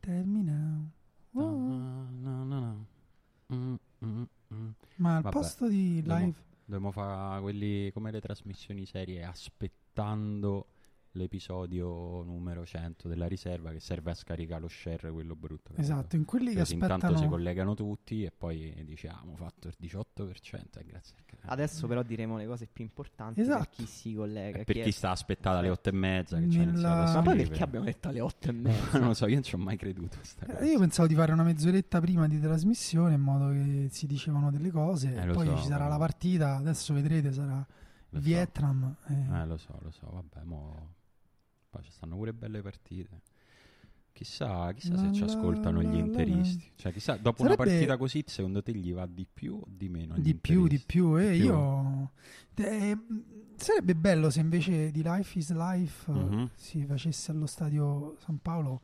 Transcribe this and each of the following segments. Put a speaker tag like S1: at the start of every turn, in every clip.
S1: Tell me now.
S2: No,
S1: Oh.
S2: no, no, no. Mm, mm, mm.
S1: Ma al
S2: Vabbè,
S1: posto di
S2: dobbiamo-
S1: live,
S2: Dobbiamo fare quelli come le trasmissioni serie aspettando l'episodio numero 100 della riserva che serve a scaricare lo share quello brutto. capito?
S1: esatto, in quelli che
S2: Così intanto si
S1: aspettano.
S2: collegano tutti e poi diciamo fatto il 18% e eh, grazie al cazzo.
S3: Adesso però diremo le cose più importanti per
S1: Esatto.
S3: chi si collega.
S2: E per
S3: chi è-
S2: chi sta aspettando alle 8 e mezza che c'è
S1: Nella-
S2: iniziato a
S1: Ma
S3: Ma poi
S2: scrivere.
S3: perché abbiamo detto alle 8 e mezza?
S2: non lo so, io non ci ho mai creduto a sta cosa.
S1: Eh, Io pensavo di fare una mezz'oretta prima di trasmissione in modo che si dicevano delle cose,
S2: Eh, lo
S1: poi
S2: so,
S1: ci sarà
S2: ma-
S1: la partita, adesso vedrete sarà
S2: Lo so.
S1: Vietnam. eh.
S2: Eh, lo so, lo so, vabbè, mo... poi ci stanno pure belle partite. Chissà, chissà
S1: La
S2: se ci
S1: la
S2: ascoltano
S1: la
S2: gli
S1: la.
S2: interisti. Cioè, chissà, dopo una
S1: Sarebbe-
S2: partita così, secondo te gli va di più o di meno? agli
S1: Di più, di
S2: interisti?
S1: più, e
S2: Di più?
S1: io... Eh, mh, sarebbe bello se invece di Life is Life eh,
S2: Mhm.
S1: si facesse allo stadio San Paolo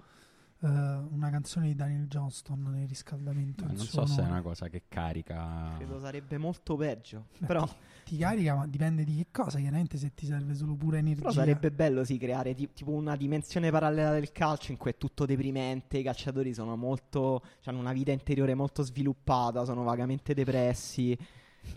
S1: eh, una canzone di Daniel Johnston nel riscaldamento.
S2: Eh,
S1: in
S2: non
S1: suo
S2: so se è
S1: onore.
S2: una cosa che carica.
S3: Credo sarebbe molto peggio.
S1: Beh,
S3: Però,
S1: Ti carica, ma dipende di che cosa, chiaramente se ti serve solo pura energia.
S3: però sarebbe bello sì creare ti- tipo una dimensione parallela del calcio in cui è tutto deprimente, i calciatori sono molto hanno una vita interiore molto sviluppata, sono vagamente depressi.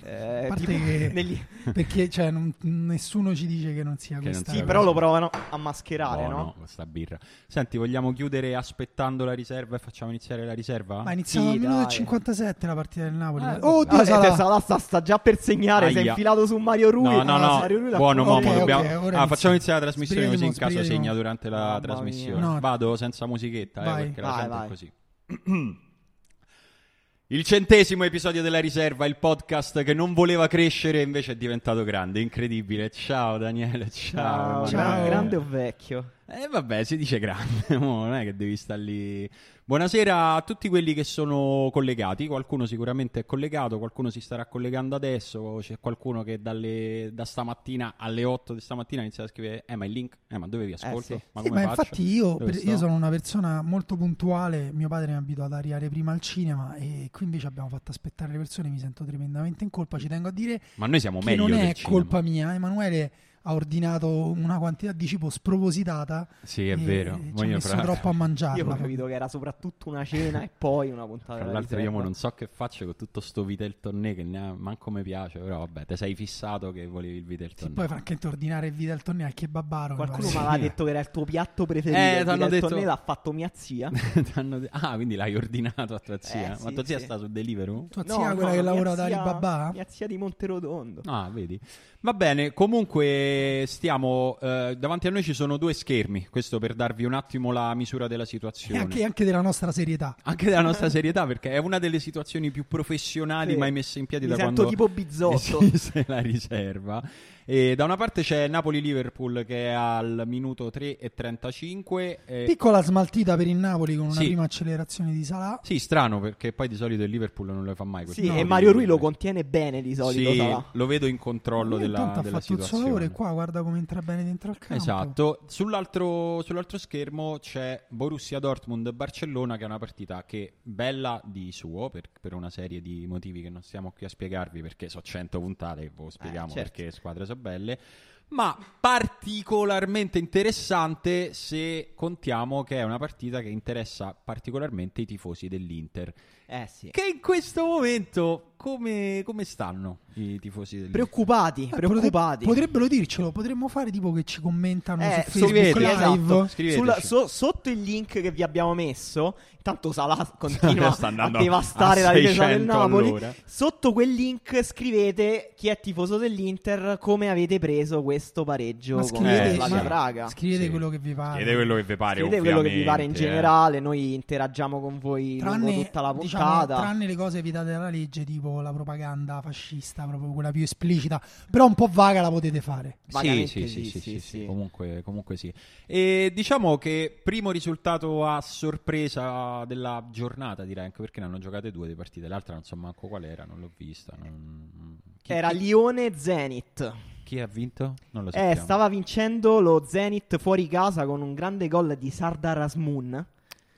S3: eh,
S1: A parte
S3: tipo
S1: che-
S3: negli-
S1: Perché cioè, non- nessuno ci dice che non sia
S2: Che non
S1: questa.
S2: sia
S3: Sì,
S1: la
S3: però
S1: cosa.
S3: lo provano a mascherare,
S2: Buono,
S3: no?
S2: Questa birra. Senti, vogliamo chiudere aspettando la riserva e facciamo iniziare la riserva?
S1: Ma è iniziato
S3: Sì,
S1: al minuto
S3: dai.
S1: 57 la partita del Napoli.
S2: Eh,
S1: oh,
S3: Ah,
S1: Dio,
S3: eh,
S1: Salah.
S3: te- Salah sta, sta già per segnare, si è
S2: Aia.
S3: infilato su Mario Rui.
S2: No, no,
S3: Ah,
S2: no.
S3: Mario Rui l'ha-
S2: Buono,
S1: Ok,
S2: Momo.
S1: ok,
S2: dobbiamo-
S1: ora
S2: Ah,
S1: iniziamo.
S2: facciamo iniziare la trasmissione così in
S1: Sbrighemo,
S2: caso
S1: sbrighemo.
S2: segna durante la
S3: Mamma
S2: trasmissione.
S1: mia. No.
S2: Vado senza musichetta, eh,
S1: Vai.
S2: perché la
S3: Vai,
S2: gente è
S3: vai.
S2: così. Il centesimo episodio della riserva, il podcast che non voleva crescere e invece è diventato grande, incredibile. Ciao Daniele,
S3: Ciao,
S2: ciao.
S1: Ciao.
S2: Emanuele.
S3: Ah, grande o vecchio?
S2: Eh vabbè, si dice grande, mo, non è che devi stare lì. Buonasera a tutti quelli che sono collegati, qualcuno sicuramente è collegato, qualcuno si starà collegando adesso, c'è qualcuno che dalle- da stamattina alle 8 di stamattina inizia a scrivere "Eh, ma il link, eh, ma dove vi ascolto?
S3: sì.
S2: Ma
S1: Sì,
S2: come
S1: ma
S2: faccio?"
S1: infatti io,
S2: Dove
S1: per-
S2: sto?
S1: io sono una persona molto puntuale. Mio padre mi ha abituato ad arrivare prima al cinema e qui invece abbiamo fatto aspettare le persone. Mi sento tremendamente in colpa. Ci tengo a dire
S2: Ma noi siamo
S1: che
S2: meglio
S1: non
S2: del
S1: è
S2: cinema.
S1: colpa mia. Emanuele ha ordinato una quantità di cibo spropositata.
S2: Sì, è
S1: e
S2: vero.
S1: Eh, Ci ha
S2: Voglio
S1: messo
S2: fra-
S1: troppo a mangiarla.
S3: Io ho capito che era soprattutto una cena e poi una puntata
S2: Tra
S3: della
S2: l'altro io
S3: riserva.
S2: mo non so che faccio con tutto sto vitel tonnè che ne- manco mi piace, però vabbè, te sei fissato che volevi il vitel
S1: Sì,
S2: tonnè.
S1: poi francamente ordinare il video al torneo al kebabaro. mi
S3: Qualcuno
S1: pare.
S3: mi
S2: Sì.
S3: aveva detto che era il tuo piatto preferito.
S2: Eh,
S3: il
S2: t'hanno
S3: Vitel
S2: detto-
S3: Tonnè l'ha fatto mia zia.
S2: T'hanno de- ah, quindi l'hai ordinato a tua zia?
S3: Eh,
S2: Ma
S3: sì,
S2: tua zia
S3: sì.
S2: sta su Deliveroo?
S1: Tua
S3: No,
S1: zia,
S3: no,
S1: quella che
S3: mia
S1: lavora ad
S3: zia-
S1: Alibaba?
S3: Mia zia di Monterotondo.
S2: Ah, vedi. Va bene, comunque stiamo... eh, davanti a noi ci sono due schermi, questo per darvi un attimo la misura della
S1: E
S3: Eh,
S2: situazione.
S1: anche, anche della nostra serietà.
S2: Anche della nostra serietà, perché è una delle situazioni più professionali
S3: Sì.
S2: mai messe in piedi
S3: Mi
S2: da
S3: sento
S2: quando
S3: tipo bizzotto.
S2: esiste la riserva. E da una parte c'è Napoli-Liverpool che è al minuto 3 e 35. eh,
S1: Piccola smaltita per il Napoli con una
S2: Sì.
S1: prima accelerazione di Salah.
S2: Sì, strano perché poi di solito il Liverpool non lo fa mai. quel
S3: Sì,
S2: tipo
S3: e
S2: di-
S3: Mario Rui lo contiene bene di solito.
S2: Sì,
S3: Salah.
S2: lo vedo in controllo
S1: Ogni
S2: della,
S1: tanto
S2: della
S1: ha fatto il suo
S2: situazione.
S1: lavoro e qua guarda come entra bene dentro al campo.
S2: Esatto, sull'altro, sull'altro schermo c'è Borussia Dortmund-Barcellona che è una partita che bella di suo per, per una serie di motivi che non stiamo qui a spiegarvi perché so 100 puntate e ve lo spieghiamo
S3: certo.
S2: perché squadre so belle, ma particolarmente interessante se contiamo che è una partita che interessa particolarmente i tifosi dell'Inter.
S3: Eh sì.
S2: Che in questo momento come, come stanno i tifosi dell'Inter?
S3: Preoccupati,
S1: Eh,
S3: preoccupati.
S1: potre- potrebbero dircelo, potremmo fare tipo che ci commentano
S3: Eh,
S1: su Facebook
S2: scrivete,
S1: Live.
S3: esatto.
S2: Scriveteci.
S3: Sulla- so- sotto il link che vi abbiamo messo, intanto Salah continua
S2: Sta
S3: a
S2: andando
S3: devastare
S2: a
S3: la difesa del
S2: 600
S3: Napoli.
S2: all'ora.
S3: Sotto quel link scrivete chi è tifoso dell'Inter, come avete preso questo pareggio
S1: Ma
S3: con
S1: scrivete,
S2: Eh,
S3: la
S2: sì.
S3: Via Praga.
S1: scrivete
S2: Sì.
S1: quello che vi
S3: Ah,
S1: pare.
S2: Chiede quello che vi pare,
S3: Scrivete quello che vi pare in
S2: ovviamente, eh.
S3: generale, noi interagiamo con voi lungo tutta la
S1: diciamo,
S3: puntata.
S1: tranne le cose vietate dalla legge, tipo la propaganda fascista, proprio quella più esplicita, però un po' vaga la potete fare.
S3: Vagamente
S2: sì, sì,
S3: sì,
S2: sì,
S3: sì,
S2: sì,
S3: sì.
S2: sì. Comunque, comunque sì. E diciamo che primo risultato a sorpresa della giornata, direi, anche perché ne hanno giocate due di partite, l'altra non so manco qual era, non l'ho vista. non- Chi,
S3: Era
S2: chi-
S3: Lione Zenit.
S2: chi ha vinto? Non lo sappiamo.
S3: Eh, stava vincendo lo Zenit fuori casa con un grande gol di Sardar Asmun.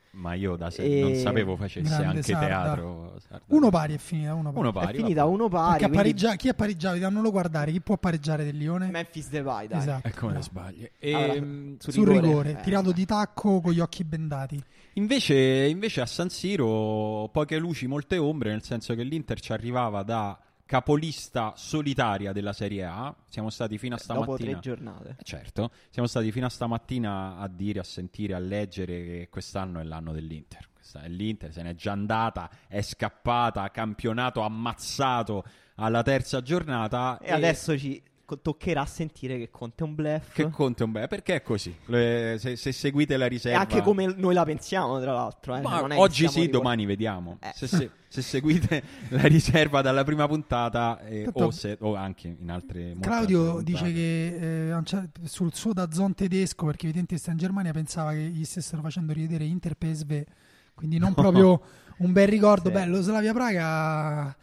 S2: Ma io da se-
S3: E-
S2: non sapevo facesse
S1: Grande
S2: anche
S1: Sarda.
S2: teatro. Sarda.
S1: Uno pari è finita, uno pari.
S2: Uno pari.
S3: È finita
S2: vabbè.
S3: 1
S1: Perché
S3: pari.
S1: ha
S3: quindi
S1: pareggia- chi ha pareggiato? Da non lo guardare, chi può pareggiare del Lione?
S3: Memphis Depay, dai.
S1: Esatto.
S2: E Eh, Ecco, come
S1: bravo.
S2: sbagli?
S3: Allora,
S2: Ehm,
S3: su
S1: Sul rigore,
S3: eh.
S1: tirato di tacco con gli occhi bendati.
S2: Invece, invece a San Siro poche luci, molte ombre, nel senso che l'Inter ci arrivava da capolista solitaria della Serie A. Siamo stati fino a
S3: Eh, Dopo
S2: stamattina.
S3: tre giornate.
S2: Eh, Certo, siamo stati fino a stamattina a dire, a sentire, a leggere che quest'anno è l'anno dell'Inter. Questa è l'Inter, se n'è già andata, è scappata, campionato ammazzato alla terza giornata.
S3: E adesso ci co- toccherà sentire che Conte è un bluff.
S2: Che conto un bel perché è così? Le- se, se seguite la
S3: e
S2: riserva.
S3: anche come noi la pensiamo, tra l'altro. eh,
S2: Ma
S3: non è che
S2: oggi
S3: siamo
S2: sì,
S3: ricor-
S2: domani vediamo.
S3: Eh.
S2: Se, se- se seguite la riserva dalla prima puntata, eh,
S1: Tanto-
S2: o, se- o anche in altre. molte
S1: Claudio
S2: altre
S1: dice
S2: puntate.
S1: che eh, a un cer- sul suo dazzon tedesco, perché evidentemente sta in Germania, pensava che gli stessero facendo rivedere Inter PSV, quindi non proprio un bel ricordo.
S3: Sì.
S1: Bello, Slavia Praga.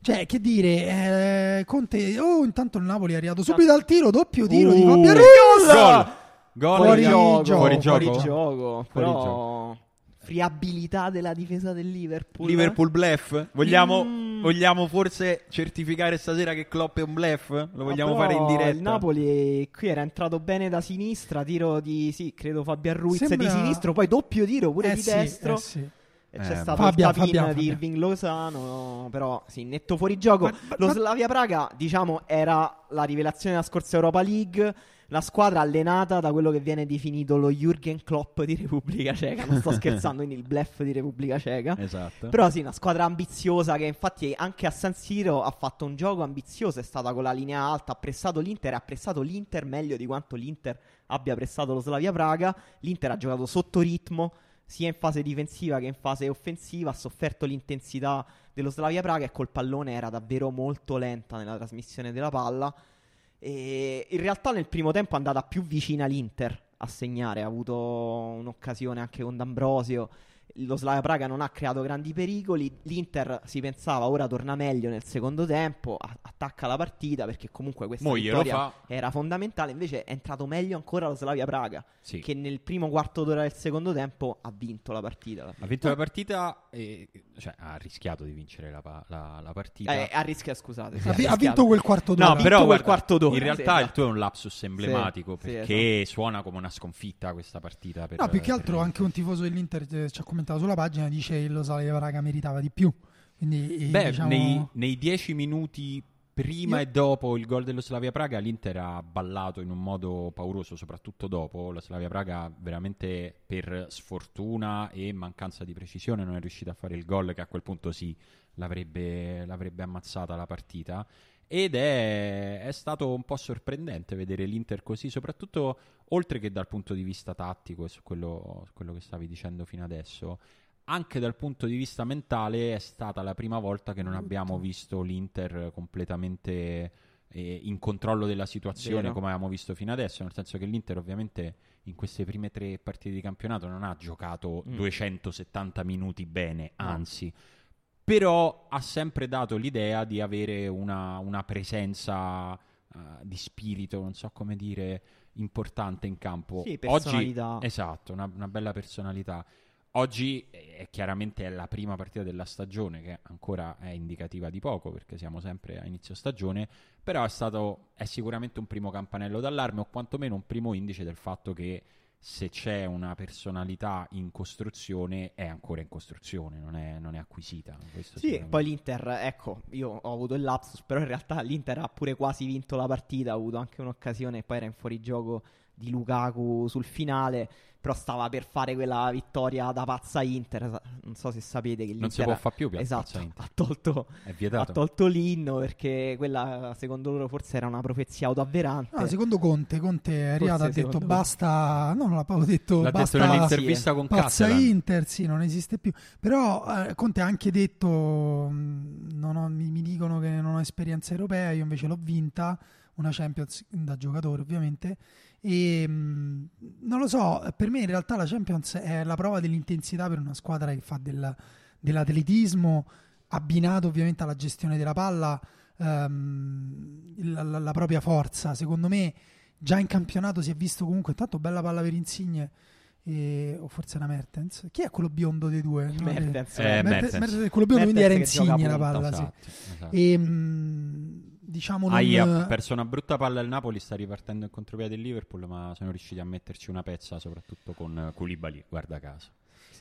S1: Cioè, che dire, eh, Conte, oh, intanto il Napoli è arrivato subito al tiro, doppio tiro di
S2: Uh,
S1: Fabio Reus!
S2: Gol! Gol
S1: Fuori
S2: di-
S1: gioco,
S2: fuori gioco.
S1: fuori
S3: gioco,
S2: Fuori
S3: però friabilità della difesa del Liverpool.
S2: Liverpool blef? Vogliamo,
S3: Mm.
S2: vogliamo forse certificare stasera che Klopp è un blef? Lo
S3: Ma
S2: vogliamo
S3: Ah, però
S2: fare in diretta?
S3: Il Napoli qui era entrato bene da sinistra, tiro di sì, credo Fabian Ruiz di
S1: Sembra-
S3: sinistro, poi doppio tiro pure
S1: Eh
S3: di
S1: sì,
S3: destro.
S1: eh sì.
S3: E c'è
S2: Eh,
S3: stato
S1: Fabian,
S3: il tapin
S1: Fabian,
S3: di
S1: Fabian.
S3: Irving Lozano, però sì, netto fuori gioco.
S1: Ma- ma-
S3: Lo
S1: ma-
S3: Slavia Praga, diciamo, era la rivelazione della scorsa Europa League. La squadra allenata da quello che viene definito lo Jürgen Klopp di Repubblica Ceca. Non sto scherzando, quindi il blef di Repubblica Ceca.
S2: Esatto.
S3: Però sì, una squadra ambiziosa che infatti anche a San Siro ha fatto un gioco ambizioso, è stata con la linea alta, ha pressato l'Inter, e ha pressato l'Inter meglio di quanto l'Inter abbia pressato lo Slavia Praga, l'Inter ha giocato sotto ritmo sia in fase difensiva che in fase offensiva, ha sofferto l'intensità dello Slavia Praga e col pallone era davvero molto lenta nella trasmissione della palla. E in realtà nel primo tempo è andata più vicina l'Inter a segnare, ha avuto un'occasione anche con D'Ambrosio. Lo Slavia Praga non ha creato grandi pericoli. L'Inter si pensava ora torna meglio nel secondo tempo, a- attacca la partita perché comunque questa
S2: Mo glielo
S3: vittoria
S2: fa.
S3: era fondamentale. Invece è entrato meglio ancora lo Slavia Praga
S2: Sì.
S3: che nel primo quarto d'ora del secondo tempo ha vinto la partita.
S2: Ha vinto la partita, e, cioè ha rischiato di vincere la, pa- la- la partita.
S3: Eh, a rischio, scusate. sì,
S1: Ha,
S3: ha
S1: vi- ha
S3: rischiato.
S1: vinto quel quarto d'ora.
S2: No,
S3: vinto
S2: però
S3: quel
S2: guarda,
S3: quarto d'ora,
S2: in
S3: sì,
S2: realtà il
S3: esatto.
S2: tuo è un lapsus emblematico
S3: Sì, sì,
S2: perché suona come una sconfitta questa partita. Per,
S1: esatto. No, più che
S2: per
S1: altro
S2: l'Inter.
S1: anche un tifoso dell'Inter eh, ci ha commentato sulla pagina, dice che lo Slavia Praga meritava di più. Quindi, eh,
S2: Beh,
S1: diciamo...
S2: nei, nei dieci minuti prima
S1: Io-
S2: e dopo il gol dello Slavia Praga, l'Inter ha ballato in un modo pauroso, soprattutto dopo. La Slavia Praga, veramente per sfortuna e mancanza di precisione, non è riuscita a fare il gol che a quel punto sì l'avrebbe, l'avrebbe ammazzata la partita. Ed è, è stato un po' sorprendente vedere l'Inter così, soprattutto oltre che dal punto di vista tattico e su quello, su quello che stavi dicendo fino adesso, anche dal punto di vista mentale è stata la prima volta che non abbiamo visto l'Inter completamente eh, in controllo della situazione
S3: Vero.
S2: come abbiamo visto fino adesso, nel senso che l'Inter ovviamente in queste prime tre partite di campionato non ha giocato
S3: Mm.
S2: 270 minuti bene,
S3: No.
S2: anzi, però ha sempre dato l'idea di avere una, una presenza eh, di spirito, non so come dire, importante in campo.
S3: Sì,
S2: Oggi,
S3: personalità.
S2: esatto, una, una bella personalità. Oggi eh, è chiaramente è la prima partita della stagione che ancora è indicativa di poco perché siamo sempre a inizio stagione, però è stato è sicuramente un primo campanello d'allarme o quantomeno un primo indice del fatto che se c'è una personalità in costruzione è ancora in costruzione, non è, non è acquisita. Questo
S3: Sì,
S2: sicuramente.
S3: poi l'Inter, ecco, io ho avuto il lapsus, però in realtà l'Inter ha pure quasi vinto la partita, ha avuto anche un'occasione, poi era in fuorigioco di Lukaku sul finale, però stava per fare quella vittoria da pazza Inter, sa- non so se sapete che l'Inter
S2: non si può fare più piazza
S3: Esatto,
S2: Inter,
S3: ha tolto,
S2: è
S3: ha
S2: vietato.
S3: tolto l'inno perché quella secondo loro forse era una profezia autoavverante.
S1: No, Ah, secondo Conte, Conte è arrivato e ha
S3: Forse
S1: detto
S3: secondo-
S1: basta, no, non l'ha proprio detto,
S2: L'ha detto
S1: basta
S2: nell'intervista con
S1: pazza
S2: Catalan.
S1: Inter, sì, non esiste più. Però eh, Conte ha anche detto, mh, non ho- mi, mi dicono che non ho esperienza europea, io invece l'ho vinta, una Champions da giocatore ovviamente, e mh, non lo so, per me in realtà la Champions è la prova dell'intensità per una squadra che fa del- dell'atletismo abbinato ovviamente alla gestione della palla ehm, la, la- la propria forza. Secondo me già in campionato si è visto comunque tanto bella palla per Insigne e- o forse era Mertens. Chi è quello biondo dei due? No,
S3: Mertens.
S1: che-
S2: Eh,
S1: Merte-
S2: Mertens.
S1: Mertens- quello biondo quindi era
S3: Mertens che
S1: Insigne la
S3: gioca a
S1: palla, sì.
S2: Esatto, esatto.
S1: E, mh, diciamo non...
S2: Aia, ha perso una brutta palla al Napoli, sta ripartendo in contropiede il Liverpool, ma sono riusciti a metterci una pezza, soprattutto con Culibali, guarda caso.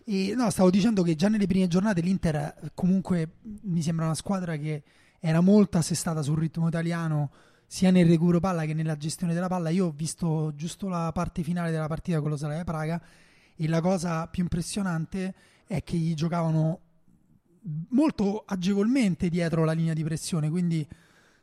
S1: E, no, stavo dicendo che già nelle prime giornate l'Inter eh, comunque mi sembra una squadra che era molto assestata sul ritmo italiano sia nel recupero palla che nella gestione della palla. Io ho visto giusto la parte finale della partita con lo Slavia Praga e la cosa più impressionante è che gli giocavano molto agevolmente dietro la linea di pressione, quindi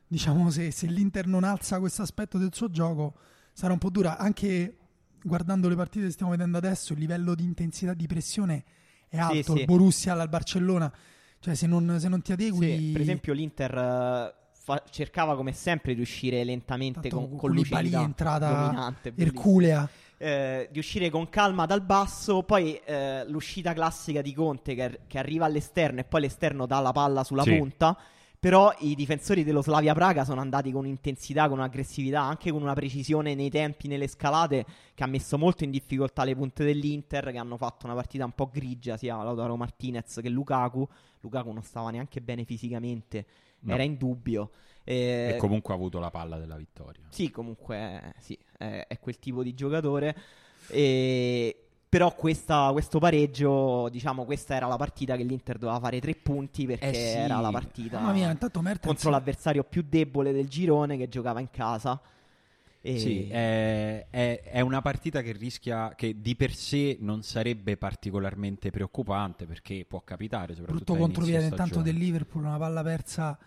S1: diciamo se, se l'Inter non alza questo aspetto del suo gioco sarà un po' dura anche guardando le partite che stiamo vedendo adesso il livello di intensità di pressione è alto
S3: sì.
S1: il Borussia al Barcellona cioè se non, se non ti adegui
S3: Sì, per esempio l'Inter eh, fa- cercava come sempre di uscire lentamente
S1: tanto
S3: con, con
S1: Koulibaly
S3: lucidità
S1: è entrata
S3: dominante, bellissimo.
S1: Erculea
S3: eh, di uscire con calma dal basso, poi eh, l'uscita classica di Conte che, che arriva all'esterno e poi l'esterno dà la palla sulla
S2: Sì.
S3: punta. Però i difensori dello Slavia Praga sono andati con intensità, con aggressività, anche con una precisione nei tempi, nelle scalate, che ha messo molto in difficoltà le punte dell'Inter, che hanno fatto una partita un po' grigia, sia Lautaro Martinez che Lukaku. Lukaku non stava neanche bene fisicamente,
S2: No.
S3: era in dubbio. Eh,
S2: E comunque ha avuto la palla della vittoria.
S3: sì, comunque sì, è, è quel tipo di giocatore. E- Però questa- questo pareggio, diciamo, questa era la partita che l'Inter doveva fare tre punti perché
S2: Eh sì.
S3: era la partita
S1: mamma mia intanto Mertens
S3: contro l'avversario più debole del girone che giocava in casa. E-
S2: Sì, è, è- è una partita che rischia, che di per sé non sarebbe particolarmente preoccupante perché può capitare, soprattutto
S1: brutto
S2: a
S1: contropiede
S2: inizio
S1: intanto
S2: stagione.
S1: del Liverpool una palla persa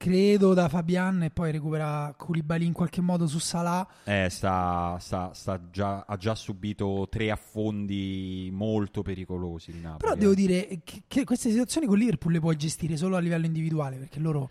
S1: credo da Fabian e poi recupera Koulibaly in qualche modo su Salah
S2: Eh, sta, sta- sta già, ha già subito tre affondi molto pericolosi il Napoli.
S1: Però
S2: eh.
S1: devo dire che, che queste situazioni con Liverpool le puoi gestire solo a livello individuale perché loro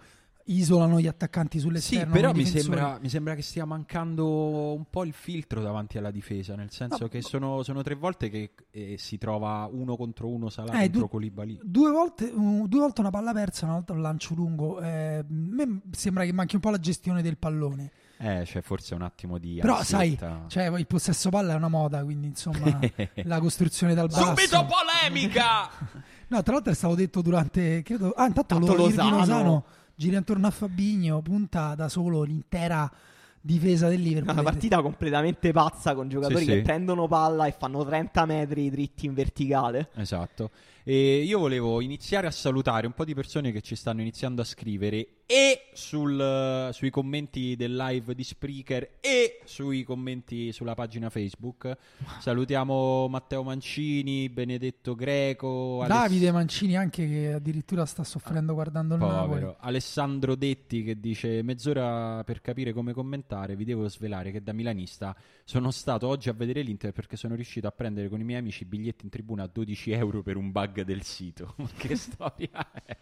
S1: isolano gli attaccanti
S2: Sì,
S1: sull'esterno.
S2: però
S1: con i
S2: mi
S1: difensori.
S2: sembra, mi sembra che stia mancando un po' il filtro davanti alla difesa, nel senso
S1: No,
S2: che
S1: no.
S2: sono, sono tre volte che eh, si trova uno contro uno Salah
S1: Eh,
S2: contro
S1: du-
S2: Colibali.
S1: Due volte, un- due volte una palla persa, una volta un lancio lungo. Eh, a me sembra che manchi un po' la gestione del pallone.
S2: Eh, c'è forse un attimo di
S1: Però,
S2: ansietta.
S1: sai, cioè, il possesso palla è una moda, quindi insomma, la costruzione dal basso.
S2: polemica!
S1: No, tra l'altro è stato detto durante. Credo, ah, intanto
S3: Tanto
S1: lo, Irving
S3: Lozano.
S1: Lozano gira intorno a Fabigno, punta da solo l'intera difesa del Liverpool.
S2: Ah,
S3: Una partita completamente pazza con giocatori
S2: Sì,
S3: che
S2: sì.
S3: prendono palla e fanno 30 metri dritti in verticale.
S2: Esatto. E io volevo iniziare a salutare un po' di persone che ci stanno iniziando a scrivere e sul- sui commenti del live di Spreaker e sui commenti sulla pagina Facebook. Salutiamo Matteo Mancini, Benedetto Greco, Aless-
S1: Davide Mancini anche che addirittura sta soffrendo guardando il Napoli.
S2: Povero. Alessandro Detti che dice mezz'ora per capire come commentare vi devo svelare che da milanista sono stato oggi a vedere l'Inter perché sono riuscito a prendere con i miei amici i biglietti in tribuna a 12 euro per un bug del sito Ma che storia è?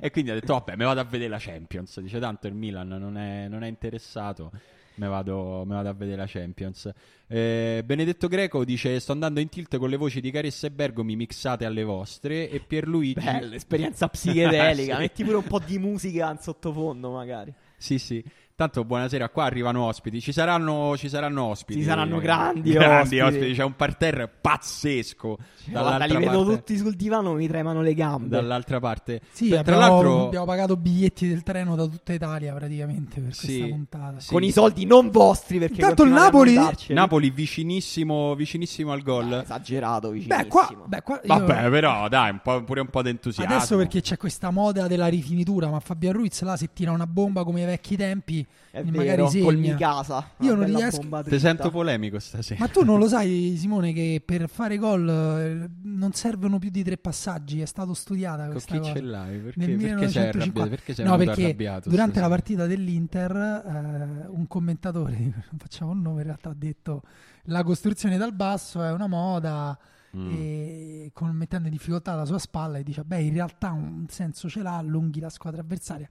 S2: e quindi ha detto vabbè me vado a vedere la Champions dice tanto il Milan non è, non è interessato me vado, me vado a vedere la Champions eh, Benedetto Greco dice sto andando in tilt con le voci di Caressa e Bergomi mixate alle vostre e Pierluigi
S3: Bella, esperienza psichedelica.
S2: Mm. Sì.
S3: Metti pure un po' di musica in sottofondo, magari.
S2: Sì, sì. Tanto buonasera, qua arrivano ospiti. Ci saranno, ci saranno ospiti.
S3: Ci saranno grandi
S2: Grandi
S3: ospiti.
S2: C'è un parterre pazzesco.
S3: Guarda, li
S2: dall'altra
S3: vedo
S2: parte-
S3: tutti sul divano, mi tremano le gambe.
S2: Dall'altra parte.
S1: Sì,
S2: Tra- tra
S1: abbiamo,
S2: l'altro...
S1: abbiamo pagato biglietti del treno da tutta Italia praticamente per
S2: Sì,
S1: questa puntata.
S2: sì.
S3: Con i soldi non vostri, perché
S1: Intanto il
S3: continuate a
S1: Napoli-
S3: non darceli.
S2: Napoli vicinissimo, vicinissimo al gol.
S3: Ah,
S2: eh,
S3: esagerato vicinissimo.
S1: Beh, qua, beh, qua io-
S2: Vabbè, però dai, un po'- pure un po' di entusiasmo.
S1: adesso perché c'è questa moda della rifinitura, ma Fabian Ruiz là se tira una bomba come ai vecchi tempi,
S3: è
S1: magari
S3: vero,
S1: segna.
S3: col Mikasa.
S1: Io
S3: una
S1: non
S3: Ah, bella
S1: riesco-
S3: bomba
S2: Ti
S3: dritta.
S2: sento polemico stasera.
S1: Ma tu non lo sai, Simone, che per fare gol eh, non servono più di tre passaggi, è stato studiata
S2: Con
S1: questa
S2: chi
S1: cosa.
S2: ce l'hai? Perché,
S1: Nel
S2: perché sei arrabbiato?
S1: 1950.
S2: Perché sei
S1: No,
S2: venuto
S1: perché
S2: arrabbiato
S1: durante
S2: stasera?
S1: la partita dell'Inter eh, un commentatore, non facciamo il nome in realtà, ha detto la costruzione dal basso è una moda,
S2: Mm.
S1: e con- mettendo in difficoltà la sua spalla e dice beh in realtà un senso ce l'ha, allunghi la squadra avversaria.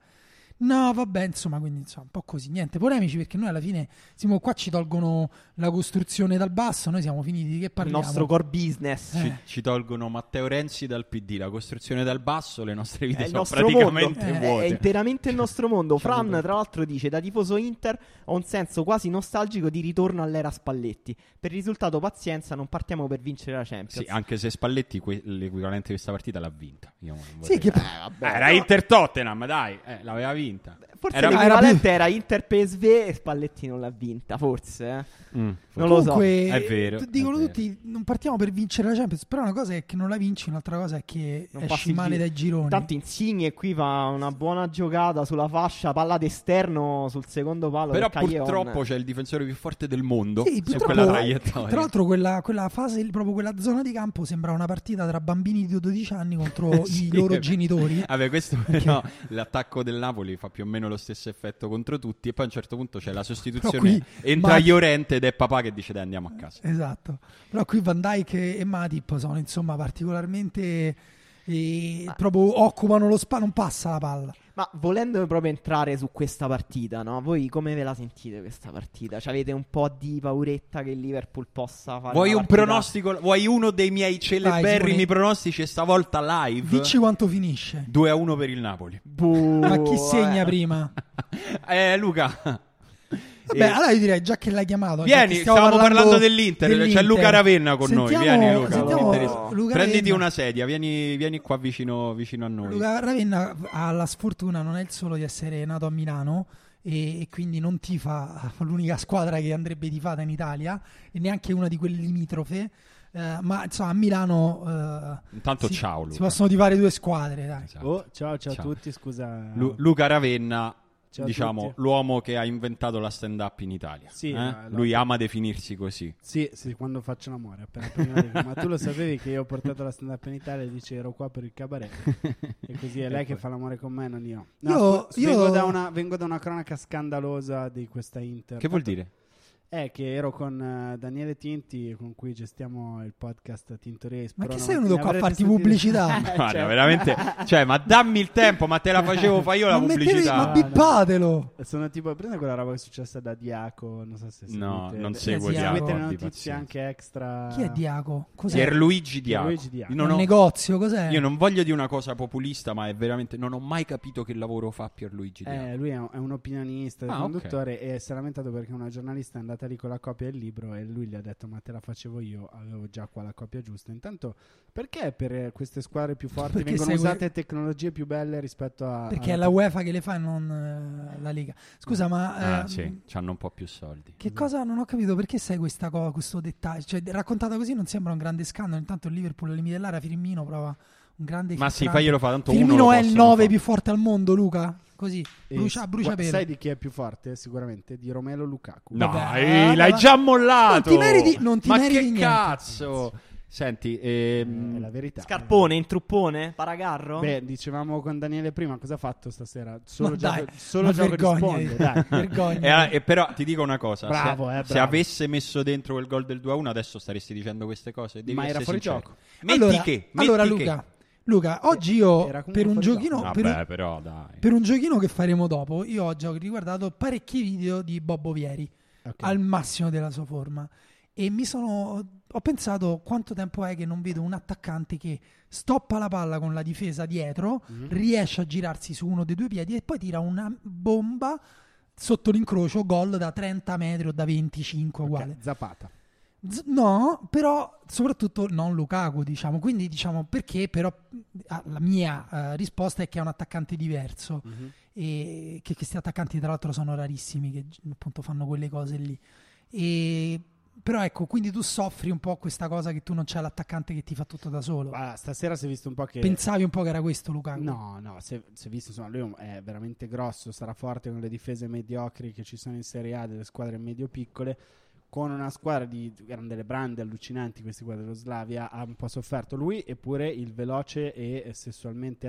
S1: No, vabbè, insomma, quindi insomma, un po' così, niente polemici perché noi alla fine siamo qua ci tolgono la costruzione dal basso, noi siamo finiti che
S3: Il
S1: parliamo.
S3: nostro core business.
S1: Eh.
S2: Ci, ci tolgono Matteo Renzi dal PD, la costruzione dal basso, le nostre vite
S3: È il
S2: sono
S3: nostro Eh,
S2: praticamente
S1: mondo.
S3: È- È
S2: vuote.
S3: interamente il nostro mondo.
S2: Cioè,
S3: Fran,
S2: vabbè.
S3: tra l'altro, dice: Da tifoso Inter ho un senso quasi nostalgico di ritorno all'era Spalletti. Per il risultato, pazienza, non partiamo per vincere la
S2: Sì, ah,
S3: Champions.
S2: anche se Spalletti que- l'equivalente di questa partita l'ha vinta. Io non
S1: Sì,
S2: vorrei-
S1: che
S3: Eh, vabbè,
S2: Eh, era
S3: no,
S2: Inter Tottenham, dai, eh, l'aveva vinta.
S3: Forse
S2: Era-
S3: l'equivalente
S1: era
S3: era Inter PSV e Spalletti non l'ha vinta, forse. eh.
S2: Mm,
S3: Non lo so.
S1: Comunque,
S2: È vero,
S1: t- Dicono
S2: è vero.
S1: tutti: non partiamo per vincere la Champions. Però una cosa è che non la vinci, un'altra cosa è che
S3: Non passi
S1: esci
S3: il
S1: Eh, male
S3: giro.
S1: dai gironi.
S3: Tanto Insigne qui fa una buona giocata sulla fascia, palla d'esterno sul secondo palo.
S2: Però
S3: per Callejon.
S2: purtroppo c'è il difensore più forte del mondo
S1: Sì,
S2: su
S1: purtroppo-
S2: quella
S1: Tra
S2: traiettoria.
S1: l'altro, quella, quella fase, proprio quella zona di campo sembra una partita tra bambini di 12 anni contro
S2: Sì,
S1: i loro
S2: vabbè.
S1: genitori.
S2: Vabbè, questo però l'attacco del Napoli fa più o meno lo stesso effetto contro tutti. E poi a un certo punto c'è la sostituzione.
S1: Però qui-
S2: entra
S1: ma-
S2: Llorente ed è papà che dice: Dai, andiamo a casa.
S1: Esatto. Però qui Van Dyke e e Matip sono insomma particolarmente. eh,
S3: Ah.
S1: Proprio occupano lo spazio, non passa la palla.
S3: Ma volendo proprio entrare su questa partita, no? Voi come ve la sentite questa partita? Avete un po' di pauretta che il Liverpool possa fare
S2: Vuoi
S3: una
S2: un
S3: partita-
S2: pronostico? Vuoi uno dei miei
S1: Simone.
S2: celeberrimi pronostici? Stavolta live
S1: Dici quanto finisce.
S2: 2 a 1 per il Napoli.
S3: Buh,
S1: Ma chi segna
S3: eh.
S1: prima?
S2: eh, Luca.
S1: Vabbè,
S2: Eh,
S1: allora io direi già che l'hai chiamato. già
S2: Vieni,
S1: che
S2: stavamo parlando dell'Inter, c'è Luca Ravenna con noi.
S1: Sentiamo-
S2: Vieni, Luca.
S1: sentiamo
S2: mi interessa.
S1: Luca
S2: Prenditi
S1: Ravenna.
S2: una sedia, vieni, vieni qua vicino, vicino a noi.
S1: Luca Ravenna ha la sfortuna, non è il solo di essere nato a Milano e, e quindi non tifa l'unica squadra che andrebbe tifata in Italia e neanche una di quelle limitrofe. eh, ma insomma, a Milano eh,
S2: Intanto,
S1: si,
S2: ciao,
S1: si
S2: Luca.
S1: possono tifare due squadre. Dai.
S2: Esatto.
S4: Oh, ciao, ciao,
S2: Ciao.
S4: a tutti, scusa.
S2: Lu- Luca Ravenna,
S4: Ciao a
S2: diciamo,
S4: tutti.
S2: l'uomo che ha inventato la stand-up in Italia.
S4: Sì,
S2: eh?
S4: la- la-
S2: Lui ama definirsi così.
S4: Sì, sì, quando faccio l'amore. appena prima di- Ma tu lo sapevi che io ho portato la stand-up in Italia e dice ero qua per il cabaret. E così è lei che fa l'amore con me, non io. No,
S1: Io-
S4: scu-
S1: io-
S4: Vengo, da una, vengo da una cronaca scandalosa di questa Inter.
S2: Che vuol dire?
S4: È che ero con eh, Daniele Tinti, con cui gestiamo il podcast Tintoria.
S1: Ma che sei venuto qua a farti
S4: Eh,
S1: pubblicità?
S2: Guarda,
S4: certo.
S2: veramente, cioè, ma dammi il tempo, ma te la facevo fa io la
S1: ma, mettete-
S2: pubblicità.
S1: ma bippatelo!
S4: Sono tipo, prende quella roba che è successa da Diaco, non so se
S2: No,
S4: seguite.
S2: non
S4: Eh,
S2: seguo
S4: sì,
S1: Diaco.
S4: Seguite le
S2: Di
S4: notizie
S2: pazienza.
S4: anche extra.
S1: Chi è Diaco? Cos'è?
S2: Pierluigi Diaco.
S4: Pierluigi Diaco.
S2: Non
S1: un
S2: ho-
S1: negozio, cos'è?
S2: Io non voglio dire una cosa populista, ma è veramente. Non ho mai capito che lavoro fa Pierluigi Diaco.
S4: Eh, lui è un, è un opinionista, è un
S2: Ah, ok.
S4: conduttore e si è lamentato perché una giornalista è andata lì con la copia del libro e lui gli ha detto ma te la facevo io, avevo già qua la copia giusta. Intanto perché per queste squadre più forti
S1: Perché
S4: vengono
S1: segue-
S4: usate tecnologie più belle rispetto
S2: Ah,
S4: a...
S1: Perché
S4: a-
S1: è la UEFA che le fa e non eh, la Lega. Scusa, ma
S2: Ah,
S1: eh,
S2: sì, hanno un po' più soldi.
S1: che cosa non ho capito? Perché sai questa cosa, questo dettaglio? Cioè, raccontata così non sembra un grande scandalo. Intanto il Liverpool al limite dell'area, Firmino prova un grande
S2: Ma sì,
S1: filtrante.
S2: faglielo fa tanto uno
S1: Firmino
S2: lo
S1: è il
S2: possono
S1: 9
S2: fare.
S1: più forte al mondo, Luca. Così,
S4: e-
S1: brucia, brucia
S4: gua-
S1: pelo.
S4: Eh, Sai di chi è più forte? Sicuramente di Romelo Lukaku.
S2: No,
S1: Vabbè,
S2: eh,
S1: eh,
S2: l'hai
S1: ma-
S2: già mollato.
S1: Non ti meriti- non ti
S2: ma
S1: meriti
S2: che
S1: niente.
S2: cazzo? Senti, ehm,
S4: Eh, È la verità.
S3: Scarpone, intruppone, paragarro?
S4: Beh, dicevamo con Daniele prima cosa ha fatto stasera. Solo
S1: Ma
S4: gioco,
S1: dai,
S4: solo
S1: ma
S4: gioco
S1: vergogna.
S4: risponde, dai.
S2: E,
S1: vergogna.
S2: allora- e Eh, però ti dico una cosa: se-
S4: Bravo, eh,
S2: se,
S4: bravo.
S2: avesse messo dentro quel gol del 2-1, adesso staresti dicendo queste cose. Devi
S4: Ma era
S2: essere
S4: fuori
S2: sincero.
S4: gioco.
S2: Metti
S1: allora,
S2: che,
S1: allora,
S2: metti
S1: Luca,
S2: che.
S1: Luca, oggi io
S4: Eh, Era comunque
S1: per un
S4: fuori gioco.
S1: giochino. per un-
S2: Vabbè, però dai.
S1: per un giochino che faremo dopo, io oggi ho riguardato parecchi video di Bobbo Vieri.
S4: Ok.
S1: al massimo della sua forma. E mi sono. Ho pensato quanto tempo è che non vedo un attaccante che stoppa la palla con la difesa dietro,
S4: Mm-hmm.
S1: riesce a girarsi su uno dei due piedi e poi tira una bomba sotto l'incrocio, gol da 30 metri o da 25
S4: Ok,
S1: uguale.
S4: Zapata.
S1: Z- No, però soprattutto non Lukaku, diciamo. Quindi diciamo perché, però ah, la mia eh, risposta è che è un attaccante diverso
S4: Mhm.
S1: e che questi attaccanti tra l'altro sono rarissimi che gi- appunto fanno quelle cose lì e però ecco quindi tu soffri un po' questa cosa che tu non c'è l'attaccante che ti fa tutto da solo
S4: Guarda, stasera si è visto un po' che...
S1: pensavi un po' che era questo Luca
S4: No, no, se, se visto, insomma, lui è veramente grosso, sarà forte con le difese mediocri che ci sono in Serie A delle squadre medio piccole. con una squadra di erano delle brande allucinanti questi qua dello Slavia ha un po' sofferto lui eppure il veloce e sessualmente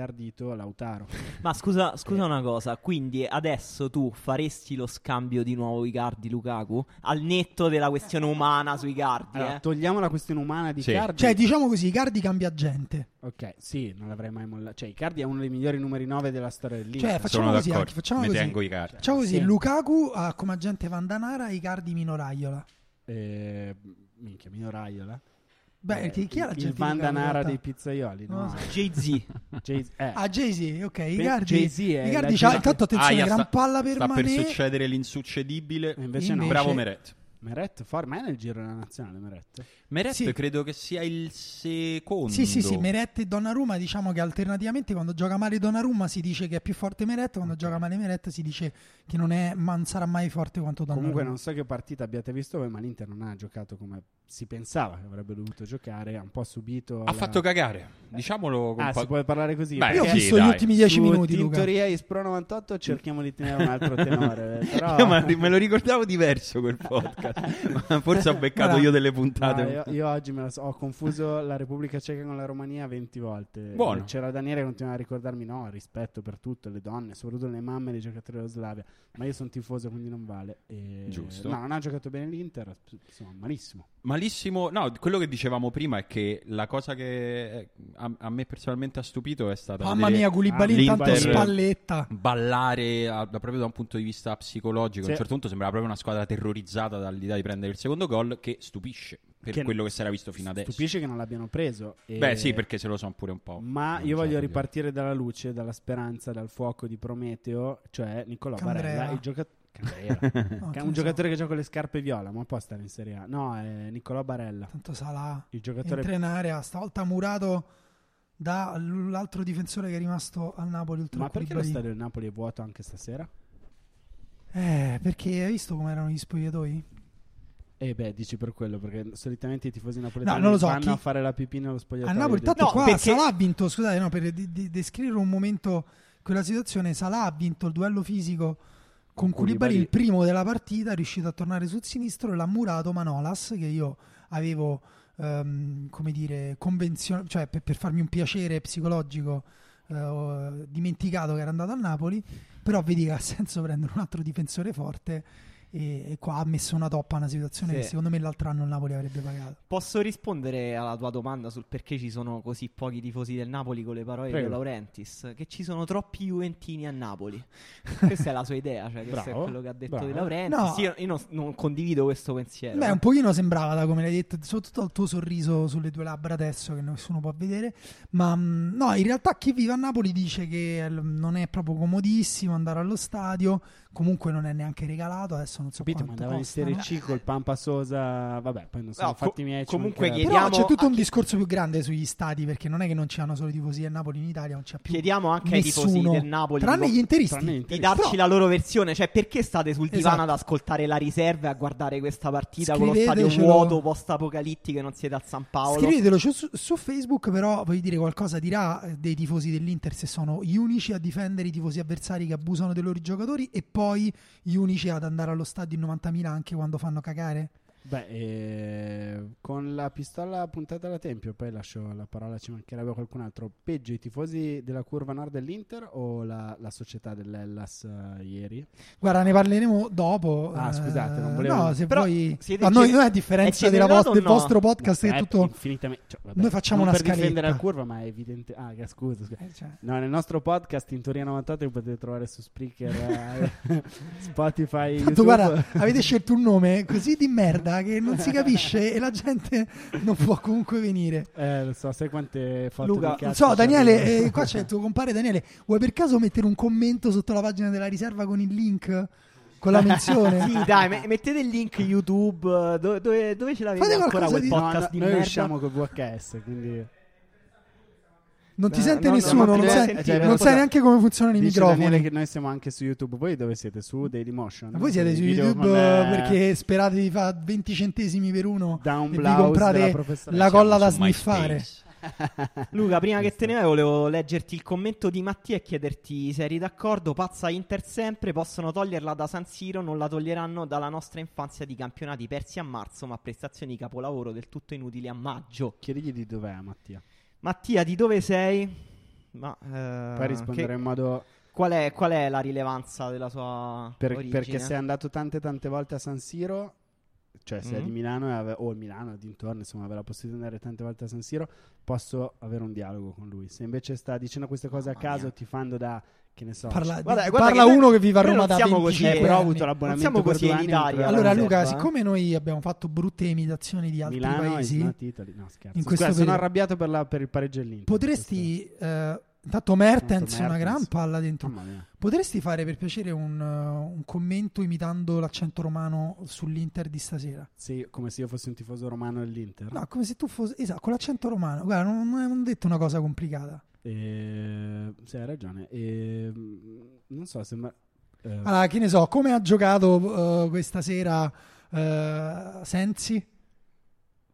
S4: ardito Lautaro
S3: Ma scusa, scusa una cosa, quindi adesso tu faresti lo scambio di nuovo Icardi-Lukaku? Al netto della questione umana sui Icardi,
S4: Allora,
S3: eh?
S4: togliamo la questione umana di
S2: Sì.
S4: Cardi
S1: Cioè, diciamo così, Icardi cambia gente.
S4: ok sì non l'avrei mai mollato cioè Cardi è uno dei migliori numeri 9 della storia del Liverpool
S1: Cioè, facciamo
S2: Sono
S1: così
S2: d'accordo.
S1: anche, facciamo
S2: Mi
S1: così.
S2: tengo i carti.
S1: Facciamo Diciamo così,
S4: Sì.
S1: Lukaku ha come agente Vandanara, Icardi Minoraiola.
S4: Eh, minchia Minoraiola
S1: Beh,
S4: Eh,
S1: chi, chi è
S4: il-
S1: l'agente
S4: il
S1: di Icardi, in
S4: Vandanara
S1: realtà?
S4: dei pizzaioli no?
S1: Non lo
S3: Jay-Z.
S4: Jay- eh.
S1: Ah, Jay-Z, ok, Icardi.
S4: Jay-Z è
S1: Icardi
S4: la-
S1: c'ha, intanto attenzione,
S2: Aia,
S1: gran
S2: Ah, sta-
S1: palla per
S2: Sta per
S1: Mané.
S2: succedere l'insuccedibile.
S4: E invece, no
S1: Invece-
S2: Bravo Meret.
S4: Meret fuori ma è nel giro della nazionale Meret
S2: Meret
S1: Sì.
S2: credo che sia il secondo.
S1: Sì, sì, sì, Meret e Donnarumma diciamo che alternativamente quando gioca male Donnarumma si dice che è più forte Meret, quando gioca male Meret si dice che non, è, ma non sarà mai forte quanto Donnarumma.
S4: Comunque non so che partita abbiate visto voi, ma l'Inter non ha giocato come si pensava che avrebbe dovuto giocare, ha un po' subito...
S2: Ha fatto cagare. Diciamolo con
S4: Ah,
S2: po-
S4: si può parlare così?
S2: Beh,
S1: Io ho
S2: sì,
S1: visto
S2: dai.
S1: gli ultimi dieci
S4: Su
S1: minuti, Luca.
S4: Tintoria e Pro 98 cerchiamo di tenere un altro tenore, eh, però...
S2: No, Mm. ma ri- me lo ricordavo diverso quel podcast. Ma forse ho beccato
S1: Guarda,
S2: io delle
S4: No,
S2: puntate.
S4: io, io oggi me la so- ho confuso la Repubblica Ceca con la Romania 20 volte.
S2: Buono.
S4: E C'era Daniele che continuava a ricordarmi: no, rispetto per tutte le donne, soprattutto le mamme dei giocatori dello Slavia. Ma io sono tifoso, quindi non vale. E-
S2: Giusto.
S4: No, non ha giocato bene l'Inter, insomma, malissimo.
S2: Malissimo, no, quello che dicevamo prima è che la cosa che eh, a, a me personalmente ha stupito è stata
S1: Mamma
S2: vedere
S1: mia, Koulibaly
S4: Ah,
S1: intanto
S4: l'Inter-
S1: spalletta.
S2: ballare a- da- proprio da un punto di vista psicologico. A
S4: Sì.
S2: un certo punto sembrava proprio una squadra terrorizzata dall'idea di prendere il secondo gol che stupisce per
S4: Che-
S2: quello che si era visto fino adesso.
S4: Stupisce che non l'abbiano preso. E-
S2: Beh, sì, perché se lo sono pure un po'.
S4: Ma io
S2: mangiato,
S4: voglio
S2: direi.
S4: ripartire dalla luce, dalla speranza, dal fuoco di Prometeo, cioè Niccolò Barella,
S1: Candreva.
S4: il giocatore.
S1: No, che
S4: un
S1: ne so,
S4: giocatore che gioca con le scarpe viola, ma può stare in Serie A. No, è Niccolò Barella,
S1: Tanto Salah
S4: il giocatore
S1: entra in area, stavolta murato dall'altro difensore che è rimasto al Napoli. oltre
S4: Ma
S1: a
S4: perché lo
S1: Koulibaly.
S4: stadio del Napoli è vuoto anche stasera?
S1: Eh, perché hai visto come erano gli spogliatoi?
S4: Eh beh, dici per quello, perché solitamente i tifosi napoletani
S1: non lo so,
S4: vanno
S1: chi-
S4: a fare la pipina allo spogliatoio.
S1: A Napoli,
S4: del-
S1: Ah, tanto
S3: No,
S1: qua
S3: perché-
S1: Salah ha vinto, scusate, no, per di- di- descrivere un momento quella situazione, Salah ha vinto il duello fisico con
S4: Con Koulibaly.
S1: Koulibaly, il primo della partita, è riuscito a tornare sul sinistro e l'ha murato Manolas, che io avevo, ehm, come dire, convenzio- cioè per, per farmi un piacere psicologico, eh, ho dimenticato che era andato a Napoli, però vedi che ha senso prendere un altro difensore forte e, e qua ha messo una toppa a una situazione
S3: Sì.
S1: che secondo me l'altro anno il Napoli avrebbe pagato.
S3: Posso rispondere alla tua domanda sul perché ci sono così pochi tifosi del Napoli con le parole
S4: Prego.
S3: di De Laurentiis? Che ci sono troppi Juventini a Napoli. Questa è la sua idea, cioè questo
S4: Bravo,
S3: è quello che ha detto
S4: bravo.
S3: De Laurentiis.
S1: No.
S3: Sì, Io, io non, non condivido questo pensiero.
S1: Beh,
S3: eh.
S1: un pochino sembrava, da come l'hai detto, soprattutto il tuo sorriso sulle tue labbra adesso che nessuno può vedere, ma mh, no, in realtà chi vive a Napoli dice che l- non è proprio comodissimo andare allo stadio, comunque non è neanche regalato, adesso non so
S4: Capito, ma
S1: quanto
S4: andava in
S1: costa,
S4: Serie
S1: no?
S4: C col Pampa Sosa, vabbè, poi non sono
S3: No, co-
S4: fatti miei. ci
S3: comunque
S4: mancherebbe.
S1: Però
S3: Chiediamo
S1: c'è tutto
S3: a
S1: un
S3: chi-
S1: discorso più grande sugli stadi, perché non è che non ci hanno solo i tifosi a Napoli in Italia, non c'è più
S3: Chiediamo anche ai tifosi
S1: nessuno,
S3: del Napoli
S1: tranne
S3: di-
S1: gli interisti.
S4: Tranne
S3: di
S4: l'Inter-
S3: darci
S1: Però-
S3: la loro versione, cioè perché state sul divano
S1: Esatto.
S3: ad ascoltare la riserva e a guardare questa partita con lo stadio
S1: Scrivetecelo.
S3: vuoto post-apocalittico e non siete al San Paolo?
S1: Scrivetelo su, su Facebook, però voglio dire qualcosa dirà eh, dei tifosi dell'Inter se sono gli unici a difendere i tifosi avversari che abusano dei loro giocatori e poi gli unici ad andare allo stadio in 90.000 anche quando fanno cagare.
S4: Beh, eh, con la pistola puntata alla tempio, poi lascio la parola, ci mancherebbe a qualcun altro. Peggio i tifosi della curva nord dell'Inter o la, la società dell'Ellas eh, ieri?
S1: Guarda, ne parleremo dopo.
S4: Ah,
S1: eh,
S4: scusate, non volevo-
S1: No, se
S3: Però
S1: poi...
S3: siete
S1: A noi,
S3: gen-
S1: noi a differenza
S3: è
S1: della vostra-
S3: generato o
S1: del
S3: no?
S1: vostro podcast,
S4: No,
S1: è
S4: è
S1: tutto...
S4: infinitamente- cioè, vabbè,
S1: Noi facciamo
S4: non
S1: una
S4: per difendere la
S1: scaletta.
S4: curva, ma è evidente. Ah, che scusa, scusa.
S1: Eh, cioè,
S4: No, nel nostro podcast in Teoria 98 lo potete trovare su Spreaker, eh, Spotify, YouTube.
S1: Tanto guarda, avete scelto un nome così di merda che non si capisce e la gente non può comunque venire.
S4: Eh, lo so, sai quante foto
S1: Luca,
S4: di
S1: non
S4: cazzo
S1: so,
S4: ci
S1: Daniele,
S4: arrivano?
S1: eh, qua c'è il tuo compare Daniele. Vuoi per caso mettere un commento sotto la pagina della riserva con il link? Con la menzione?
S3: Sì, dai, me- mettete il link YouTube. eh, Dove, dove- dove ce l'avete
S1: Fate
S3: ancora
S1: qualcosa
S3: quel
S1: di-
S4: No,
S3: podcast
S4: no,
S3: di
S4: noi
S3: merda?
S4: usciamo col VHS, quindi
S1: Non ti
S3: Eh, No,
S1: sente
S3: no,
S1: nessuno,
S3: no, no,
S1: non,
S3: no,
S1: sai,
S3: no,
S1: non
S4: no, eh,
S1: sai
S4: scusa.
S1: neanche come funzionano i
S4: Dice
S1: microfoni.
S4: Daniele che noi siamo anche su YouTube. Voi dove siete? Su Dailymotion?
S1: Ma Voi siete su
S4: I video
S1: YouTube
S4: con,
S1: eh,
S4: eh,
S1: perché sperate di fare 20 centesimi per uno
S4: Down
S1: e vi
S4: Blouse della
S1: comprate
S4: professoressa.
S1: la colla da
S2: Siamo su
S1: sniffare.
S2: MySpace.
S3: Luca, prima che te ne vai, volevo leggerti il commento di Mattia e chiederti se eri d'accordo. Pazza Inter sempre, possono toglierla da San Siro, non la toglieranno dalla nostra infanzia di campionati persi a marzo, ma prestazioni capolavoro del tutto inutili a maggio.
S4: Chiedigli di dov'è Mattia.
S3: Mattia, di dove sei? Ma, eh,
S4: Poi rispondere
S3: che-
S4: in modo
S3: qual, è, qual è la rilevanza della sua
S4: per-
S3: origine?
S4: perché sei andato tante tante volte a San Siro, cioè se è
S1: Mm.
S4: di
S3: Mhm.
S4: Milano e ave- o Milano dintorno, insomma, aveva la possibilità di andare tante volte a San Siro, posso avere un dialogo con lui. Se invece sta dicendo queste cose a
S3: Mamma
S4: caso,
S3: mia.
S4: tifando da che ne so,
S1: Parla,
S3: Guarda-
S1: di-
S3: guarda
S1: parla
S3: che noi-
S1: uno che vive a
S3: noi
S1: Roma
S3: non
S1: da
S3: siamo
S1: 25
S3: così,
S4: eh, però ho
S1: anni.
S4: avuto l'abbonamento
S3: siamo
S4: per
S3: così
S4: due anni,
S3: elitari,
S4: però
S1: Allora,
S4: non
S1: Luca,
S3: eh.
S1: siccome noi abbiamo fatto brutte imitazioni di altri
S4: Milano
S1: paesi,
S4: is not Italy. No, scherzo.
S1: in questo
S4: Scusa, sono
S1: periodo-
S4: arrabbiato per, la- per il pareggio all'Inter.
S1: potresti. eh, intanto, Mertens,
S4: Tanto
S1: una
S4: Mertens.
S1: gran palla
S4: Questo-
S1: dentro.
S4: Mamma mia.
S1: Potresti fare per piacere un, eh, un commento imitando l'accento romano sull'Inter di stasera?
S4: Sì, come se io fossi un tifoso romano dell'Inter.
S1: No, come se tu fossi. Esatto, con l'accento romano. Guarda, non, non ho detto una cosa complicata.
S4: Eh, sì, hai ragione. Eh, non so, sembra... eh,
S1: Allora, che ne so, come ha giocato eh, questa sera eh, Sensi?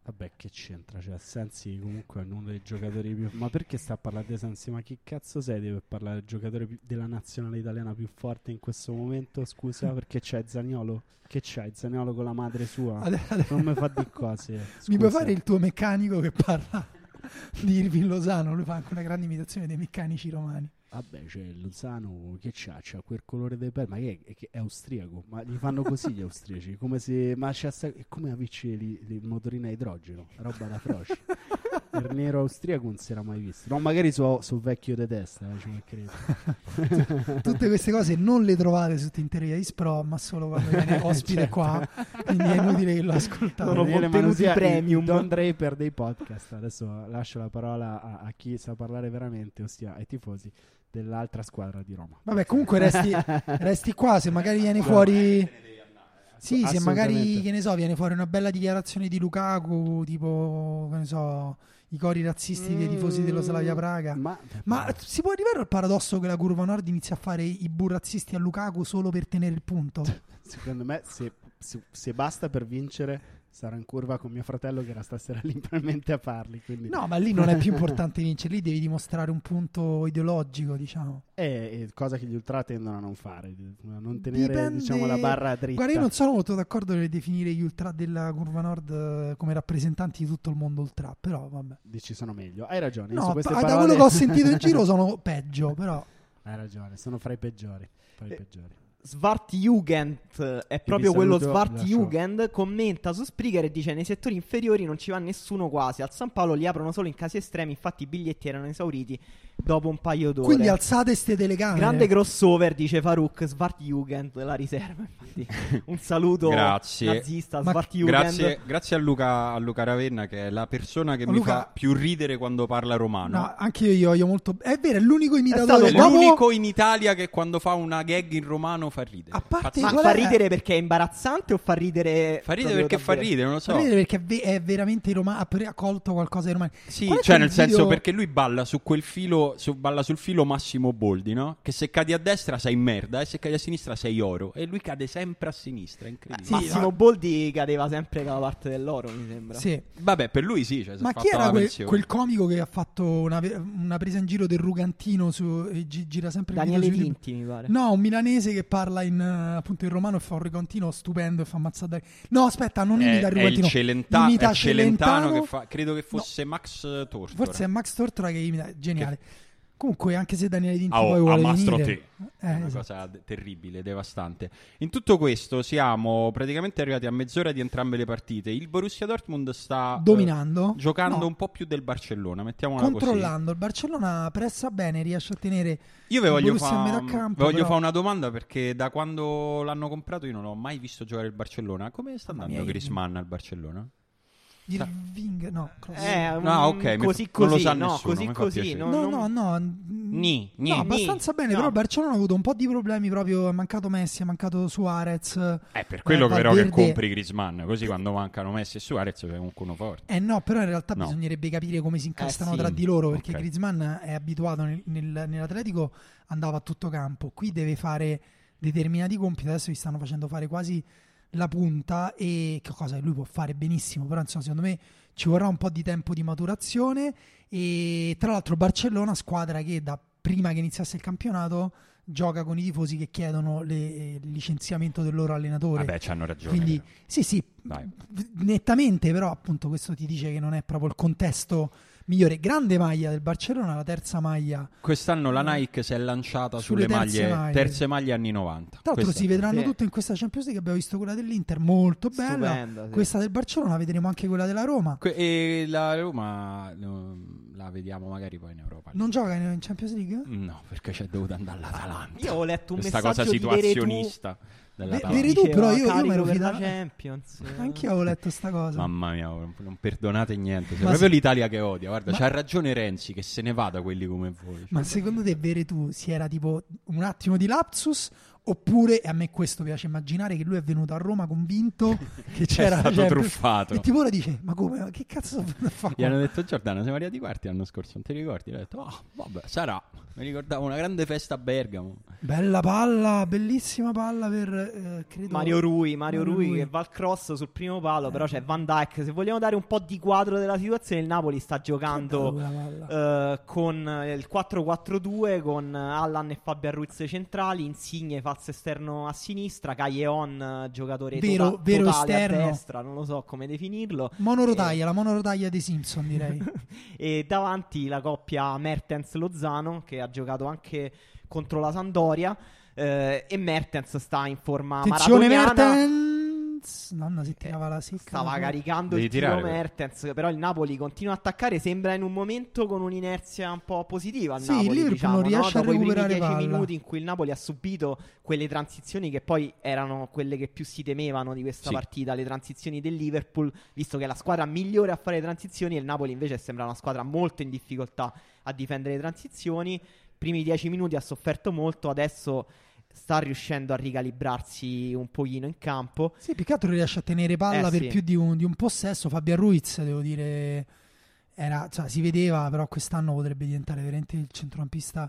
S4: Vabbè, che c'entra? Cioè, Sensi comunque è uno dei giocatori più... Ma perché sta a parlare di Sensi? Ma chi cazzo sei? Deve parlare del giocatore più- della nazionale italiana più forte in questo momento? Scusa, perché c'è Zaniolo? Che c'è Zaniolo con la madre sua?
S1: Ade- ade-
S4: Non mi fa di cose.
S1: Mi puoi
S4: scusa.
S1: fare il tuo meccanico che parla di Irving Lozano? Lui fa anche una grande imitazione dei meccanici romani.
S4: Vabbè, c'è il Lozano che c'ha, c'ha quel colore di pelle, ma che è, che è austriaco, ma gli fanno così gli austriaci, come se, ma c'ha sta- è come avici li, li motorina a idrogeno, roba da froci. Il nero austriaco non si era mai visto, no, magari sono vecchio di testa, eh, ci mancherebbe.
S1: Tutte queste cose non le trovate su Tinteria Is Pro, ma solo quando viene ospite
S4: Certo.
S1: qua. Quindi è inutile che lo ascoltate.
S3: Sono
S4: Daniele
S3: contenuti
S4: Manusia, il
S3: premium.
S4: Don Draper dei podcast. Adesso lascio la parola a, a chi sa parlare veramente, ossia ai tifosi dell'altra squadra di Roma.
S1: Vabbè, comunque resti, resti qua, se magari viene fuori... Sì, se magari,
S4: Assolutamente.
S1: che ne so, viene fuori una bella dichiarazione di Lukaku, tipo, che ne so, i cori razzisti dei tifosi dello Slavia Praga.
S4: Mm, Ma,
S1: Ma si può arrivare al paradosso che la curva nord inizia a fare i burrazzisti a Lukaku solo per tenere il punto?
S4: Secondo me, se, se- se basta per vincere, sarò in curva con mio fratello che era stasera lì probabilmente a farli. Quindi...
S1: No, ma lì non è più importante vincere, lì devi dimostrare un punto ideologico, diciamo.
S4: È, è Eh, cosa che gli ultra tendono a non fare, a non tenere
S1: Dipende-
S4: diciamo, la barra dritta.
S1: Guarda, io non sono molto d'accordo nel definire gli ultra della curva nord eh, come rappresentanti di tutto il mondo ultra, però vabbè.
S4: Dici sono meglio. Hai ragione. su
S1: No,
S4: queste
S1: pa- da
S4: parole-
S1: quello che ho sentito in giro sono peggio, però
S4: Hai ragione, sono fra i peggiori. Fra i
S3: Eh,
S4: peggiori.
S3: Svartjugend eh, è proprio
S4: vi
S3: quello
S4: saluto,
S3: Svartjugend commenta su Spreaker e dice nei settori inferiori non ci va nessuno quasi al San Paolo li aprono solo in casi estremi infatti i biglietti erano esauriti dopo un paio d'ore
S1: quindi alzate ste telecamere.
S3: grande crossover dice Farouk Svartjugend la riserva infatti un saluto
S2: Grazie.
S3: nazista
S1: Ma-
S3: Svartjugend
S2: Grazie, grazie a, Luca, a Luca Ravenna che è la persona che mi
S1: Luca-
S2: fa più ridere quando parla romano.
S1: No, anche io, io voglio molto. È vero, è l'unico
S2: È
S1: imitatore.
S3: stato
S1: dopo-
S2: l'unico in Italia che quando fa una gag in romano fa ridere.
S1: A parte-
S2: Pazzesco.
S3: ma
S1: Qual
S3: fa
S1: è-
S3: ridere perché è imbarazzante o fa ridere
S2: fa
S3: proprio
S2: ridere perché fa
S3: davvero?
S2: ridere, non lo so.
S1: Fa ridere perché è ve- è veramente Roma ha pre- ha colto qualcosa di romano.
S2: Sì,
S1: Qual è
S2: cioè
S1: quel
S2: nel senso
S1: video-
S2: perché lui balla su quel filo, su- balla sul filo Massimo Boldi, no? Che se cadi a destra sei merda e se cadi a sinistra sei oro e lui cade sempre a sinistra, è incredibile.
S1: Sì,
S3: Eh, Massimo
S1: ma-
S3: Boldi cadeva sempre dalla parte dell'oro mi sembra
S1: Sì.
S2: Vabbè, per lui sì, cioè, si è
S1: Ma
S2: fatta
S1: chi era
S2: la
S1: que-
S2: pensione.
S1: quel comico che ha fatto una, ve- una presa in giro del Rugantino su- e gi- gira sempre il
S3: Daniele
S1: video su YouTube?
S3: Vinti mi pare
S1: No, un milanese che parla in, eh, appunto in romano e fa un Rugantino stupendo e fa ammazzare. No, aspetta, non
S2: è,
S1: imita il
S2: è il
S1: Rugantino.
S2: Celenta-
S1: imita
S2: è il Celentano,
S1: Celentano.
S2: che fa, credo che fosse Max Tortora.
S1: Forse è Max Tortora che imita, geniale. Comunque, anche se Daniele Vinti
S2: Ah, oh,
S1: poi vuole
S2: ammastro
S1: venire,
S2: te. è
S1: Eh,
S2: una
S1: esatto.
S2: cosa de- terribile, devastante. In tutto questo siamo praticamente arrivati a mezz'ora di entrambe le partite. Il Borussia Dortmund sta eh,
S1: dominando,
S2: giocando
S1: No,
S2: un po' più del Barcellona, mettiamola così.
S1: controllando. Il Barcellona pressa bene, riesce a tenere
S2: Io ve
S1: il
S2: voglio,
S1: Borussia
S2: fa-
S1: a metà campo,
S2: ve voglio
S1: però-
S2: fare una domanda perché da quando l'hanno comprato io non ho mai visto giocare il Barcellona. Come sta
S1: Mamma
S2: andando
S1: mia, io-
S2: Griezmann al Barcellona?
S1: Irving, no, Kroos.
S3: Eh, un-
S2: No, Ah, ok, mi-
S3: così
S2: non lo
S3: così,
S2: sa
S3: no,
S2: nessuno,
S3: così
S2: mi fa
S3: così,
S2: piacere.
S3: no,
S1: No,
S3: non-
S1: no, no. n-
S2: Ni, ni,
S1: no,
S2: ni.
S1: abbastanza bene.
S3: No.
S1: Però il Barcellona ha avuto un po' di problemi. Proprio è mancato Messi, è mancato Suarez.
S2: È per quello
S1: Eh,
S2: che però che
S1: Valverde-
S2: compri Griezmann, così quando mancano Messi e Suarez c'è comunque uno forte.
S1: Eh no, però in realtà
S2: No. Eh
S1: bisognerebbe capire come si incastrano
S3: sì.
S1: tra di loro perché
S2: Ok.
S1: Griezmann è abituato nel- nel- nell'Atletico, andava a tutto campo, qui deve fare determinati compiti, adesso gli stanno facendo fare quasi la punta e che cosa che lui può fare benissimo, però insomma secondo me ci vorrà un po' di tempo di maturazione e tra l'altro Barcellona, squadra che da prima che iniziasse il campionato gioca con i tifosi che chiedono le- eh, il licenziamento del loro allenatore.
S2: Vabbè, c'hanno ragione.
S1: Quindi
S2: però.
S1: sì, sì,
S2: Dai.
S1: v- nettamente, però appunto questo ti dice che non è proprio il contesto migliore. Grande maglia del Barcellona, la terza maglia.
S2: Quest'anno la Nike si è lanciata sulle,
S1: Ah. Sulle terze
S2: maglie,
S1: maglie.
S2: terze maglie anni 90.
S1: Tra l'altro
S2: Questa-
S1: si vedranno
S3: Sì.
S1: tutte in questa Champions League, abbiamo visto quella dell'Inter, molto bella.
S3: Stupenda, sì.
S1: Questa del Barcellona, vedremo anche quella della Roma.
S2: Que- e la Roma no, la vediamo magari poi in Europa.
S1: Non gioca in in Champions League?
S2: No, perché c'è dovuta andare all'Atalanta.
S3: Io ho letto un
S2: Questa
S3: messaggio
S2: cosa
S3: di Veretù.
S2: situazionista dell'Atalanta.
S1: Ve- Veretù- Veritù, però, io- io
S3: Diceva,
S1: me lo
S3: "Carico per la
S1: fidavo-
S3: Champions.
S1: Anche io avevo letto sta cosa.
S2: Mamma mia, oh, non non perdonate niente. È
S1: Ma
S2: proprio
S1: se-
S2: l'Italia che odia. Guarda,
S1: Ma-
S2: c'ha ragione Renzi che se ne vada quelli come voi.
S1: Ma secondo te Veretù si era tipo un attimo di lapsus? Oppure, e a me questo piace immaginare, che lui è venuto a Roma convinto che c'era...
S2: stato
S1: la Champions-
S2: truffato.
S1: E tipo ora dice, ma come? Ma Che cazzo sono venuto a fare
S2: Gli
S1: qua?"
S2: hanno detto Giordano, siamo arrivati quarti l'anno scorso, non ti ricordi? Io ho detto, ah, vabbè, sarà. Mi ricordavo una grande festa a Bergamo.
S1: Bella palla, bellissima palla per... eh, credo...
S3: Mario Rui, Mario
S1: Mario
S3: Rui,
S1: Rui. Eh.
S3: che va al cross sul primo palo, però c'è Van Dijk. Se vogliamo dare un po' di quadro della situazione, il Napoli sta
S1: Che
S3: giocando
S1: bella palla.
S3: eh, con eh, il 4-4-2 con eh, Allan e Fabian Ruiz centrali, Insigne falso esterno a sinistra, Caglion eh, giocatore tota-
S1: Vero- vero
S3: totale a
S1: esterno.
S3: destra, non lo so come definirlo. Eh.
S1: Monorotaglia, la monorotaglia dei Simpson direi.
S3: e davanti la coppia Mertens Lozano che ha giocato anche contro la Sandoria eh, e Mertens sta in forma
S1: Attenzione
S3: maratoniana.
S1: Mertens! Nonna si tirava la secca.
S3: Stava caricando
S2: Devi
S3: il tiro
S2: tirare, però.
S3: Mertens, però il Napoli continua a attaccare, sembra in un momento con un'inerzia un po' positiva al
S1: Sì,
S3: Napoli,
S1: il Liverpool
S3: diciamo,
S1: non riesce
S3: no?
S1: a
S3: Dopo i primi
S1: recuperare
S3: 10
S1: palla.
S3: minuti in cui il Napoli ha subito quelle transizioni che poi erano quelle che più si temevano di questa
S2: Sì.
S3: partita, le transizioni del Liverpool, visto che è la squadra migliore a fare le transizioni e il Napoli invece sembra una squadra molto in difficoltà a difendere le transizioni. Primi 10 minuti ha sofferto molto, adesso sta riuscendo a ricalibrarsi un pochino in campo.
S1: Sì, più che altro riesce a tenere palla
S3: Eh,
S1: per
S3: sì.
S1: più di un, di un possesso. Fabian Ruiz, devo dire, era- cioè, si vedeva, però quest'anno potrebbe diventare veramente il centrocampista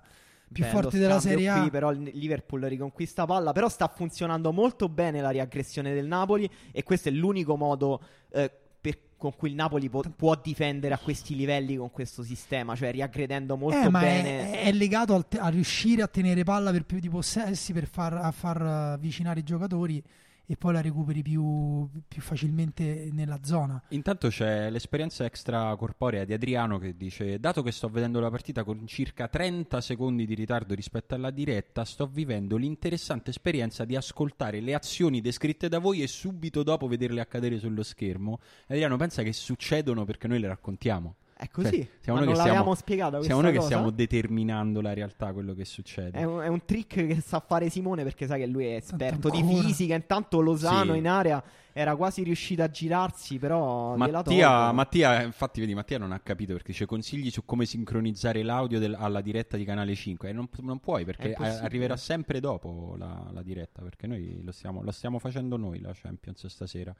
S1: più
S3: Bello
S1: forte della
S3: scambio
S1: Serie A.
S3: Qui, però il Liverpool riconquista palla, però sta funzionando molto bene la riaggressione del Napoli e questo è l'unico modo eh, per- con cui il Napoli po- può difendere a questi livelli con questo sistema, cioè riaggredendo molto
S1: Eh, ma è-
S3: bene.
S1: è, legato al te- a riuscire a tenere palla per più di possessi, per far, a far eh, avvicinare i giocatori e poi la recuperi più, più facilmente nella zona.
S2: Intanto c'è l'esperienza extracorporea di Adriano che dice: Dato che sto vedendo la partita con circa 30 secondi di ritardo rispetto alla diretta, sto vivendo l'interessante esperienza di ascoltare le azioni descritte da voi e subito dopo vederle accadere sullo schermo. Adriano pensa che succedono perché noi le raccontiamo.
S3: È così,
S2: Cioè, siamo
S3: ma non
S2: noi che
S3: l'avevamo
S2: stiamo-
S3: spiegata questa
S2: Siamo noi che
S3: cosa?
S2: stiamo determinando la realtà, quello che succede.
S3: È un, è un trick che sa fare Simone perché sai che lui è esperto di
S1: ancora.
S3: fisica. Intanto Lozano
S2: Sì.
S3: in area era quasi riuscito a girarsi, però gliela
S2: Mattia,
S3: tolgono.
S2: Mattia, infatti, vedi, Mattia non ha capito perché dice consigli su come sincronizzare l'audio del- alla diretta di Canale 5 e non, non puoi
S3: È
S2: perché
S3: impossibile.
S2: a- arriverà sempre dopo la, la diretta perché noi lo stiamo, lo stiamo facendo noi la Champions stasera.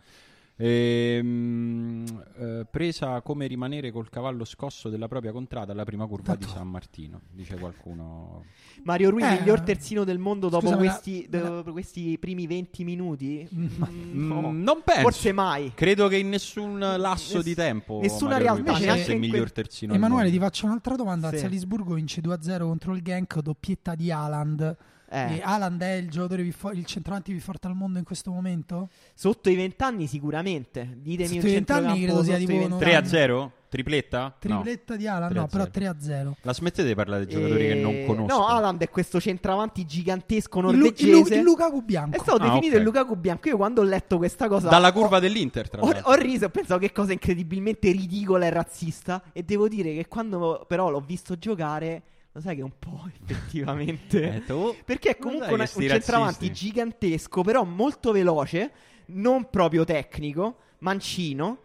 S2: Ehm, eh, presa come rimanere col cavallo scosso della propria contrada alla prima curva
S1: Tanto-
S2: di San Martino, dice qualcuno.
S3: Mario Rui,
S1: Eh,
S3: miglior terzino del mondo dopo,
S1: scusa, me la-
S3: questi,
S1: me la-
S3: dopo questi primi 20 minuti? Mm, no.
S2: Mm, non penso.
S3: Forse mai.
S2: Credo che in nessun lasso
S3: Ness-
S2: di tempo
S3: nessuna
S2: Mario Rui
S3: realtà,
S2: possa
S1: neanche
S2: essere il
S3: in
S2: miglior
S3: quel-
S2: terzino. al
S1: Emanuele, ti
S2: mondo.
S1: faccio un'altra domanda.
S3: Sì.
S1: Salisburgo vince 2-0 contro il Genk, doppietta di Haaland.
S3: Eh,
S1: E Haaland è il giocatore più fo- il centravanti più forte al mondo in questo momento?
S3: Sotto i 20 anni sicuramente. Ditemi
S1: Sotto
S3: un
S1: i 20 anni
S3: centrocampo
S1: credo sia
S3: sotto
S1: tipo
S3: i 20
S1: 90.
S2: 3 a 0? Tripletta? No.
S1: Tripletta di Haaland, no,
S2: 3-0.
S1: però 3-0.
S2: La smettete di parlare di giocatori che non
S3: Eh,
S2: conosco?
S3: No, Haaland è questo centravanti gigantesco
S1: Il, Lu- il Lu-
S3: norvegese.
S1: il Lukaku
S3: è
S1: bianco.
S3: stato
S2: Ah,
S3: definito
S2: ok.
S3: il Lukaku bianco. Io quando ho letto questa cosa
S1: esatto.
S2: Dalla
S3: ho-
S2: curva dell'Inter, tra
S3: Ho,
S2: l'altro.
S3: ho riso, ho pensato che cosa incredibilmente ridicola e razzista. E devo dire che quando però l'ho visto giocare, lo sai che un po' effettivamente.
S2: Eh, tu-
S3: Perché è
S2: lo
S3: comunque
S2: sai
S3: una-
S2: che sti
S3: un centravanti
S2: razzisti?
S3: gigantesco, però molto veloce, non proprio tecnico, mancino.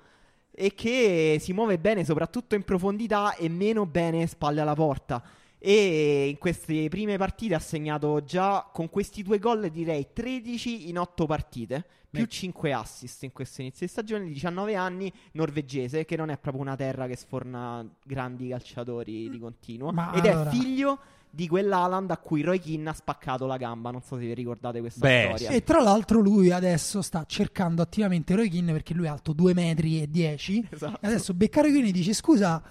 S3: E che si muove bene soprattutto in profondità e meno bene spalle alla porta. E in queste prime partite ha segnato già con questi due gol direi 13 in 8 partite, più
S1: Beh.
S3: 5 assist in questo inizio di stagione, 19 anni, norvegese, che
S2: Mm.
S3: non è proprio una terra che sforna grandi calciatori di continuo,
S1: Ma
S3: ed è
S1: allora-
S3: figlio di quell'Aland a cui Roy Keane ha spaccato la gamba. Non so se vi ricordate questa
S2: Beh,
S3: storia.
S2: sì.
S1: E tra l'altro lui adesso sta cercando attivamente Roy Keane perché lui è alto 2 metri e 10
S3: Esatto.
S1: E adesso Beccaro Chiuni dice: Scusa,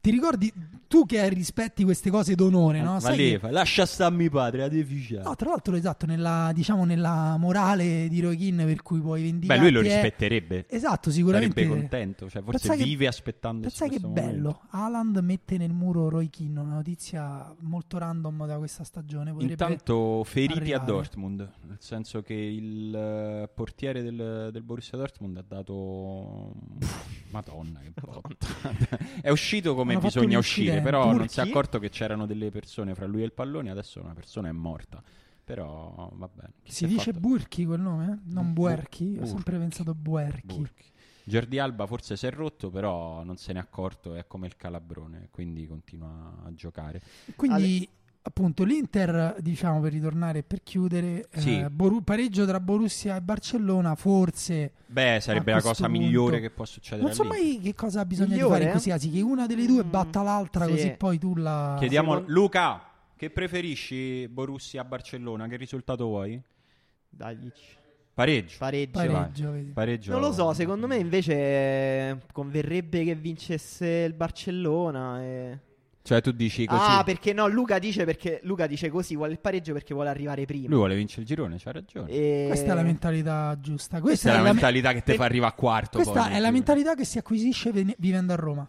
S1: ti ricordi tu che rispetti queste cose d'onore, Eh, no?
S2: Eh, Ma
S1: Sai
S2: lì,
S1: che-
S2: fa, lascia starmi padre, la deficienza.
S1: No, tra l'altro, esatto, nella, diciamo, nella morale di Rokin per cui puoi vendicare.
S2: Beh, lui lo rispetterebbe.
S1: Esatto,
S2: Sarebbe
S1: sicuramente.
S2: contento, cioè forse
S1: Pensai che-
S2: vive aspettando
S1: Pensai che
S2: questo momento.
S1: bello, Aland mette nel muro Roy Keane, una notizia molto random da questa stagione. Potrebbe...
S2: Intanto feriti a
S1: arrivare.
S2: Dortmund, nel senso che il eh, portiere del, del Borussia Dortmund ha dato Madonna che botta. È uscito come
S1: Hanno fatto
S2: bisogna
S1: un
S2: uscire,
S1: incidente.
S2: però non
S3: Turchi?
S2: si è accorto che c'erano delle persone fra lui e il pallone, adesso una persona è morta. Però va bene. Chi
S1: Si
S2: è
S1: dice
S2: fatto?
S1: Burchi quel nome? Non
S2: Bu-
S1: Buerchi? Ho
S2: Burchi.
S1: sempre pensato Buerchi.
S2: Burchi. Jordi Alba forse si è rotto, però non se n'è accorto, è come il calabrone, quindi continua a giocare.
S1: Quindi, appunto, l'Inter, diciamo per ritornare e per chiudere,
S2: Sì.
S1: eh, Boru- pareggio tra Borussia e Barcellona, forse.
S2: Beh, sarebbe
S1: A
S2: la
S1: questo
S2: cosa migliore
S1: punto-
S2: che può succedere
S1: Non so
S2: all'Inter.
S1: mai che cosa bisogna di
S3: Migliore,
S1: fare in
S3: eh?
S1: questi casi, che una delle due
S3: Mm,
S1: batta l'altra,
S3: sì.
S1: così poi tu la...
S2: Chiediamo
S3: secondo-
S2: Luca, che preferisci Borussia a Barcellona? Che risultato vuoi?
S3: Dagli
S2: Pareggio.
S3: pareggio.
S1: pareggio. vedi.
S2: Pareggio.
S3: Non lo so, secondo me invece eh, converrebbe che vincesse il Barcellona. e-
S2: Cioè tu dici così.
S3: Ah, perché no, Luca dice, perché, Luca dice così, vuole il pareggio perché vuole arrivare prima.
S2: Lui vuole vincere il girone, c'ha ragione.
S3: E-
S1: Questa è la mentalità giusta. Questa,
S2: Questa è la
S1: me-
S2: mentalità che ti fa arrivare a quarto.
S1: questa è
S2: poi,
S1: la
S2: nel girone.
S1: mentalità che si acquisisce ven- vivendo a Roma.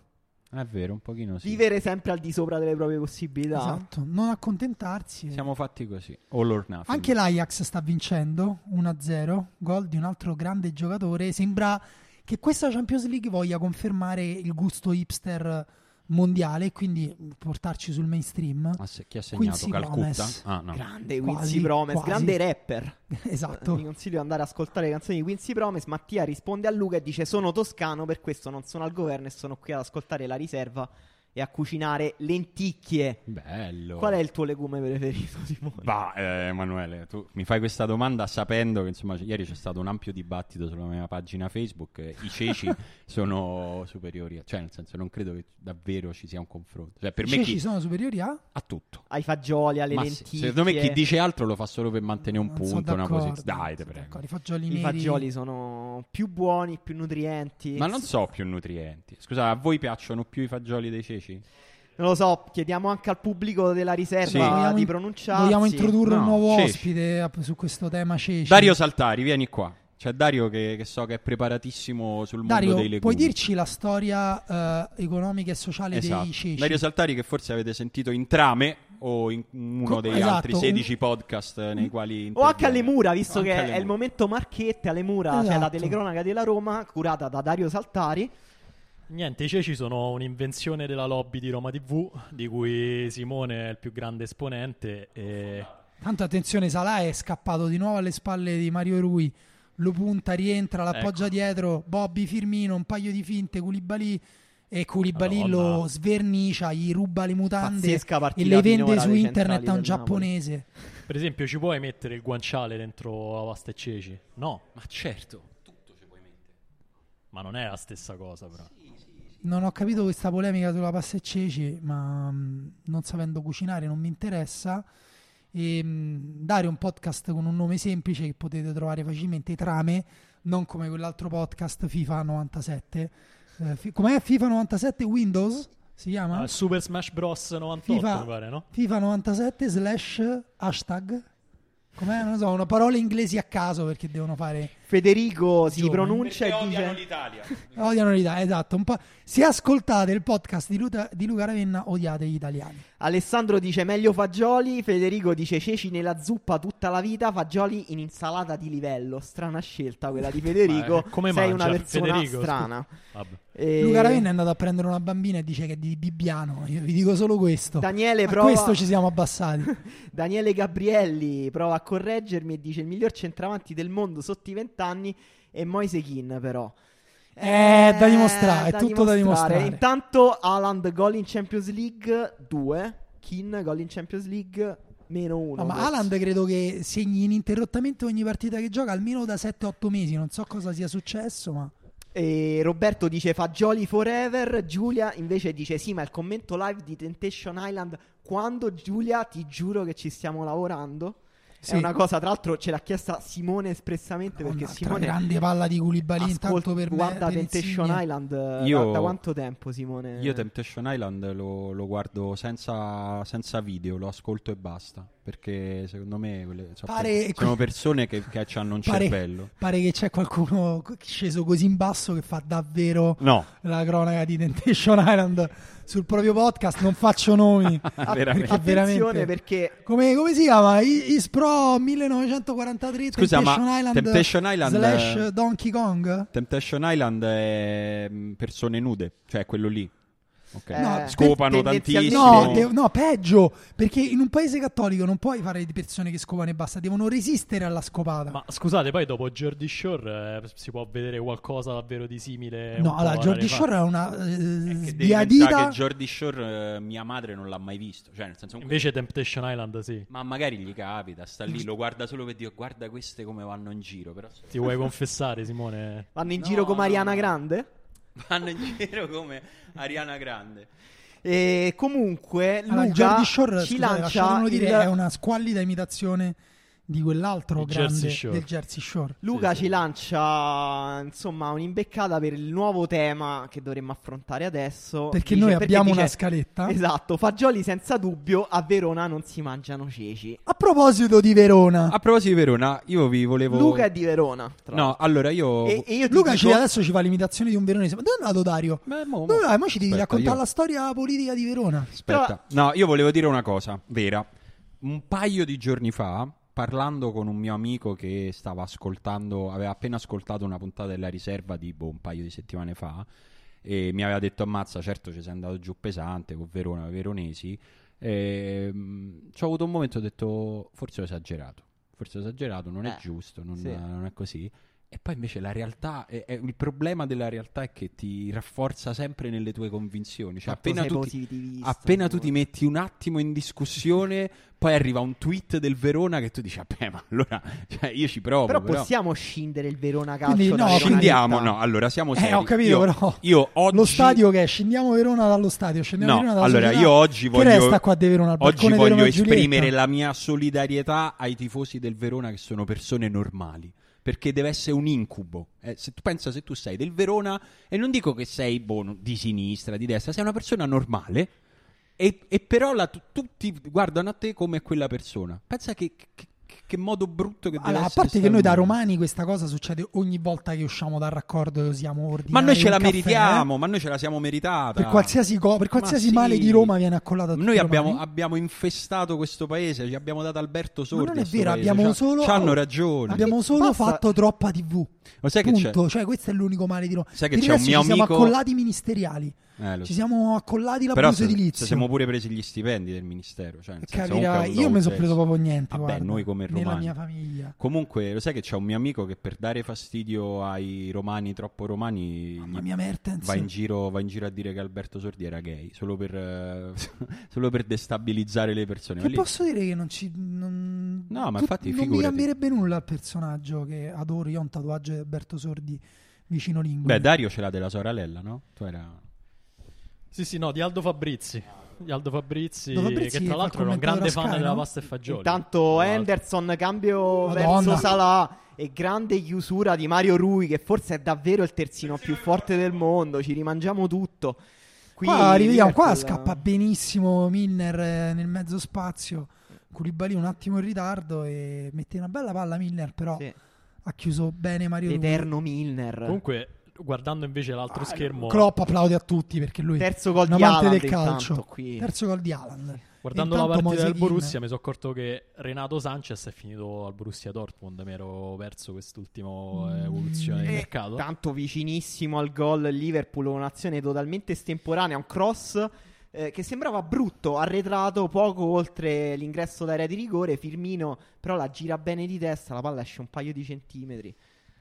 S2: È vero, un pochino sì.
S3: Vivere sempre al di sopra delle proprie possibilità.
S1: Esatto, non accontentarsi.
S2: Siamo fatti così. All or nothing.
S1: Anche l'Ajax sta vincendo 1-0, gol di un altro grande giocatore. Sembra che questa Champions League voglia confermare il gusto hipster mondiale e quindi portarci sul mainstream.
S2: Ah, se- chi ha segnato?
S1: Quincy
S2: Calcutta?
S1: Promes.
S2: Ah, no.
S3: Grande
S1: Quasi,
S3: Quincy Promes,
S1: quasi.
S3: grande rapper. Eh, Vi
S1: esatto.
S3: consiglio di andare ad ascoltare le canzoni di Quincy Promes. Mattia risponde a Luca e dice: Sono toscano, per questo non sono al governo e sono qui ad ascoltare la riserva e a cucinare lenticchie.
S2: Bello.
S3: Qual è il tuo legume preferito, Simone?
S2: Bah, eh, Emanuele, tu mi fai questa domanda sapendo che insomma c- ieri c'è stato un ampio dibattito sulla mia pagina Facebook, eh, i ceci sono superiori, a- cioè nel senso non credo che davvero ci sia un confronto, cioè per
S1: I
S2: me
S1: ceci
S2: chi,
S1: sono superiori a?
S2: a tutto.
S3: Ai fagioli, alle
S2: Ma se-
S3: lenticchie.
S2: secondo me chi dice altro lo fa solo per mantenere un
S1: Non sono
S2: punto, una
S1: d'accordo,
S2: posizione. Dai, te
S1: non sono
S2: prego.
S1: d'accordo. Ecco, I fagioli
S3: I
S1: neri.
S3: fagioli sono più buoni, più nutrienti.
S2: Ma non so più nutrienti. Scusa, a voi piacciono più i fagioli dei ceci?
S3: Non lo so, chiediamo anche al pubblico della
S2: Sì.
S3: riserva
S1: Vogliamo
S3: di
S1: in-
S3: pronunciarsi.
S1: Vogliamo introdurre un
S2: No,
S1: nuovo
S2: ceci.
S1: ospite a- su questo tema ceci.
S2: Dario Saltari, vieni qua. C'è Dario che, che so che è preparatissimo sul mondo
S1: Dario,
S2: dei legumi. Esatto.
S1: puoi dirci la storia eh, economica e sociale dei ceci?
S2: Dario Saltari che forse avete sentito in Trame o in uno
S1: Co-
S2: dei
S1: esatto,
S2: altri
S1: un-
S2: 16 podcast eh, nei quali
S3: O anche alle
S2: interviene.
S3: mura, visto
S2: Anche
S3: che
S2: alle
S3: è il
S2: mura.
S3: momento marchette, alle mura c'è la
S1: Esatto.
S3: telecronaca della Roma, curata da Dario Saltari.
S5: Niente, i ceci sono un'invenzione della lobby di Roma TV, di cui Simone è il più grande esponente. E...
S1: Tanto attenzione, Salah è scappato di nuovo alle spalle di Mario Rui. Lo punta, rientra, l'appoggia
S3: Ecco.
S1: dietro. Bobby Firmino, un paio di finte, Culibali. E Culibali
S5: Madonna.
S1: lo svernicia, gli ruba le mutande
S3: Pazzesca
S1: e
S3: partita
S1: le vende
S3: finora
S1: su
S3: dei
S1: internet
S3: centrali
S1: a un
S3: del Napoli.
S1: giapponese.
S5: Per esempio, ci puoi mettere il guanciale dentro la pasta e ceci? No,
S2: Ma certo.
S5: ma non è la stessa cosa, però.
S1: Non ho capito questa polemica sulla pasta e ceci, ma mh, non sapendo cucinare non mi interessa. E, mh, Dario è un podcast con un nome semplice che potete trovare facilmente, Trame, non come quell'altro podcast FIFA 97. Eh, fi- com'è FIFA 97 Windows? Si chiama?
S5: Ah, Super Smash Bros. 98, mi pare, no?
S1: FIFA 97 slash hashtag. Com'è? Non lo so, una parola inglesi a caso perché devono fare...
S3: Federico si
S1: Giovane.
S3: pronuncia e dice...
S2: l'Italia.
S1: Odiano l'Italia, esatto. Un po'... Se ascoltate il podcast di, Luta- di Luca Ravenna, odiate gli italiani.
S3: Alessandro dice meglio fagioli, Federico dice ceci nella zuppa tutta la vita, fagioli in insalata di livello. Strana scelta quella di Federico,
S5: Ma, eh, come
S3: sei
S5: mangia
S3: una persona
S5: Federico?
S3: strana. Eh,
S5: Vabbè.
S3: E-
S1: Luca Ravenna è andato a prendere una bambina e dice che è di Bibbiano. Io vi dico solo questo.
S3: Daniele
S1: A
S3: prova...
S1: questo ci siamo abbassati.
S3: Daniele Gabrielli prova a correggermi e dice il miglior centravanti del mondo sotto i vent'anni è Moise Kean però.
S1: Eh, da dimostrare, è tutto da dimostrare.
S3: Intanto Haaland gol in Champions League 2, Kean gol in Champions League meno 1.
S1: No, ma Haaland credo che segni ininterrottamente ogni partita che gioca, almeno da 7-8 mesi. Non so cosa sia successo, ma
S3: E Roberto dice Fagioli forever. Giulia invece dice: Sì, ma il commento live di Temptation Island. Quando Giulia, ti giuro che ci stiamo lavorando.
S1: Sì.
S3: È una cosa, tra l'altro, ce l'ha chiesta Simone espressamente.
S1: Madonna,
S3: perché
S1: tra
S3: Simone.
S1: grande palla di Koulibaly intanto
S3: ascolta-
S1: per me,
S3: guarda
S1: per
S3: Temptation
S1: Insigne.
S3: Island eh,
S2: Io-
S3: da, da quanto tempo, Simone?
S2: Io Temptation Island lo, lo guardo senza, senza video, lo ascolto e basta. Perché secondo me quelle- so-
S1: Pare-
S2: sono persone che, che hanno un
S1: Pare-
S2: cervello.
S1: Pare che c'è qualcuno co- sceso così in basso che fa davvero
S2: No,
S1: la cronaca di Temptation Island sul proprio podcast. Non faccio nomi.
S2: veramente.
S1: perché- veramente-
S3: Attenzione perché
S1: Come, come si chiama? I- Ispro 1943
S2: Scusa, ma
S1: Temptation Island
S2: Temptation Island,
S1: slash
S2: eh,
S1: Donkey Kong?
S2: Temptation Island è mm, persone nude, cioè quello lì. Ok.
S3: Eh, No,
S2: Scopano
S3: tendenzialmente-
S2: tantissimo.
S1: No, de- no, peggio, perché in un paese cattolico non puoi fare di persone che scopano e basta, devono resistere alla scopata.
S5: Ma scusate, poi dopo Jordi Shore eh, si può vedere qualcosa davvero di simile? un
S1: no,
S5: po'
S1: allora,
S5: alla
S1: Jordi
S5: rifà-
S1: Shore è una eh,
S2: che
S1: sbiadita.
S2: che Jordi Shore eh, mia madre non l'ha mai visto, cioè nel senso
S5: Invece Temptation Island sì.
S2: ma magari gli capita, sta lì, lo guarda solo per dire guarda queste come vanno in giro, però se-
S5: Ti vuoi confessare, Simone?
S3: vanno in
S2: No,
S3: giro come
S2: no,
S3: Ariana
S2: no.
S3: Grande.
S2: vanno in giro come Ariana Grande.
S3: E comunque
S1: Allora,
S3: Luca
S1: Jordi Shore,
S3: ci
S1: scusate,
S3: lancia
S1: lasciatemelo dire,
S3: il-
S1: è una squallida imitazione di quell'altro
S5: Di
S1: grande
S5: Jersey Shore.
S1: del Jersey Shore.
S3: Luca
S2: Sì, sì.
S3: ci lancia insomma un'imbeccata per il nuovo tema che dovremmo affrontare adesso.
S1: Perché
S3: Oh, Dice-
S1: noi abbiamo
S3: dice-
S1: una scaletta.
S3: Esatto, fagioli senza dubbio, a Verona non si mangiano ceci.
S1: A proposito di Verona,
S3: Ah,
S2: A proposito di Verona, io vi volevo
S3: Luca è di Verona. tra
S2: No,
S3: l'altro.
S2: allora io
S3: E, e io ti
S1: Luca
S3: dico-
S1: ci- adesso ci fa l'imitazione di un veronese. Ma dove è andato Dario?
S2: Beh, mo-
S1: Dove
S2: mo-
S1: vai? Mo ci devi
S2: aspetta,
S1: raccontare
S2: io-
S1: la storia politica di Verona.
S2: Aspetta. No, io volevo dire una cosa vera. Un paio di giorni fa, parlando con un mio amico che stava ascoltando, aveva appena ascoltato una puntata della riserva di boh, un paio di settimane fa, e mi aveva detto: Ammazza, certo ci sei andato giù pesante con Verona, Veronesi. Ehm, Ci ho avuto un momento e ho detto: Forse ho esagerato. Forse ho esagerato, non è
S3: Eh,
S2: giusto, non,
S3: sì.
S2: non è così. E poi invece la realtà, è- è- il problema della realtà è che ti rafforza sempre nelle tue convinzioni. Cioè,
S3: Tanto
S2: appena
S3: sei
S2: tu, ti,
S3: positivista,
S2: Appena tu
S3: Simone.
S2: ti metti un attimo in discussione, poi arriva un tweet del Verona che tu dici: Vabbè, ma allora cioè, io ci provo.
S3: Però
S2: Però
S3: possiamo scindere il Verona calcio
S1: Quindi,
S3: da
S1: no,
S3: Verona
S2: scendiamo.
S3: Vita.
S2: No, allora siamo seri.
S1: Eh, ho capito,
S2: io,
S1: però.
S2: Io oggi.
S1: Lo stadio che è? Scendiamo Verona dallo stadio, scendiamo
S2: No,
S1: Verona dalla
S2: allora
S1: società.
S2: io oggi
S1: Che
S2: voglio,
S1: resta qua di Verona? Il
S2: oggi
S1: balcone di
S2: voglio
S1: Verona Giulietta?
S2: esprimere la mia solidarietà ai tifosi del Verona che sono persone normali. Perché deve essere un incubo. Eh, se tu pensa, se tu sei del Verona, e non dico che sei boh, di sinistra, di destra, sei una persona normale. E, e però la- tu- tutti guardano a te come quella persona. Pensa che, che- che modo brutto che deve
S1: Allora, a
S2: essere.
S1: parte
S2: stare
S1: che noi da
S2: mondo.
S1: romani questa cosa succede ogni volta che usciamo dal raccordo e usiamo ordinare
S2: Ma noi ce
S1: un
S2: la
S1: caffè,
S2: meritiamo, ma noi ce la siamo
S1: eh?
S2: meritata.
S1: Per qualsiasi, co- per
S2: Ma
S1: qualsiasi
S2: sì.
S1: male di Roma viene accollata a tutti
S2: Noi
S1: i
S2: abbiamo,
S1: romani.
S2: abbiamo infestato questo paese, gli abbiamo dato Alberto Sordi.
S1: non è
S2: a sto
S1: vero,
S2: paese.
S1: abbiamo
S2: C'ha-
S1: solo-
S2: C'hanno ragione.
S1: Abbiamo solo
S3: Basta-
S1: fatto troppa TV.
S2: Lo sai che c'è?
S1: Punto. Cioè, questo è l'unico male di Roma.
S2: Sai che
S1: Per il
S2: c'è un
S1: resto
S2: mio
S1: ci siamo
S2: amico-
S1: accollati i ministeriali.
S2: Eh, lo
S1: Ci
S2: so.
S1: siamo accollati
S2: Però
S1: l'abuso
S2: se,
S1: edilizio.
S2: se siamo pure presi gli stipendi del ministero. Cioè, nel senso,
S1: Capirà,
S2: comunque,
S1: io mi sono
S2: lo-
S1: preso proprio niente.
S2: Vabbè,
S1: guarda,
S2: noi come
S1: Nella
S2: romani.
S1: mia famiglia.
S2: Comunque, lo sai che c'è un mio amico che per dare fastidio ai romani troppo romani
S1: Mamma
S2: gli-
S1: mia, Mertens.
S2: va, in giro, va in giro a dire che Alberto Sordi era gay solo per, eh, solo per destabilizzare le persone. Ma
S1: Che
S2: lì-
S1: posso dire che non ci. Non,
S2: No, ma
S1: tu-
S2: infatti,
S1: non mi
S2: figurati.
S1: cambierebbe nulla il personaggio che adoro. Io ho un tatuaggio di Alberto Sordi vicino lingua.
S2: Beh, Dario ce l'ha della sorella, no? Tu era...
S5: Sì, sì, no, di Aldo Fabrizi. Di Aldo Fabrizi,
S1: Aldo Fabrizi
S5: che
S1: fa
S5: tra
S1: il
S5: l'altro era un
S1: commentatore
S5: grande fan
S1: a Sky,
S5: della
S1: no?
S5: pasta e fagioli.
S3: Intanto Henderson cambio
S1: Madonna.
S3: verso Salah e grande chiusura di Mario Rui che forse è davvero il terzino più forte del mondo, ci rimangiamo tutto. Qui
S1: qua arriviamo, qua
S3: Liverpool- eh,
S1: scappa benissimo Milner eh, nel mezzo spazio. Koulibaly un attimo in ritardo e mette una bella palla Milner, però
S3: Sì,
S1: ha chiuso bene Mario Rui.
S3: l'eterno Milner. Ah,
S5: Comunque, guardando invece l'altro schermo,
S1: Klopp applaude a tutti perché lui
S3: Terzo gol
S1: un
S3: di
S1: amante
S3: Haaland
S1: del calcio.
S3: intanto qui.
S1: Terzo gol di Haaland.
S5: guardando la
S1: Intanto
S5: partita del
S1: Moise Kean-
S5: Borussia, mi sono accorto che Renato Sanchez è finito al Borussia Dortmund. Mi ero perso quest'ultimo eh, evoluzione del
S1: Eh,
S5: mercato.
S3: Tanto vicinissimo al gol il Liverpool, un'azione totalmente estemporanea, un cross eh, che sembrava brutto, arretrato poco oltre l'ingresso d'area di rigore, Firmino però la gira bene di testa, la palla esce un paio di centimetri.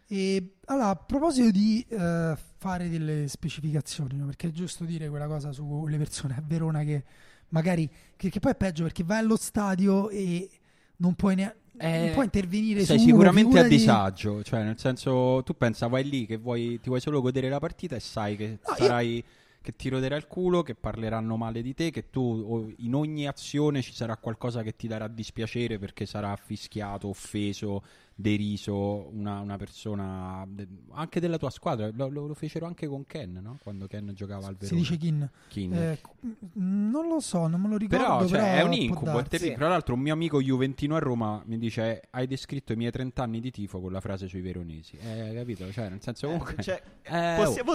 S1: E allora, a proposito di eh, fare delle specificazioni, no? perché è giusto dire quella cosa sulle persone a Verona che magari, che, che poi è peggio perché vai allo stadio e non puoi neanche.
S2: Eh,
S1: non puoi intervenire
S2: Sei
S1: su uno,
S2: sicuramente a
S1: figurati-
S2: disagio, cioè nel senso tu pensa vai lì che vuoi, ti vuoi solo godere la partita e sai che
S1: io-
S2: sarai che ti roderà il culo, che parleranno male di te, che tu o- in ogni azione ci sarà qualcosa che ti darà dispiacere perché sarà fischiato, offeso, deriso una, una persona de- anche della tua squadra, lo, lo- lo fecero anche con Ken, no? quando Ken giocava al
S1: Si
S2: Verona.
S1: dice Kin.
S2: Kin.
S1: Eh, mh, non lo so, non me lo ricordo.
S2: Però,
S1: Però,
S2: cioè, è un
S1: può
S2: incubo. È
S1: darsi.
S2: terribile. Tra l'altro, un mio amico juventino a Roma mi dice: Hai descritto i miei 30 anni di tifo con la frase sui veronesi. Eh, hai capito? Cioè, nel senso, comunque.
S3: Eh, cioè,
S2: Eh, oh.
S3: possiamo,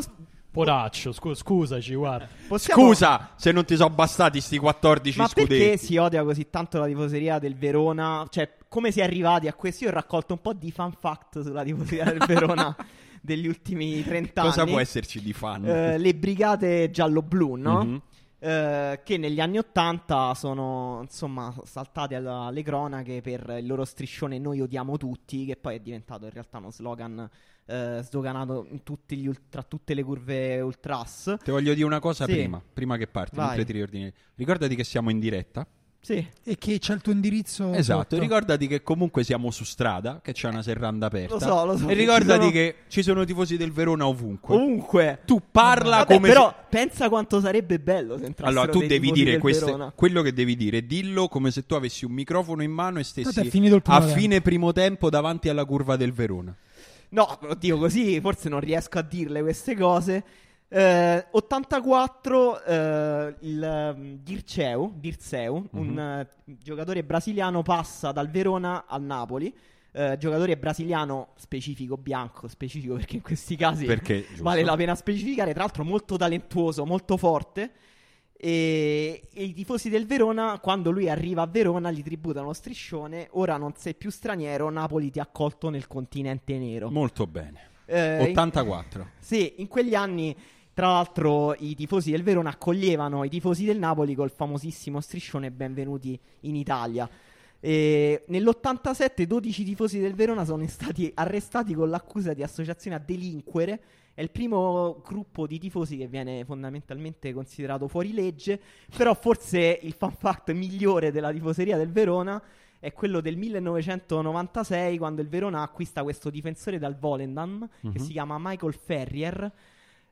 S5: Poraccio, scu- scusaci, guarda.
S3: possiamo-
S2: Scusa se non ti sono bastati sti 14
S3: Ma
S2: scudetti.
S3: perché si odia così tanto la tifoseria del Verona? Cioè, come si è arrivati a questo? Io ho raccolto un po' di fan fact sulla tifoseria del Verona degli ultimi 30 anni.
S2: Cosa può esserci di fan?
S3: Eh, le brigate giallo-blu, no?
S2: Mhm.
S3: Eh, che negli anni 80 sono insomma saltate alla- alle cronache per il loro striscione Noi odiamo tutti, che poi è diventato in realtà uno slogan eh, sdoganato in tutti gli ul- tra tutte le curve ultras.
S2: Ti voglio dire una cosa
S3: Sì.
S2: prima, prima che parti,
S3: Vai. Eh,
S2: mentre ti riordini. Ricordati che siamo in diretta.
S3: Sì.
S1: E che c'è il tuo indirizzo.
S2: Esatto,
S1: sotto.
S2: ricordati che comunque siamo su strada, che c'è una serranda aperta.
S3: Lo so, lo so.
S2: E ricordati
S3: Ci sono-
S2: che ci sono tifosi del Verona ovunque.
S3: Comunque,
S2: Tu parla
S3: Vabbè,
S2: come
S3: però
S2: se-
S3: pensa quanto sarebbe bello se entrassero
S2: Allora, tu
S3: dei
S2: devi
S3: tifosi
S2: dire
S3: del
S2: queste-
S3: Verona.
S2: quello che devi dire, dillo come se tu avessi un microfono in mano e
S1: Tanto è
S2: stessi
S1: finito il primo
S2: a
S1: tempo.
S2: fine primo tempo davanti alla curva del Verona.
S3: No, oddio, così forse non riesco a dirle queste cose. Eh, 84 eh, il mm, Dirceu, Dirceu
S2: Mhm.
S3: un eh, giocatore brasiliano passa dal Verona al Napoli. Eh, giocatore brasiliano specifico bianco, specifico perché in questi casi
S2: Perché giusto?
S3: vale la pena specificare, tra l'altro molto talentuoso, molto forte. E, e i tifosi del Verona, quando lui arriva a Verona, gli tributano lo striscione. Ora non sei più straniero, Napoli ti ha accolto nel continente nero.
S2: Molto bene.
S3: Eh, in-
S2: 84.
S3: sì, in quegli anni, tra l'altro, i tifosi del Verona accoglievano i tifosi del Napoli col famosissimo striscione Benvenuti in Italia. E nell'87 12 tifosi del Verona sono stati arrestati con l'accusa di associazione a delinquere. È il primo gruppo di tifosi che viene fondamentalmente considerato fuori legge. Però forse il fan fact migliore della tifoseria del Verona è quello del 1996 quando il Verona acquista questo difensore dal Volendam che
S2: Mhm.
S3: si chiama Michael Ferrier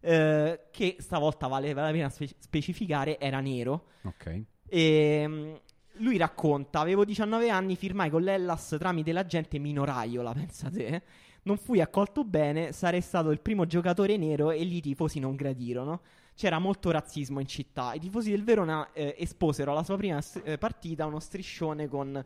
S3: eh, che stavolta vale vale la pena spe- specificare era nero
S2: Ok.
S3: Eh, e mh, lui racconta avevo 19 anni firmai con l'Ellas tramite l'agente minoraiola pensate non fui accolto bene sarei stato il primo giocatore nero e lì i tifosi non gradirono c'era molto razzismo in città. I tifosi del Verona eh, esposero alla sua prima s- eh, partita uno striscione con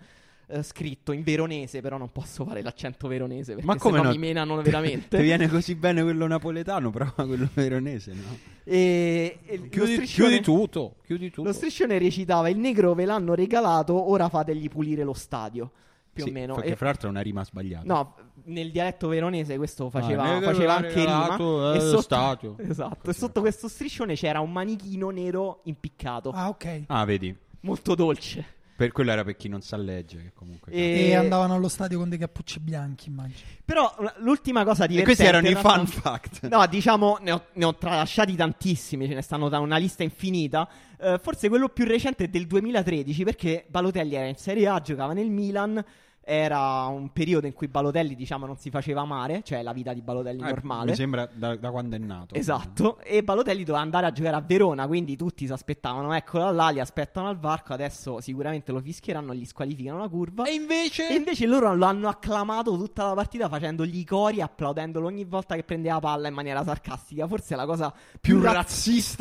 S3: eh, scritto in veronese, però non posso fare l'accento veronese perché
S2: Ma come
S3: sennò
S2: no?
S3: mi menano
S2: Ti
S3: veramente.
S2: viene così bene quello napoletano, però quello veronese no.
S3: e, e lo
S2: Chiudi,
S3: striscione-
S2: chiudi tutto, chiudi tutto.
S3: Lo striscione recitava: Il negro ve l'hanno regalato, ora fategli pulire lo stadio. Più
S2: Sì,
S3: o meno. Eh.
S2: Perché
S3: E-
S2: fra l'altro è una rima sbagliata.
S3: No, nel dialetto veronese questo faceva,
S2: Ah, negro
S3: faceva
S2: l'ha
S3: anche
S2: regalato,
S3: rima.
S2: eh, lo stadio.
S3: esatto, e
S2: Così.
S3: sotto questo striscione c'era un manichino nero impiccato.
S1: Ah, ok.
S2: Ah, vedi.
S3: Molto dolce. Eh,
S2: Per quello era per chi non sa leggere che comunque
S3: E-
S1: E andavano allo stadio con dei cappucci bianchi, immagino.
S3: Però l- l'ultima cosa
S2: E
S3: divertente
S2: questi erano
S3: in
S2: i
S3: realtà-
S2: fun fact.
S3: No, diciamo, ne ho, ne ho tralasciati tantissimi, ce ne stanno da una lista infinita. Eh, forse quello più recente è del 2013, perché Balotelli era in Serie A, giocava nel Milan. Era un periodo in cui Balotelli, diciamo, non si faceva mare, cioè la vita di Balotelli
S2: Ah,
S3: normale.
S2: Mi sembra da, da quando è nato.
S3: Esatto, e Balotelli doveva andare a giocare a Verona, quindi tutti si aspettavano, eccola là, li aspettano al varco, adesso sicuramente lo fischieranno, gli squalificano la curva.
S2: E invece
S3: E invece loro lo hanno acclamato tutta la partita facendogli i cori, applaudendolo ogni volta che prendeva palla in maniera sarcastica. Forse è la cosa più,
S2: più
S3: razzista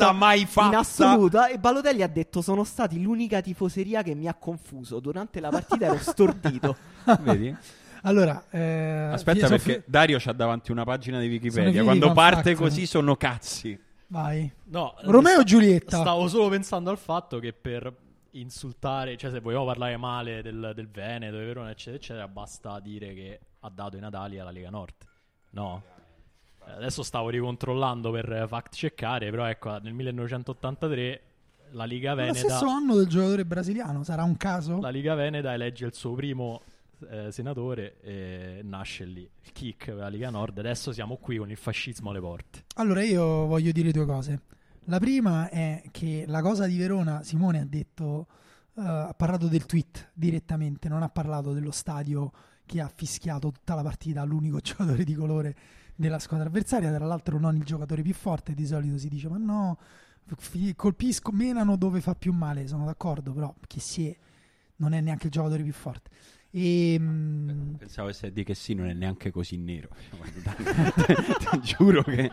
S2: razzista mai fatta.
S3: in assoluto. E Balotelli ha detto: Sono stati l'unica tifoseria che mi ha confuso. Durante la partita ero stordito.
S2: Vedi?
S1: Allora, eh,
S2: Aspetta
S1: Fiesoffi-
S2: perché Dario c'ha davanti una pagina di
S1: Sono
S2: Wikipedia.
S1: figli
S2: Quando
S1: di
S2: parte
S1: Manfatti,
S2: così
S1: no?
S2: sono cazzi.
S1: Vai.
S5: No,
S1: Romeo e Giulietta.
S5: Stavo solo pensando al fatto che per insultare, cioè se vogliamo parlare male del, del Veneto, del Verona, eccetera, eccetera, basta dire che ha dato i Natali alla Lega Nord. No? Eh, Adesso stavo ricontrollando per fact checcare, però ecco, nel 1983 la Liga
S1: Lo
S5: Veneta,
S1: stesso anno del giocatore brasiliano, sarà un caso?
S5: la Liga Veneta elegge il suo primo eh, senatore e nasce lì il kick per la Liga Nord. Adesso siamo qui con il fascismo alle porte.
S1: Allora, io voglio dire due cose. La prima è che la cosa di Verona, Simone ha detto eh, eh, ha parlato del tweet direttamente, non ha parlato dello stadio che ha fischiato tutta la partita all'unico giocatore di colore della squadra avversaria, tra l'altro non il giocatore più forte, di solito si dice ma no, fi- colpisco, menano dove fa più male, sono d'accordo, però che si è, non è neanche il giocatore più forte. Ehm, E, mh,
S2: Pensavo se di che sì, non è neanche così nero. Ti giuro che,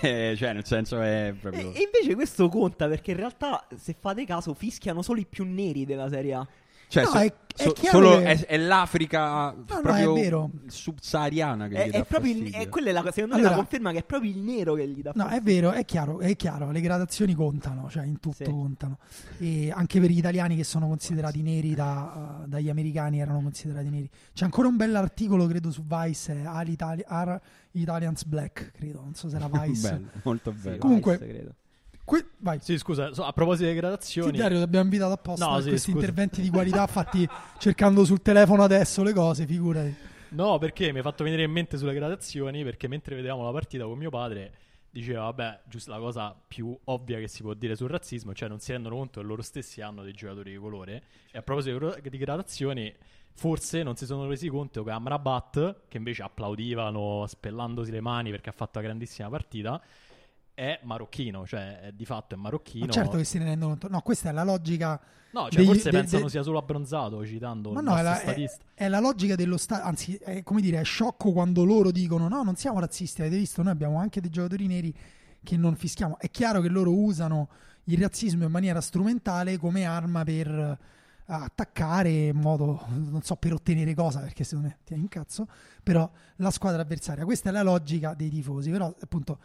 S2: eh, cioè, nel senso, è
S3: E,
S1: Eh,
S2: proprio.
S3: e invece questo conta perché in realtà, se fate caso, fischiano solo i più neri della Serie A.
S2: Cioè,
S1: No, è- è chiaro
S2: solo
S1: che-
S2: è, è l'Africa
S1: no,
S2: proprio
S1: è vero.
S2: subsahariana che
S3: È, è
S2: gli dà
S3: proprio il-
S2: fastidio.
S3: è- quella è la, secondo me la
S1: Allora-
S3: conferma che è proprio il nero che gli dà
S1: No, è vero, è chiaro, è chiaro, le gradazioni contano, cioè in tutto
S3: Sì.
S1: contano. E anche per gli italiani che sono considerati neri da- eh, dagli americani erano considerati neri. C'è ancora un bell'articolo, credo, su Vice, eh, Are, Itali- Are Italians Black, credo, non so se era Vice.
S2: Bello, molto
S3: fastidio.
S2: bello.
S1: Comunque-
S3: Vice, credo.
S1: Que- vai.
S5: Sì, scusa, so- a proposito delle
S1: Sì,
S5: gradazioni,
S1: Dario, l'abbiamo invitato apposta
S5: No,
S1: per
S5: sì,
S1: questi
S5: scusa.
S1: interventi di qualità fatti cercando sul telefono adesso le cose, figurati.
S5: no, perché mi ha fatto venire in mente sulle gradazioni perché mentre vedevamo la partita con mio padre diceva, vabbè, giusto la cosa più ovvia che si può dire sul razzismo, cioè non si rendono conto che loro stessi hanno dei giocatori di colore e a proposito di gro- di gradazioni forse non si sono resi conto che Amrabat, che invece applaudivano spellandosi le mani perché ha fatto una grandissima partita, è marocchino, cioè è- di fatto è marocchino.
S1: Ma certo che se ne rendono conto. No, questa è la logica
S5: No, cioè
S1: degli-
S5: forse
S1: de-
S5: pensano
S1: de-
S5: sia solo abbronzato citando
S1: Ma
S5: il
S1: no, è
S5: nostro
S1: la, è,
S5: statista.
S1: è la logica dello Stato, anzi, è come dire, è sciocco quando loro dicono no, non siamo razzisti, avete visto, noi abbiamo anche dei giocatori neri che non fischiamo. È chiaro che loro usano il razzismo in maniera strumentale come arma per eh, attaccare in modo, non so, per ottenere cosa, perché secondo me ti incazzo, però la squadra avversaria. Questa è la logica dei tifosi, però appunto...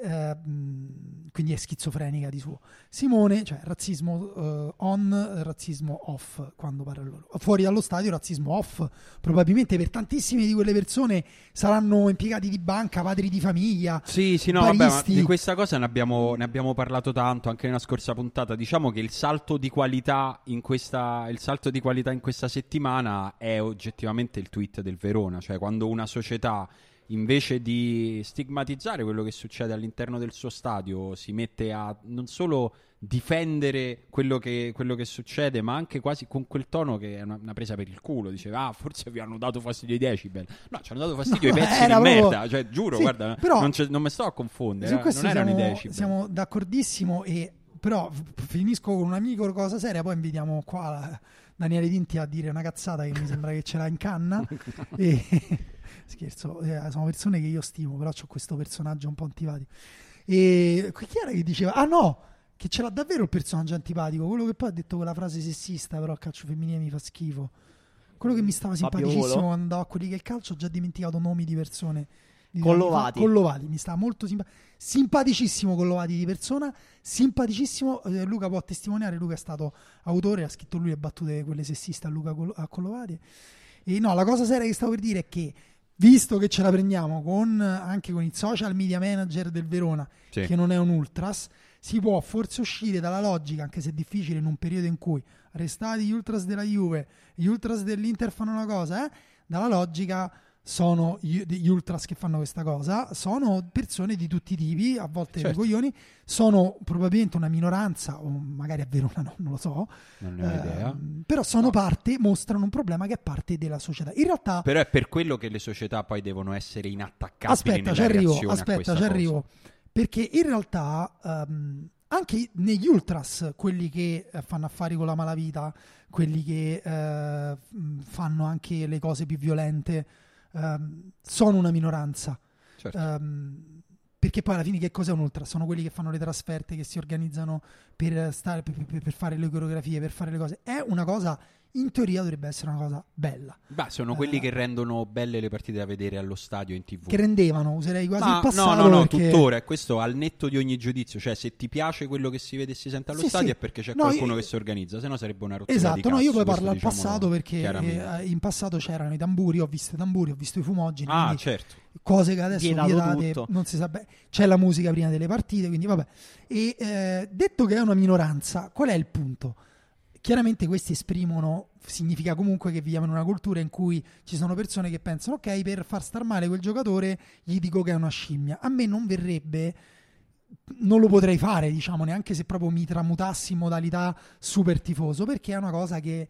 S1: eh, mh, quindi è schizofrenica di suo Simone, cioè razzismo eh, on, razzismo off quando parla loro. Fuori dallo stadio razzismo off. Probabilmente per tantissime di quelle persone saranno impiegati di banca, padri di famiglia.
S2: Sì, sì, no, vabbè, ma
S1: baristi.
S2: di questa cosa ne abbiamo, ne abbiamo parlato tanto anche nella scorsa puntata. Diciamo che il salto di qualità in questa, il salto di qualità in questa settimana è oggettivamente il tweet del Verona, cioè quando una società invece di stigmatizzare quello che succede all'interno del suo stadio si mette a non solo difendere quello che, quello che succede ma anche quasi con quel tono che è una, una presa per il culo diceva ah forse vi hanno dato fastidio i decibel no ci hanno dato fastidio
S1: No,
S2: i pezzi di
S1: era proprio-
S2: merda cioè giuro
S1: Sì,
S2: guarda
S1: però-
S2: non, c'è- non mi sto a confondere
S1: Su
S2: eh,
S1: questo
S2: non erano i
S1: siamo,
S2: decibel
S1: siamo d'accordissimo e però f- finisco con un amico cosa seria, poi invitiamo qua la- Daniele Dinti a dire una cazzata che mi sembra che ce l'ha in canna. E- scherzo, eh, sono persone che io stimo, però ho questo personaggio un po' antipatico. E qui chi era che diceva, ah no, che ce l'ha davvero il personaggio antipatico, quello che poi ha detto quella frase sessista, però il calcio femminile mi fa schifo. Quello che mi stava
S3: Fabio
S1: simpaticissimo
S3: Volo?
S1: quando andavo a quelli che il calcio, ho già dimenticato nomi di persone. di
S3: Collovati.
S1: anni fa. Collovati, mi sta molto simpatico. Simpaticissimo Collovati di persona, simpaticissimo. eh, Luca può testimoniare, Luca è stato autore, ha scritto lui le battute quelle sessiste a Luca Col- a Collovati. E no, la cosa seria che stavo per dire è che visto che ce la prendiamo con, anche con il social media manager del Verona,
S2: Sì.
S1: che non è un ultras, si può forse uscire dalla logica, anche se è difficile in un periodo in cui restati gli ultras della Juve, gli ultras dell'Inter fanno una cosa, eh? dalla logica sono gli, gli ultras che fanno questa cosa, sono persone di tutti i tipi, a volte dei
S2: Certo.
S1: coglioni, sono probabilmente una minoranza, o magari a Verona no, non lo so,
S2: non ne ho idea
S1: ehm, però sono parte, mostrano un problema che è parte della società. In realtà
S2: però è per quello che le società poi devono essere inattaccabili
S1: aspetta,
S2: nella
S1: ci arrivo,
S2: reazione a questa
S1: aspetta, ci
S2: cosa.
S1: arrivo. Perché in realtà ehm, anche negli ultras, quelli che eh, fanno affari con la malavita, quelli che eh, mh, fanno anche le cose più violente, ehm, sono una minoranza.
S2: Certo.
S1: Ehm, perché poi alla fine che cos'è un ultra? Sono quelli che fanno le trasferte, che si organizzano per, eh, stare, per, per- per fare le coreografie, per fare le cose. È una cosa, in teoria dovrebbe essere una cosa bella.
S2: Beh, sono quelli
S1: eh.
S2: che rendono belle le partite da vedere allo stadio in tv
S1: Che rendevano, userei quasi
S2: Ma
S1: il passato.
S2: no, no, no,
S1: perché-
S2: tuttora è questo al netto di ogni giudizio. Cioè, se ti piace quello che si vede e si sente allo
S1: Sì,
S2: stadio
S1: sì.
S2: è perché c'è
S1: No,
S2: qualcuno
S1: io-
S2: che si organizza, se no sarebbe una rottura. di
S1: Esatto, no,
S2: cazzo,
S1: io poi
S2: questo
S1: parlo al
S2: diciamolo
S1: passato perché
S2: chiaramente.
S1: eh, in passato c'erano i tamburi, ho visto i tamburi, ho visto i fumogeni,
S2: ah,
S1: quindi
S2: certo.
S1: cose che adesso
S3: Vietato
S1: vietate,
S3: tutto.
S1: non si sa bene. C'è la musica prima delle partite, quindi vabbè. E eh, detto che è una minoranza, qual è il punto? Chiaramente questi esprimono, significa comunque che viviamo in una cultura in cui ci sono persone che pensano, ok, per far star male quel giocatore gli dico che è una scimmia. A me non verrebbe non lo potrei fare, diciamo, neanche se proprio mi tramutassi in modalità super tifoso, perché è una cosa che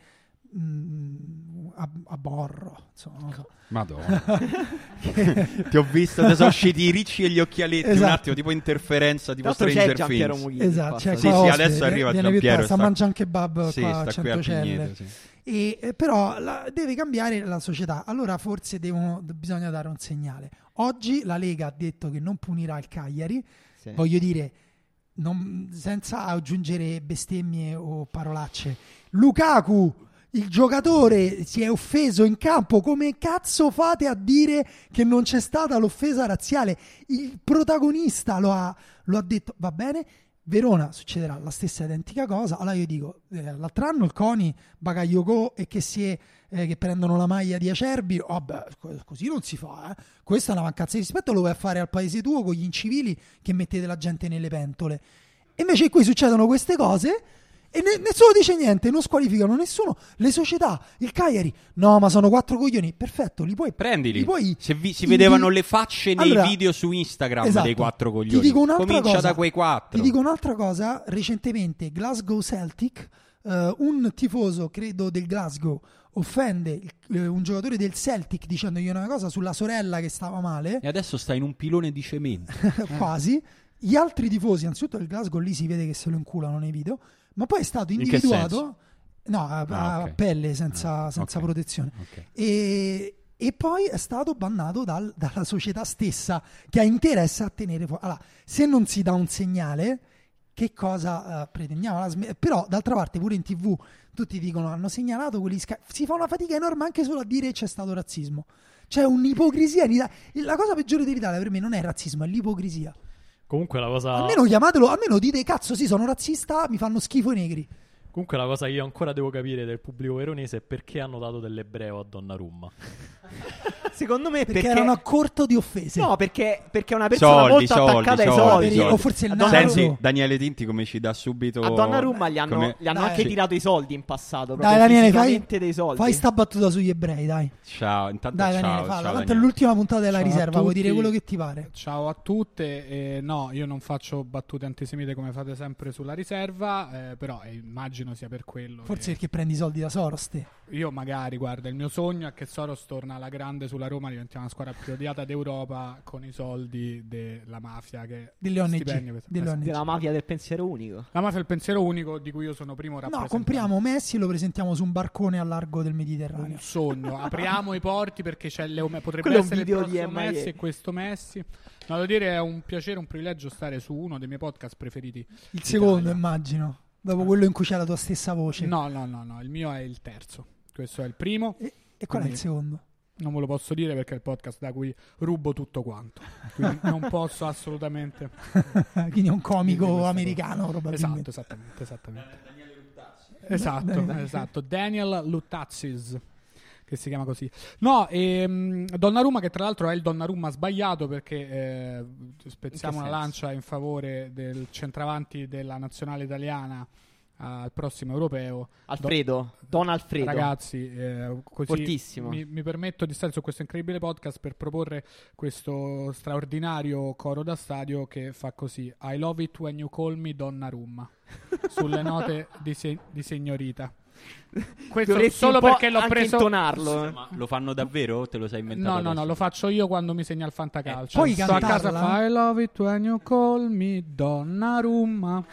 S1: mh, ab- abborro. Insomma, non lo so.
S2: Madonna. Ti ho visto, te sono usciti i ricci e gli occhialetti un
S1: Esatto.
S2: attimo, tipo interferenza, tipo
S3: Tanto c'è
S2: Stranger
S3: Giampiero
S2: Things.
S3: Mughini.
S1: Esatto,
S3: qua,
S1: c'è
S2: Sì,
S3: sta-
S1: qua
S2: sì,
S1: ospite,
S2: adesso arriva
S1: viene
S2: Giampiero,
S1: più tardi, Sta
S2: sta-
S1: mangiando anche Bab
S2: Sì,
S1: qua a
S2: sta qui a
S1: Centocelle.
S2: Pigneto, sì.
S1: E, eh, però la- deve cambiare la società, allora forse devono- d- bisogna dare un segnale. Oggi la Lega ha detto che non punirà il Cagliari,
S3: sì.
S1: voglio dire, non- senza aggiungere bestemmie o parolacce. Lukaku, il giocatore, si è offeso in campo. Come cazzo fate a dire che non c'è stata l'offesa razziale? Il protagonista lo ha, lo ha detto, va bene. Verona succederà la stessa identica cosa. Allora io dico, eh, l'altro anno il Coni, Bagayoko e che si è eh, che prendono la maglia di Acerbi, vabbè, co- così non si fa, eh. Questa è una mancanza di rispetto, lo vai a fare al paese tuo con gli incivili che mettete la gente nelle pentole. E invece qui succedono queste cose e ne- nessuno dice niente, non squalificano nessuno. Le società, il Cagliari, no, ma sono quattro coglioni, perfetto, li puoi
S2: Prendili.
S1: li puoi
S2: Se vi- si
S1: indi-
S2: vedevano le facce nei
S1: Allora,
S2: video su Instagram
S1: esatto.
S2: dei quattro
S1: Ti
S2: coglioni.
S1: dico un'altra
S2: Comincia
S1: cosa.
S2: da quei quattro.
S1: Ti dico un'altra cosa, recentemente Glasgow Celtic, eh, un tifoso credo del Glasgow, offende il- eh, un giocatore del Celtic dicendogli una cosa sulla sorella che stava male,
S2: E adesso sta in un pilone di cemento.
S1: quasi. Gli altri tifosi, anzitutto del Glasgow, lì si vede che se lo inculano nei video, ma poi è stato
S2: che senso?
S1: individuato, no, a,
S2: Ah,
S1: a
S2: ok. Ah,
S1: pelle senza, senza
S2: ok.
S1: protezione.
S2: Ok.
S1: E, e poi è stato bannato dal- dalla società stessa che ha interesse a tenere fuori. Allora, se non si dà un segnale, che cosa eh, pretendiamo? La sme- Però, d'altra parte, pure in tv tutti dicono hanno segnalato quelli sca- Si fa una fatica enorme anche solo a dire c'è stato razzismo. C'è Cioè, un'ipocrisia in Italia. La cosa peggiore dell'Italia per me non è il razzismo, è l'ipocrisia.
S5: Comunque la cosa...
S1: Almeno chiamatelo, almeno dite cazzo, sì, sono razzista, mi fanno schifo i negri.
S5: Comunque la cosa che io ancora devo capire del pubblico veronese è perché hanno dato dell'ebreo a Donnarumma.
S3: Secondo me
S1: Perché,
S3: perché...
S1: erano a corto di offese.
S3: No, perché, perché è una persona
S2: Soldi,
S3: molto
S2: soldi,
S3: attaccata
S2: soldi,
S3: ai soldi.
S2: soldi.
S1: O forse il
S3: A
S1: naso.
S3: Donnarumma-
S2: Sensi, Daniele Tinti come ci dà subito...
S3: A Donnarumma gli hanno,
S2: come-
S3: gli hanno
S1: Dai.
S3: anche
S1: Eh, Sì.
S3: tirato i soldi in passato.
S1: Dai,
S3: Proprio
S1: Daniele, fai,
S3: fisicamente dei soldi.
S1: fai sta battuta sugli ebrei, dai.
S2: Ciao, intanto
S1: Dai,
S2: ciao,
S1: Daniele,
S2: ciao,
S1: falla. Tanto è
S2: Daniele.
S1: l'ultima puntata della
S6: Ciao a
S1: riserva, puoi
S6: tutti.
S1: dire quello che ti pare.
S6: Ciao a tutte, eh, no, io non faccio battute antisemite come fate sempre sulla riserva, eh, però eh, immagino sia per quello.
S1: Forse
S6: che-
S1: perché prendi i soldi da Soros, te.
S6: Io magari, guarda, il mio sogno è che Soros torna alla grande sulla Roma, diventiamo la squadra più odiata d'Europa con i soldi della mafia che...
S1: Delle ONG,
S6: stipendio che-
S1: delle ONG.
S3: Della mafia del pensiero unico.
S6: La mafia è il pensiero unico di cui io sono primo
S1: No,
S6: rappresentante.
S1: compriamo Messi e lo presentiamo su un barcone al largo del Mediterraneo.
S6: un sogno. Apriamo i porti perché c'è Leo Me- potrebbe
S3: Quello è un
S6: essere il
S3: video di
S6: prossimo
S3: MIA.
S6: Messi e questo Messi. No, devo dire è un piacere, un privilegio stare su uno dei miei podcast preferiti.
S1: Il secondo,
S6: Italia.
S1: immagino. Dopo quello in cui c'è la tua stessa voce.
S6: No, no, no, no, il mio è il terzo. Questo è il primo.
S1: E, e qual è il
S6: Quindi-
S1: secondo?
S6: Non ve lo posso dire perché è il podcast da cui rubo tutto quanto. Quindi non posso assolutamente.
S1: Quindi è un
S6: Quindi
S1: comico
S6: questo-
S1: americano,
S6: Esatto,
S1: probabilmente.
S6: esattamente, esattamente. Esatto, esatto. Daniel Lutazis che si chiama così. No, ehm, Donnarumma che tra l'altro è il Donnarumma sbagliato perché eh, spezziamo
S3: In che
S6: una
S3: senso?
S6: lancia in favore del centravanti della nazionale italiana al prossimo europeo.
S3: Alfredo, Don Alfredo.
S6: Ragazzi, eh, così
S3: Fortissimo.
S6: Mi, mi permetto di stare su questo incredibile podcast per proporre questo straordinario coro da stadio che fa così: I love it when you call me Donnarumma. Sulle note di, se- di signorita. Questo
S3: Dovresti
S6: solo
S3: un po'
S6: perché l'ho
S3: anche
S6: preso.
S3: intonarlo. eh.
S2: Ma lo fanno davvero o te lo sei inventato?
S6: No, no, no,
S2: adesso?
S6: lo faccio io quando mi segna il fantacalcio.
S1: Eh, puoi
S6: Sto a casa
S1: cantarla?
S6: fa I love it when you call me Donnarumma.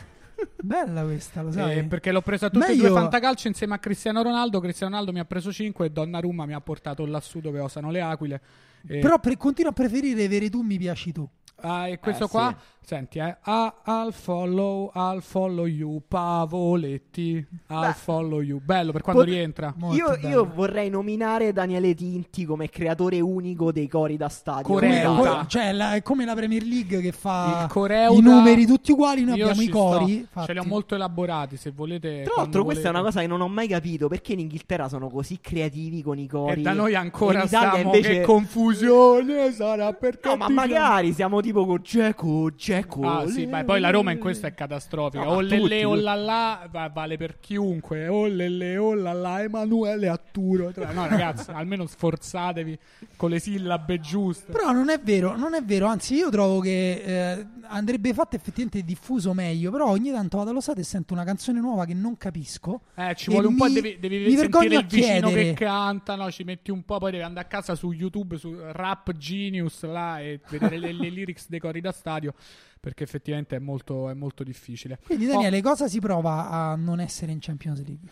S1: Bella questa, lo sai.
S6: Eh, perché l'ho preso a tutti e
S1: Meglio-
S6: due fantacalcio insieme a Cristiano Ronaldo. Cristiano Ronaldo mi ha preso 5 e Donnarumma mi ha portato lassù dove osano le aquile. E,
S1: Però pre- continuo a preferire vere tu, mi piaci tu.
S6: ah, e questo
S3: Eh,
S6: qua,
S3: sì.
S6: senti, eh, ah, al follow, al follow you, Pavoletti, al
S3: Beh.
S6: follow you. Bello per quando
S3: Pot-
S6: rientra.
S1: Molto
S3: Io,
S1: bello.
S3: io vorrei nominare Daniele Tinti come creatore unico dei cori da stadio.
S1: Come-
S6: Correo.
S3: Guarda,
S1: co- cioè, la- è come la Premier League che fa
S6: Ah. Il Coreuta-
S1: i numeri tutti uguali, noi
S6: Io
S1: abbiamo
S6: ci
S1: i cori.
S6: sto. Ce li ho
S1: fatti.
S6: molto elaborati. Se volete,
S3: Tra
S6: quando
S3: l'altro, questa è
S6: volete.
S3: una cosa che non ho mai capito perché in Inghilterra sono così creativi con i cori.
S6: E da noi
S3: E
S6: ancora
S3: in Italia
S6: siamo
S3: invece...
S6: che confusione sarà perché
S3: No, ma
S6: ti-
S3: magari siamo tipo con Geco,
S4: Dzeko.
S6: Ah, sì, ma poi la Roma in questo è catastrofica.
S4: No,
S6: oh
S4: a
S6: lele,
S4: tutti.
S6: oh là là, va- vale per chiunque. Oh lele, oh là là, Emanuele Atturo. No, ragazzi, almeno sforzatevi con le sillabe giuste.
S1: Però non è vero, non è vero, anzi io trovo che eh, andrebbe fatto effettivamente diffuso meglio, però ogni tanto vado allo stato e sento una canzone nuova che non capisco.
S6: Eh, ci
S1: E
S6: vuole un po',
S1: mi-
S6: devi, devi
S1: mi
S6: sentire
S1: vergogno a
S6: il vicino
S1: chiedere.
S6: che canta, no? Ci metti un po', poi devi andare a casa su YouTube, su Rap Genius, là, e vedere le, le lyrics dei cori da stadio, perché effettivamente è molto, è molto difficile.
S1: Quindi
S6: Oh,
S1: Daniele, cosa si prova a non essere in Champions League?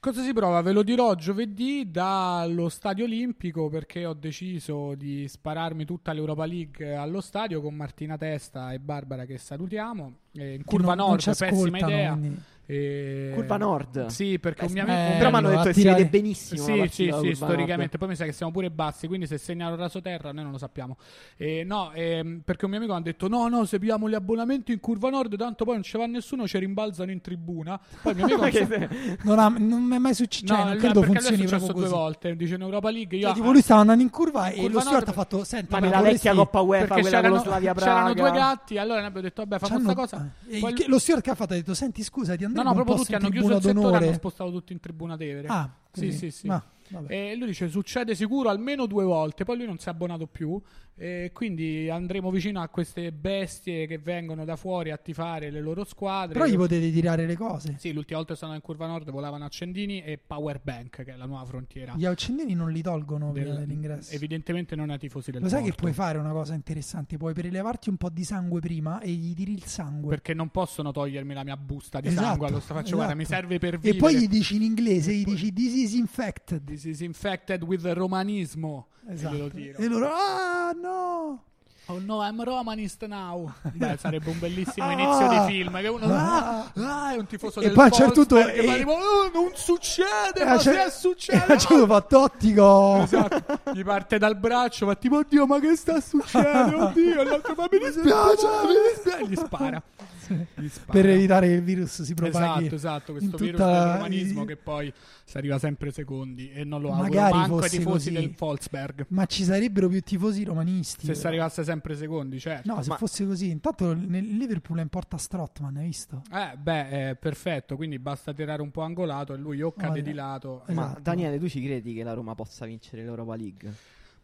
S6: cosa si prova? Ve lo dirò giovedì dallo Stadio Olimpico, perché ho deciso di spararmi tutta l'Europa League allo stadio con Martina Testa e Barbara che salutiamo. Eh, in Curva
S1: Che non- non
S6: Nord,
S1: ci
S6: pessima
S1: ascoltano,
S6: idea.
S1: quindi-
S6: E-
S3: Curva Nord.
S6: Sì, perché un mio amico...
S1: Eh,
S3: Però mi hanno detto che si
S1: attirare-
S3: vede benissimo. la
S6: Sì,
S3: partita
S6: sì,
S3: da
S6: sì,
S3: Curva Nord.
S6: storicamente. Poi mi sa che siamo pure bassi, quindi se segnano rasoterra noi non lo sappiamo. Eh, no, ehm, perché un mio amico mi ha detto no, no, seguiamo gli abbonamenti in Curva Nord, tanto poi non ci va nessuno, ci rimbalzano in tribuna. Poi il mio amico...
S1: Non, ha- non mi è mai successo,
S6: No,
S1: non
S6: lui-
S1: credo
S6: perché a lui è
S1: funzioni
S6: successo
S1: proprio
S6: due
S1: così.
S6: volte, dice in Europa League, io...
S1: Cioè, tipo lui stava andando in curva, e
S6: Curva
S1: lo steward
S6: Nord-
S1: ha fatto senta
S3: Ma
S1: ma
S3: nella vecchia
S1: vorresti-
S3: Coppa UEFA,
S6: perché
S3: quella con
S6: c'erano,
S3: lo Slavia Praga.
S6: c'erano due gatti, allora ne abbiamo detto, vabbè, fa
S1: C'hanno-
S6: questa cosa.
S1: eh,
S6: Poi
S1: il-
S6: lui-
S1: Lo steward che ha fatto ha detto senti scusa ti
S6: No,
S1: andremo
S6: no,
S1: un
S6: proprio
S1: po'
S6: tutti
S1: in
S6: hanno chiuso
S1: tribuna
S6: il settore
S1: d'onore?"
S6: hanno spostato tutti in tribuna Tevere.
S1: Ah,
S6: sì,
S1: quindi-
S6: sì, sì.
S1: ma, vabbè.
S6: E lui dice succede sicuro almeno due volte, poi lui non si è abbonato più, e quindi andremo vicino a queste bestie che vengono da fuori a tifare le loro squadre.
S1: Però gli potete tirare le cose.
S6: Sì, l'ultima volta che sono in curva nord volavano accendini e power bank, che è la nuova frontiera.
S1: Gli accendini non li tolgono prima
S6: del-
S1: dell'ingresso.
S6: Evidentemente non ai tifosi del
S1: Lo sai che
S6: Porto,
S1: puoi fare una cosa interessante? Puoi prelevarti un po' di sangue prima e gli tiri il sangue.
S6: Perché non possono togliermi la mia busta di
S1: Esatto,
S6: sangue allo sta faccio, guarda,
S1: esatto.
S6: mi serve per
S1: E
S6: vivere.
S1: poi gli dici in inglese, gli dici this is infected.
S6: This is infected with romanismo. E glielo
S1: Esatto.
S6: tiro.
S1: E loro, ah no!
S6: Oh no, I'm Romanist now. Beh, sarebbe un bellissimo inizio
S1: Ah!
S6: di film. Che uno ah,
S1: Ah!
S6: ah, è un tifoso
S1: E
S6: del
S1: poi a un certo
S6: Wolfsburg
S1: punto-
S6: che
S1: e-
S6: poi
S1: Eh,
S6: arriva, "Oh, non succede,
S1: E
S6: ma
S1: a cer-
S6: se
S1: cioè, e a
S6: succede.
S1: un certo fa tottico!
S6: Esatto. Gli parte dal braccio, fa tipo, oddio, ma che sta succedendo? Oddio, e l'altro fa, mi dispiace, mi dispiace. Gli spara. Gli spara.
S1: Per evitare che il virus si propaghi.
S6: Esatto, esatto,
S1: in
S6: questo virus
S1: tutta
S6: del
S1: la-
S6: romanismo che poi si arriva sempre secondi e non lo auguro
S1: Magari
S6: manco ai
S1: fosse
S6: tifosi
S1: così.
S6: del Wolfsburg.
S1: Ma ci sarebbero più tifosi romanisti.
S6: Se si arrivasse sempre secondi, certo.
S1: No, se
S3: Ma-
S1: fosse così. Intanto nel Liverpool è in porta Strottman, hai visto?
S6: Eh, beh, eh, perfetto, quindi basta tirare un po' angolato e lui o cade
S1: Guarda.
S6: di lato.
S3: Ma
S1: Esatto.
S3: Daniele, Eh, tu ci credi che la Roma possa vincere l'Europa League?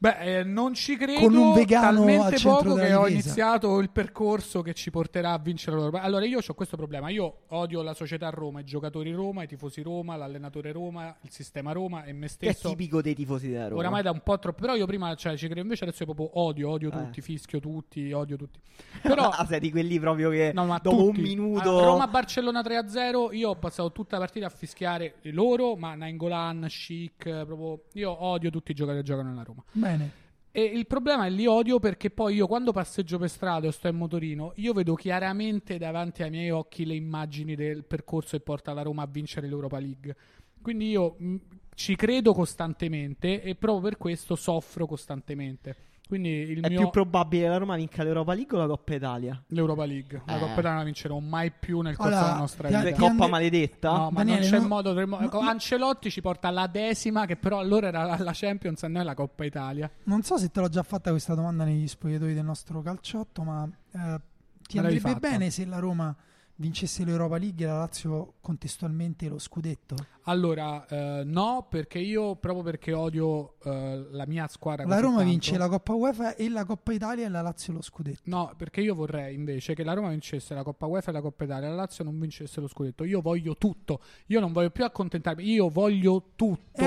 S6: Beh, eh, non ci credo
S1: Con un vegano
S6: talmente
S1: al centro
S6: poco
S1: della
S6: che ho
S1: difesa.
S6: iniziato il percorso che ci porterà a vincere l'Europa. Allora, io ho questo problema, io odio la società Roma, i giocatori Roma, i tifosi Roma, l'allenatore Roma, il sistema Roma e me
S3: Che è
S6: stesso.
S3: tipico dei tifosi della Roma.
S6: Oramai da un po' troppo, però io prima cioè, ci credo invece adesso io proprio odio, odio
S3: Eh.
S6: tutti, fischio tutti, odio tutti. Però
S3: Ah, sei di quelli proprio che
S6: No, ma
S3: dopo
S6: tutti. Ah,
S3: un minuto...
S6: A Roma-Barcellona 3-0. Io ho passato tutta la partita a fischiare loro, ma Nangolan, Chic, eh, proprio. Io odio tutti i giocatori che giocano nella Roma.
S1: Bene.
S6: E il problema è li odio perché poi io quando passeggio per strada o sto in motorino, io vedo chiaramente davanti ai miei occhi le immagini del percorso che porta la Roma a vincere l'Europa League. Quindi io mh, ci credo costantemente e proprio per questo soffro costantemente. Quindi il
S3: È
S6: mio
S3: più probabile che la Roma vinca l'Europa League o la Coppa Italia?
S6: l'Europa League, la
S3: Eh.
S6: Coppa Italia non la vincerò mai più nel corso
S1: Allora,
S6: della nostra
S1: ti-
S6: vita.
S1: ti-
S3: Coppa
S1: Andre-
S3: maledetta?
S6: No, ma
S1: Daniele,
S6: non c'è
S1: no-
S6: modo. dovremmo-
S1: no-
S6: ecco, Ancelotti ci porta alla decima, che però allora era la Champions e noi la Coppa Italia.
S1: Non so se te l'ho già fatta questa domanda negli spogliatoi del nostro calciotto, ma eh, ti
S6: Me l'avevi
S1: andrebbe
S6: fatta.
S1: bene se la Roma vincesse l'Europa League e la Lazio contestualmente lo scudetto?
S6: Allora, eh, no, perché io proprio perché odio eh, la mia squadra.
S1: La
S6: così
S1: Roma
S6: tanto.
S1: vince la Coppa UEFA e la Coppa Italia e la Lazio lo scudetto.
S6: No, perché io vorrei invece che la Roma vincesse la Coppa UEFA e la Coppa Italia, la Lazio non vincesse lo scudetto. Io voglio tutto. Io non voglio più accontentarmi. Io voglio tutto.
S1: E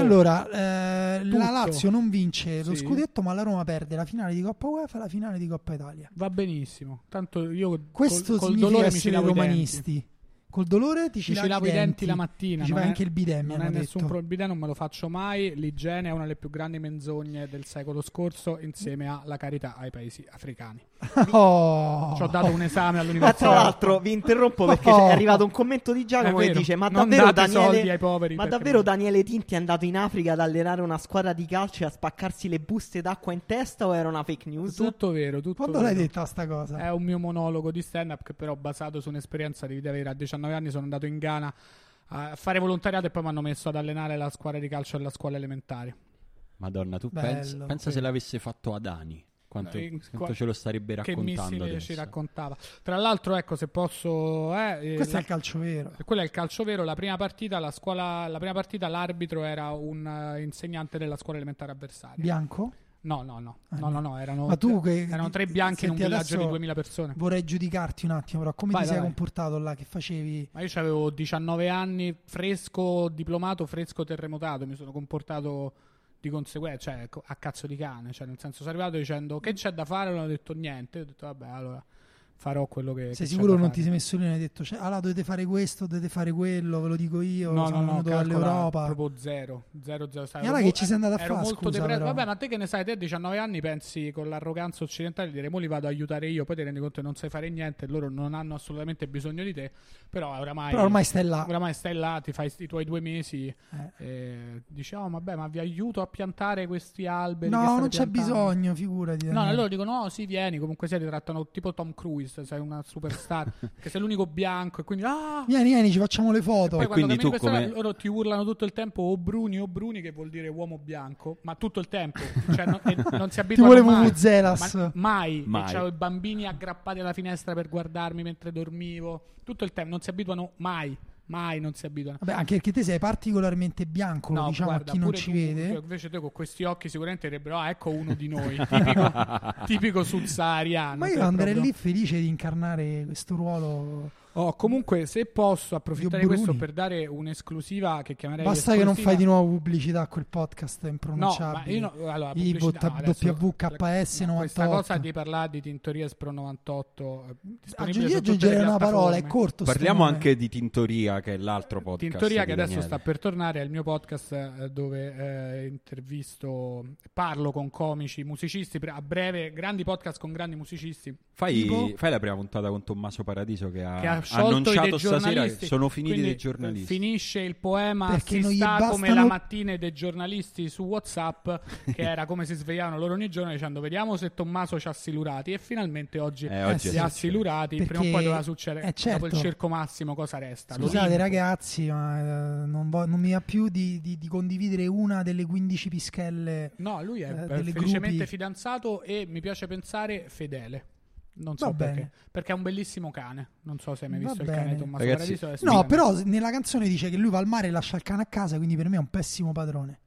S1: allora eh,
S6: Tutto.
S1: la Lazio non vince lo
S6: Sì.
S1: scudetto, ma la Roma perde la finale di Coppa UEFA e la finale di Coppa Italia.
S6: Va benissimo. Tanto io col-
S1: Questo
S6: col,
S1: significa
S6: dolore mi ci
S1: essere
S6: lavo i denti.
S1: romanisti. Col dolore ti ci,
S6: Ci, ci lavo i denti la mattina.
S1: Ci
S6: non
S1: fai
S6: è-
S1: anche il bidem,
S6: Non è
S1: hanno detto.
S6: nessun problema. Il bidet non me lo faccio mai. L'igiene è una delle più grandi menzogne del secolo scorso, insieme alla carità ai paesi africani.
S1: Oh.
S6: Ci ho dato un esame
S3: Ma tra
S6: all'università.
S3: l'altro vi interrompo perché
S1: Oh.
S3: c'è- è arrivato un commento di Giacomo
S6: È
S3: che
S6: vero.
S3: dice ma
S6: Non
S3: davvero,
S6: date
S3: Daniele,
S6: soldi ai poveri,
S3: ma
S6: perché
S3: davvero
S6: non-
S3: Daniele Tinti è andato in Africa ad allenare una squadra di calcio e a spaccarsi le buste d'acqua in testa o era una fake news?
S6: Tutto vero, tutto
S1: Quando
S6: vero.
S1: l'hai detta sta cosa?
S6: È un mio monologo di stand-up che però basato su un'esperienza di vita vera. A 19 anni sono andato in Ghana a fare volontariato e poi mi hanno messo ad allenare la squadra di calcio alla scuola elementare.
S2: Madonna, tu
S1: Bello,
S2: pensa, pensa
S1: sì.
S2: se l'avesse fatto Adani. Quanto,
S6: Eh, In-
S2: quanto ce lo starebbe
S6: che
S2: raccontando
S6: missile
S2: adesso.
S6: ci raccontava. Tra l'altro, ecco, se posso... eh, eh,
S1: Questo è
S6: la- Eh,
S1: il calcio vero.
S6: Quello è il calcio vero, la prima partita, la scuola- la prima partita l'arbitro era un eh, insegnante della scuola elementare avversaria.
S1: Bianco?
S6: no, no, no,
S1: Ah,
S6: no, no, no, erano,
S1: Ma tu che-
S6: erano tre bianchi in un
S1: senti,
S6: villaggio di
S1: adesso-
S6: 2000 persone.
S1: Vorrei giudicarti un attimo, però come
S6: Vai,
S1: ti
S6: vai,
S1: sei
S6: vai.
S1: comportato là che facevi?
S6: Ma io avevo 19 anni, fresco diplomato, fresco terremotato, mi sono comportato di conseguenza, cioè co- a cazzo di cane, cioè nel senso sono arrivato dicendo che c'è da fare, non ho detto niente, ho detto vabbè allora farò quello che... che
S1: Sei
S6: c'è
S1: sicuro
S6: da
S1: non
S6: fare".
S1: ti sei messo lì e hai detto, cioè, allora dovete fare questo, dovete fare quello, ve lo dico io,
S6: No, no,
S1: sono
S6: no,
S1: venuto
S6: calcola
S1: dall'Europa.
S6: proprio zero, zero, zero. sai,
S1: E
S6: ero
S1: allora che
S6: mo-
S1: ci sei andato a
S6: ero
S1: fare,
S6: molto
S1: scusa,
S6: depresso.
S1: però?
S6: Vabbè, ma te che ne sai, te a 19 anni pensi con l'arroganza occidentale di dire mo li vado a aiutare io, poi ti rendi conto che non sai fare niente, loro non hanno assolutamente bisogno di te, però oramai
S1: Però ormai stai là.
S6: Oramai stai là, ti fai i tuoi due mesi
S1: Eh.
S6: e dici, oh vabbè, ma vi aiuto a piantare questi alberi. che
S1: No,
S6: state
S1: non c'è
S6: piantando."
S1: bisogno, figurati.
S6: No, allora dicono, no, sì, vieni, comunque sia, ti trattano tipo Tom Cruise, sei una superstar, che sei l'unico bianco e quindi, ah,
S1: Vieni, vieni, ci facciamo le foto.
S6: poi
S2: E
S6: quando
S2: quindi
S6: cammini
S2: tu
S6: per strada
S2: come-
S6: loro ti urlano tutto il tempo o Bruni o Bruni che vuol dire uomo bianco, ma tutto il tempo, cioè non, e non si abituano
S1: vuole
S6: mai.
S1: Vuvuzelas.
S6: Ma- mai,
S2: Mai.
S6: E c'avevo i bambini aggrappati alla finestra per guardarmi mentre dormivo, tutto il tempo, non si abituano mai, mai non si abituano.
S1: Vabbè, anche perché te sei particolarmente bianco, lo diciamo
S6: guarda,
S1: a chi non
S6: pure
S1: ci
S6: tu, cioè,
S1: vede.
S6: invece te con questi occhi sicuramente direbbero, ah, ecco uno di noi, tipico, tipico subsahariano.
S1: Ma
S6: cioè,
S1: io andrei
S6: proprio-
S1: lì felice di incarnare questo ruolo.
S6: Oh, comunque, se posso approfittare di
S1: Dio Bruni.
S6: questo per dare un'esclusiva che chiamerei
S1: Basta che non
S6: esclusiva.
S1: fai di nuovo pubblicità a quel podcast
S6: No, ma
S1: impronunciabile.
S6: io no, allora,
S1: I
S6: pubblicità,
S1: bot-
S6: no, adesso-
S1: WKS
S6: Questa
S1: 98.
S6: cosa di parlare di Tintoria Espro 98 eh,
S1: Aggi-
S6: disponibile
S1: Ah, io
S6: su tutte le
S1: aggiungerei una parola, è
S6: piattaforme.
S1: corto. sto
S2: Parliamo
S1: nome.
S2: anche di Tintoria, che è l'altro podcast.
S6: Eh, Tintoria che
S2: di
S6: adesso sta
S2: Daniele.
S6: per tornare è il mio podcast eh, dove eh, intervisto, parlo con comici, musicisti, pre- a breve grandi podcast con grandi musicisti.
S2: Fai,
S6: Tipo-
S2: fai la prima puntata con Tommaso Paradiso che ha,
S6: che ha sciolto i
S2: annunciato
S6: dei
S2: stasera
S6: giornalisti.
S2: che sono finiti
S6: Quindi, eh,
S2: dei giornalisti.
S6: Finisce il poema
S1: Perché non
S6: Si
S1: gli
S6: sta come
S1: bastano-
S6: la mattina dei giornalisti su WhatsApp, che era come si svegliavano loro ogni giorno dicendo vediamo se Tommaso ci ha silurati. E finalmente oggi
S2: Eh, oggi
S1: Eh,
S6: si
S1: sì,
S2: è
S6: ha
S2: successo.
S6: silurati.
S1: Perché-
S6: Prima o poi doveva succedere.
S1: eh, certo.
S6: Dopo il circo massimo, cosa resta?
S1: Scusate
S6: L'Olimpo.
S1: ragazzi, ma eh, non, vo- non mi va più di, di- di condividere una delle 15 pischelle.
S6: No, lui è
S1: Eh,
S6: eh,
S1: delle
S6: felicemente
S1: grupi.
S6: fidanzato e mi piace pensare fedele. Non so
S1: Va
S6: perché.
S1: bene.
S6: Perché è un bellissimo cane. Non so se hai mai
S1: Va
S6: visto il
S1: bene.
S6: cane di Tommaso
S2: Ragazzi,
S6: Paradiso. è
S1: No,
S6: stupendo.
S1: però s- nella canzone dice che lui va al mare e lascia il cane a casa, quindi per me è un pessimo padrone.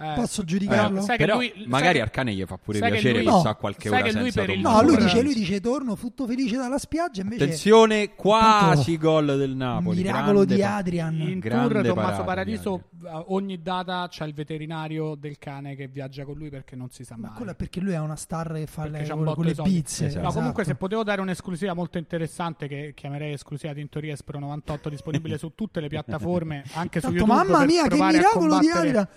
S6: Eh,
S1: Posso
S2: Eh,
S1: giudicarlo?
S6: sai che
S2: però
S6: lui- sai
S2: magari
S6: che-
S2: al cane gli fa pure
S6: sai che
S2: piacere
S6: lui-
S2: che sta
S1: No.
S2: qualche
S6: sai
S2: ora
S6: che lui
S2: senza
S6: per il-
S2: Tommaso
S1: No, lui
S6: Allora-
S1: dice,
S2: Paradiso.
S1: lui dice torno tutto felice dalla spiaggia, invece
S2: Attenzione, quasi
S1: Intanto-
S2: gol del Napoli.
S1: miracolo
S2: grande
S1: di
S2: pa-
S1: Adrian.
S6: In
S2: Grande
S6: tour
S2: parata
S6: Tommaso
S2: di
S6: Paradiso eh, ogni data c'ha il veterinario del cane che viaggia con lui perché non si sa
S1: Ma
S6: mai.
S1: quello è perché lui è una star e fa
S6: Perché
S1: le,
S6: c'ha un
S1: con,
S6: botto
S1: con
S6: di
S1: le
S6: soldi.
S1: pizze.
S2: Esatto.
S6: No, comunque se
S1: esatto.
S6: potevo dare un'esclusiva molto interessante che chiamerei esclusiva di Tintoria Espro 98 disponibile su tutte le piattaforme, anche su
S1: Tanto,
S6: YouTube
S1: mamma
S6: per
S1: mia, che
S6: provare a
S1: miracolo di
S6: combattere
S1: Adrian!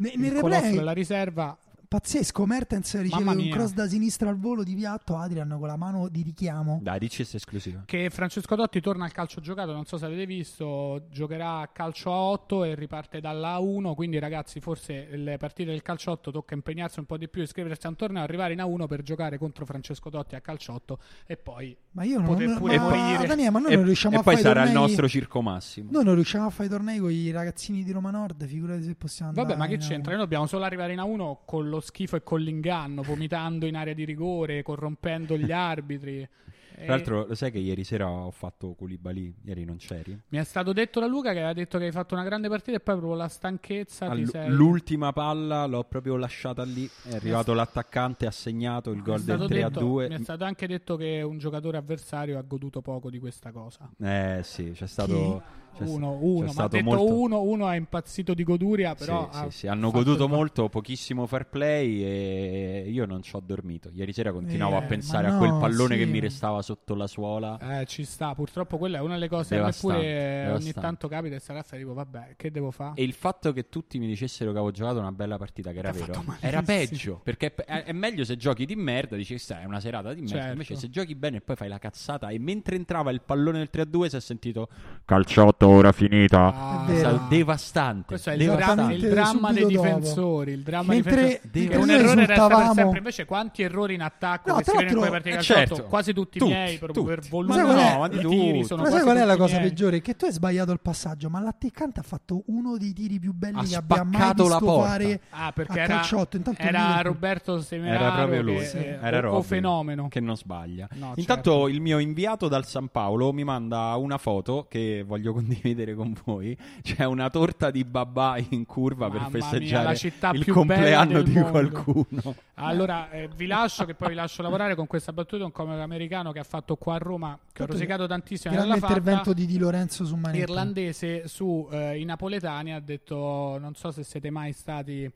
S1: Ne-
S6: il
S1: Nel
S6: colosso
S1: replay
S6: della riserva
S1: pazzesco, Mertens riceve
S6: Mamma
S1: un
S6: mia.
S1: cross da sinistra al volo di piatto, Adrian con la mano di richiamo.
S2: Dai, dici questa esclusiva.
S6: che Francesco Totti torna al calcio giocato, non so se avete visto, giocherà a calcio a 8 e riparte dalla 1, quindi ragazzi forse le partite del calcio a 8 tocca impegnarsi un po' di più, iscriversi a un torneo, arrivare in A1 per giocare contro Francesco Totti a calcio 8 e poi
S1: Ma io non,
S6: Poter
S1: non
S6: pure
S1: ma-
S6: morire.
S1: Daniele, ma noi
S2: e
S1: non riusciamo
S2: e
S1: a
S2: poi
S1: fare i
S2: sarà il
S1: tornei-
S2: nostro circo massimo.
S1: Noi non riusciamo a fare i tornei con i ragazzini di Roma Nord, figurati se possiamo
S6: Vabbè, ma
S1: andare
S6: che
S1: in
S6: c'entra?
S1: A1.
S6: Noi dobbiamo solo arrivare in A1 con lo schifo e con l'inganno, vomitando in area di rigore, corrompendo gli arbitri. E
S2: Tra l'altro, lo sai che ieri sera ho fatto Koulibaly, ieri non c'eri.
S6: Mi è stato detto da Luca che aveva detto che hai fatto una grande partita e poi proprio la stanchezza ti
S2: All-
S6: sei...
S2: L'ultima palla l'ho proprio lasciata lì. È arrivato l'attaccante, ha segnato il
S6: Mi è
S2: gol del
S6: stato
S2: 3 a
S6: detto-
S2: 2.
S6: Mi è stato anche detto che un giocatore avversario ha goduto poco di questa cosa.
S2: Eh sì, c'è stato. c'è sta-
S6: uno,
S2: c'è
S6: uno, ma ha
S2: stato
S6: detto
S2: molto-
S6: uno, uno è impazzito di goduria, però...
S2: Sì,
S6: ha
S2: sì, sì, hanno
S6: fatto
S2: goduto
S6: il-
S2: molto, pochissimo fair play e io non ci ho dormito. Ieri sera continuavo
S1: Eh,
S2: a pensare
S1: ma
S2: a quel
S1: no,
S2: pallone
S1: sì.
S2: che mi restava sotto la suola.
S6: Eh, ci sta, purtroppo quella è una delle cose che a me
S2: Devastante,
S6: pure ogni
S2: devastante.
S6: tanto capita e sarà dico vabbè, che devo fare?
S2: E il fatto che tutti mi dicessero che avevo giocato una bella partita, che era
S6: Ti ha
S2: vero,
S6: fatto malissimo.
S2: era peggio. Perché pe- è è meglio se giochi di merda, dici sai, è una serata di merda.
S6: Certo.
S2: Invece se giochi bene e poi fai la cazzata. E mentre entrava il pallone del 3-2 si è sentito calciotto
S7: fatto, ora finita.
S6: Ah,
S1: È vero.
S2: Sal- devastante.
S6: Questo è il,
S1: Devastante.
S6: dramma, il dramma dei
S1: Subito dopo.
S6: difensori. Il dramma
S1: Mentre-
S6: dei difensori.
S1: mentre
S6: Che un
S1: noi
S6: errore resta per
S1: risultavamo-
S6: sempre. Invece, quanti errori in attacco
S1: No,
S6: che si
S1: tra
S6: vedono in quelle
S1: l'altro-
S6: partite
S2: Eh,
S6: calciotto?
S2: certo.
S6: Quasi tutti,
S2: Tutti,
S6: miei proprio
S2: tutti.
S6: per
S1: Ma sai
S6: volume.
S1: qual è?
S2: No, ma di
S6: i tiri
S2: tutti.
S6: sono
S1: Ma sai
S6: quasi
S1: qual è la
S6: tutti
S1: cosa
S6: miei.
S1: peggiore? Che tu hai sbagliato il passaggio, ma l'attaccante ha fatto uno dei tiri più belli
S2: Ha
S1: che abbia mai
S2: spaccato la
S1: visto
S2: porta.
S1: fare
S6: Ah, perché
S1: a
S6: era,
S1: calciotto. Intanto
S6: era
S1: Liverpool-
S6: Roberto Semeraro
S2: Era proprio lui,
S6: che,
S2: sì.
S6: eh,
S2: era
S6: o- o,
S2: Robin,
S6: fenomeno.
S2: che non sbaglia.
S6: No,
S2: Intanto
S6: certo.
S2: il mio inviato dal San Paolo mi manda una foto che voglio condividere con voi. C'è una torta di babà in curva
S6: Mamma
S2: per
S6: mia,
S2: festeggiare
S6: la città
S2: il
S6: più bella
S2: compleanno
S6: del
S2: di
S6: mondo.
S2: qualcuno.
S6: Allora, eh, vi lascio che poi vi lascio lavorare con questa battuta. Un comico americano che ha fatto qua a Roma, che ho
S1: Tanto
S6: rosicato tantissimo.
S1: Grande
S6: nella fatta.
S1: intervento di Di Lorenzo su Manetti.
S6: irlandese su eh, i napoletani ha detto non so se siete mai stati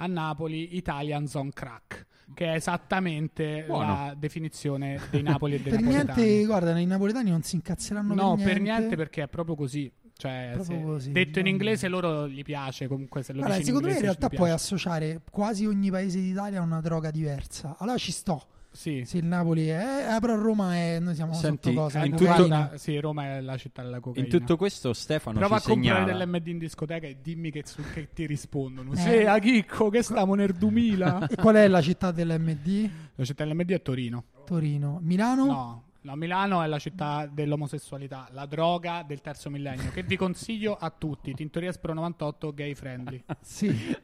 S6: a Napoli Italians on crack che è esattamente
S2: Buono.
S6: la definizione dei Napoli e dei
S1: Per
S6: napoletani
S1: niente, guarda, i napoletani non si incazzeranno
S6: no
S1: per niente.
S6: per niente perché è proprio così cioè
S1: Proprio
S6: se-
S1: così,
S6: detto in
S1: no.
S6: inglese loro gli piace comunque se lo
S1: Guarda,
S6: dici in
S1: secondo me in
S6: inglese
S1: realtà
S6: ci
S1: puoi
S6: piace.
S1: associare quasi ogni paese d'Italia a una droga diversa. Allora ci sto.
S6: sì
S1: Se il Napoli è, eh, però Roma è. Noi siamo
S2: Senti,
S1: sotto cosa?
S6: Eh,
S2: in
S1: cocaina.
S2: tutto-
S6: guarda, sì, Roma è la città della cocaina
S2: In tutto questo, Stefano
S6: Prova a
S2: ci segnala.
S6: comprare dell'MD in discoteca e dimmi che, su- che ti rispondono.
S1: Eh.
S6: Se a chicco che stiamo nel 2000.
S1: E qual è la città dell'MD?
S6: La città dell'MD è Torino.
S1: Torino. Milano?
S6: No. no, Milano è la città dell'omosessualità, la droga del terzo millennio. Che vi consiglio a tutti: Tintoria Spro 98 gay friendly.
S1: Sì.
S6: Al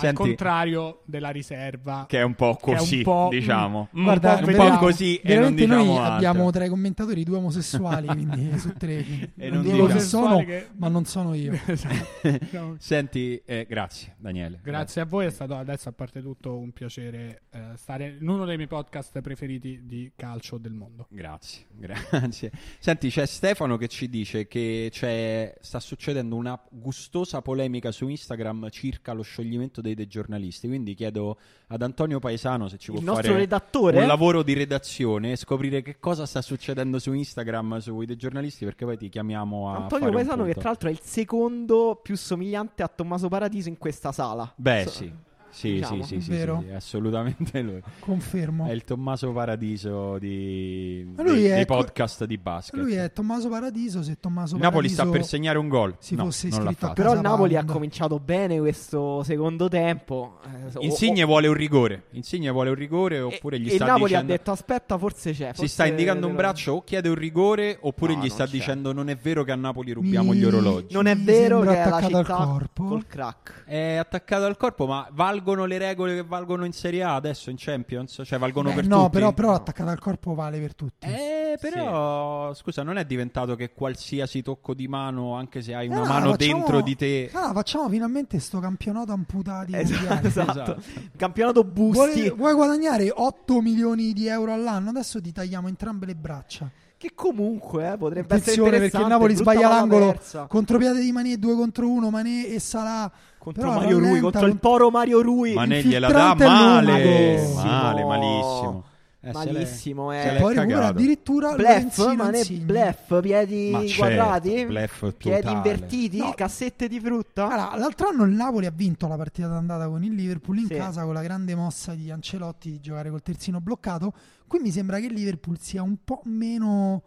S2: Senti,
S6: contrario della riserva.
S2: che è un po'
S6: che è un
S2: così,
S6: po'-
S2: diciamo.
S6: Mm,
S1: Guarda,
S6: un po'
S2: un po'
S1: veramente-
S2: così e non
S1: veramente
S2: diciamo
S1: noi
S2: altro.
S1: abbiamo tra i commentatori due omosessuali, quindi su tre. quindi
S2: E
S1: non
S2: non
S1: dico chi
S2: diciamo.
S1: sono,
S6: Che-
S1: ma non sono io.
S6: Esatto. No.
S2: Senti, eh, grazie Daniele.
S6: Grazie a voi, è stato adesso a parte tutto un piacere eh, stare in uno dei miei podcast preferiti di calcio del mondo.
S2: Grazie, grazie. Senti, c'è Stefano che ci dice che c'è- sta succedendo una gustosa polemica su Instagram circa lo scioglimento dei, dei giornalisti. Quindi chiedo ad Antonio Paesano se ci
S3: Il
S2: può
S3: nostro
S2: fare
S3: redattore?
S2: un lavoro di redazione e scoprire che cosa sta succedendo su Instagram sui dei giornalisti, perché poi ti chiamiamo a.
S3: Antonio
S2: Ah, fare un
S3: Paesano, che
S2: punto.
S3: tra l'altro è il secondo più somigliante a Tommaso Paradiso in questa sala.
S2: Beh,
S3: So-
S2: sì. Sì,
S3: diciamo.
S2: sì, sì, sì,
S1: Vero.
S2: sì, sì, assolutamente lui.
S1: Confermo.
S2: È il Tommaso Paradiso di,
S1: Ma lui
S2: dei,
S1: è
S2: dei
S1: co-
S2: podcast di basket.
S1: Lui è Tommaso Paradiso. Se Tommaso
S2: Il Napoli sta per
S1: Paradiso
S2: segnare un gol.
S1: si
S2: no,
S1: fosse
S2: non l'ha
S1: iscritto a
S2: fatto.
S1: casa
S3: Però il Napoli ha
S1: Pound.
S3: cominciato bene questo secondo tempo. Eh, so-
S2: Insigne
S3: o-
S2: vuole un rigore. Insigne vuole un rigore
S3: o-
S2: oppure
S3: e-
S2: gli
S3: e il
S2: sta
S3: Napoli
S2: dicendo
S3: ha detto aspetta, forse c'è.
S2: si sta indicando un braccio o chiede un rigore oppure
S3: No,
S2: gli
S3: non
S2: sta
S3: c'è.
S2: dicendo non è vero che a Napoli rubiamo
S1: Mi-
S2: gli orologi.
S3: Non è
S1: Mi
S3: vero
S1: sembra
S3: che è la
S1: attaccato al
S3: città
S1: corpo.
S3: col crack.
S2: È attaccato al corpo, ma valgono le regole che valgono in Serie A adesso in Champions? Cioè valgono
S1: Beh,
S2: per
S1: no,
S2: tutti?
S1: però, però attaccata al corpo vale per tutti.
S2: Eh, però scusa, non è diventato che qualsiasi tocco di mano, anche se hai una
S1: Allora,
S2: mano
S1: Ah, facciamo-
S2: dentro di te,
S1: Allora, facciamo finalmente sto campionato amputati.
S3: Esatto,
S1: mondiali.
S2: Esatto.
S3: esatto. Campionato Busti.
S1: Vuoi, vuoi guadagnare 8 milioni di euro all'anno? Adesso ti tagliamo entrambe le braccia.
S3: Che comunque eh, potrebbe
S1: Attenzione
S3: essere
S1: perché
S3: interessante.
S1: il Napoli
S3: brutta
S1: sbaglia
S3: palla
S1: l'angolo.
S3: persa.
S1: Contropiede di Mané 2 contro 1. Mané e Salah.
S3: Contro
S1: Però
S3: Mario Rui,
S1: rallenta,
S3: contro il toro Mario Rui.
S2: ma ne
S1: Il
S2: gliela dà
S1: filtrante è
S2: male,
S1: lungo.
S2: male,
S3: Malissimo.
S2: malissimo. Eh, se l'è-
S3: Malissimo, eh.
S2: se l'è
S1: Poi recupera
S2: cagato.
S1: addirittura
S3: Bluff,
S1: Lorenzino
S3: ma ne
S1: Insigne.
S3: bluff, piedi
S2: Ma certo,
S3: quadrati,
S2: bluff
S3: piedi
S2: totale.
S3: invertiti,
S1: No.
S3: cassette di frutta.
S1: Allora, l'altro anno il Napoli ha vinto la partita d'andata con il Liverpool in
S3: Sì.
S1: casa con la grande mossa di Ancelotti di giocare col terzino bloccato. Qui mi sembra che il Liverpool sia un po' meno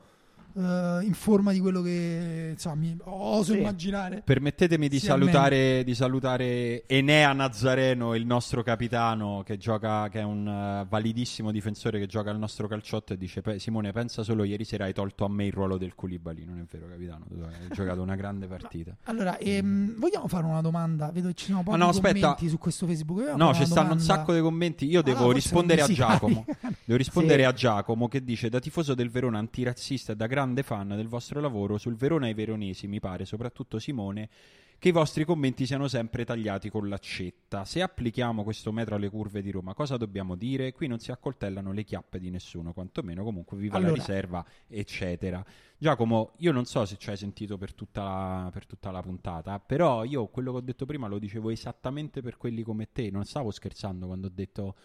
S1: eh, in forma di quello che insomma, mi oso
S3: Sì.
S1: immaginare.
S2: Permettetemi di
S1: Sì,
S2: salutare, di salutare Enea Nazareno, il nostro capitano che gioca, che è un eh, validissimo difensore che gioca al nostro calciotto e dice "Pe- Simone pensa solo ieri sera hai tolto a me il ruolo del Culibali, non è vero capitano, tu hai giocato una grande partita.
S1: Allora, ehm, vogliamo fare una domanda? Vedo che ci sono pochi
S2: no, aspetta.
S1: commenti su questo Facebook. Vogliamo
S2: No,
S1: fare
S2: ci
S1: una
S2: stanno un
S1: domanda? Ah,
S2: sacco di commenti. Io devo
S1: forse
S2: rispondere
S1: non
S2: a
S1: si
S2: Giacomo.
S1: carica.
S2: Devo rispondere a Giacomo che dice: Da tifoso del Verona antirazzista e da grande fan del vostro lavoro sul Verona e i veronesi, mi pare, soprattutto Simone, che i vostri commenti siano sempre tagliati con l'accetta. Se applichiamo questo metro alle curve di Roma, cosa dobbiamo dire? Qui non si accoltellano le chiappe di nessuno, quantomeno comunque viva la
S1: Allora.
S2: riserva, eccetera. Giacomo, io non so se ci hai sentito per tutta, la, per tutta la puntata, però io quello che ho detto prima lo dicevo esattamente per quelli come te. Non stavo scherzando quando ho detto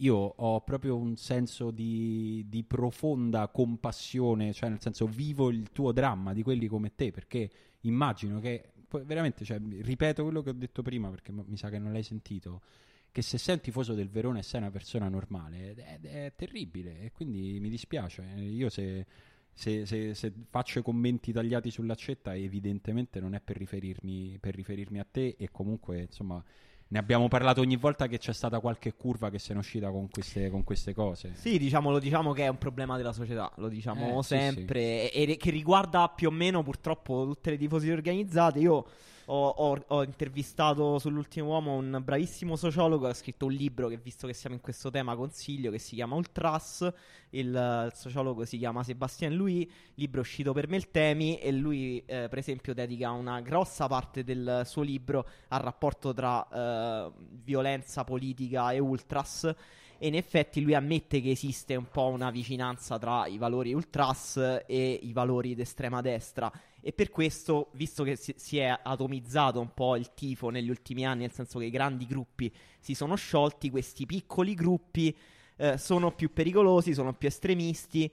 S2: io ho proprio un senso di, di profonda compassione, cioè nel senso vivo il tuo dramma di quelli come te, perché immagino che poi veramente, cioè, ripeto quello che ho detto prima perché mi sa che non l'hai sentito, che se sei un tifoso del Verona e sei una persona normale è, è terribile e quindi mi dispiace. Io se, se, se- se faccio commenti tagliati sull'accetta, evidentemente non è per riferirmi, per riferirmi a te. E comunque, insomma, ne abbiamo parlato ogni volta che c'è stata qualche curva che se n'è uscita con queste, con queste cose.
S3: Sì, diciamo, lo diciamo che è un problema della società, lo diciamo
S2: Eh, sì,
S3: sempre, e- e che riguarda più o meno purtroppo tutte le tifoserie organizzate. Io ho, ho- ho intervistato sull'ultimo uomo un bravissimo sociologo che ha scritto un libro che, visto che siamo in questo tema, consiglio, che si chiama Ultras. Il, eh, il sociologo si chiama Sébastien Louis, libro è uscito per Meltemi e lui, eh, per esempio, dedica una grossa parte del suo libro al rapporto tra eh, violenza politica e ultras. E in effetti lui ammette che esiste un po' una vicinanza tra i valori ultras e i valori d'estrema destra. E per questo, visto che si, si è atomizzato un po' il tifo negli ultimi anni, nel senso che i grandi gruppi si sono sciolti, questi piccoli gruppi eh, sono più pericolosi, sono più estremisti.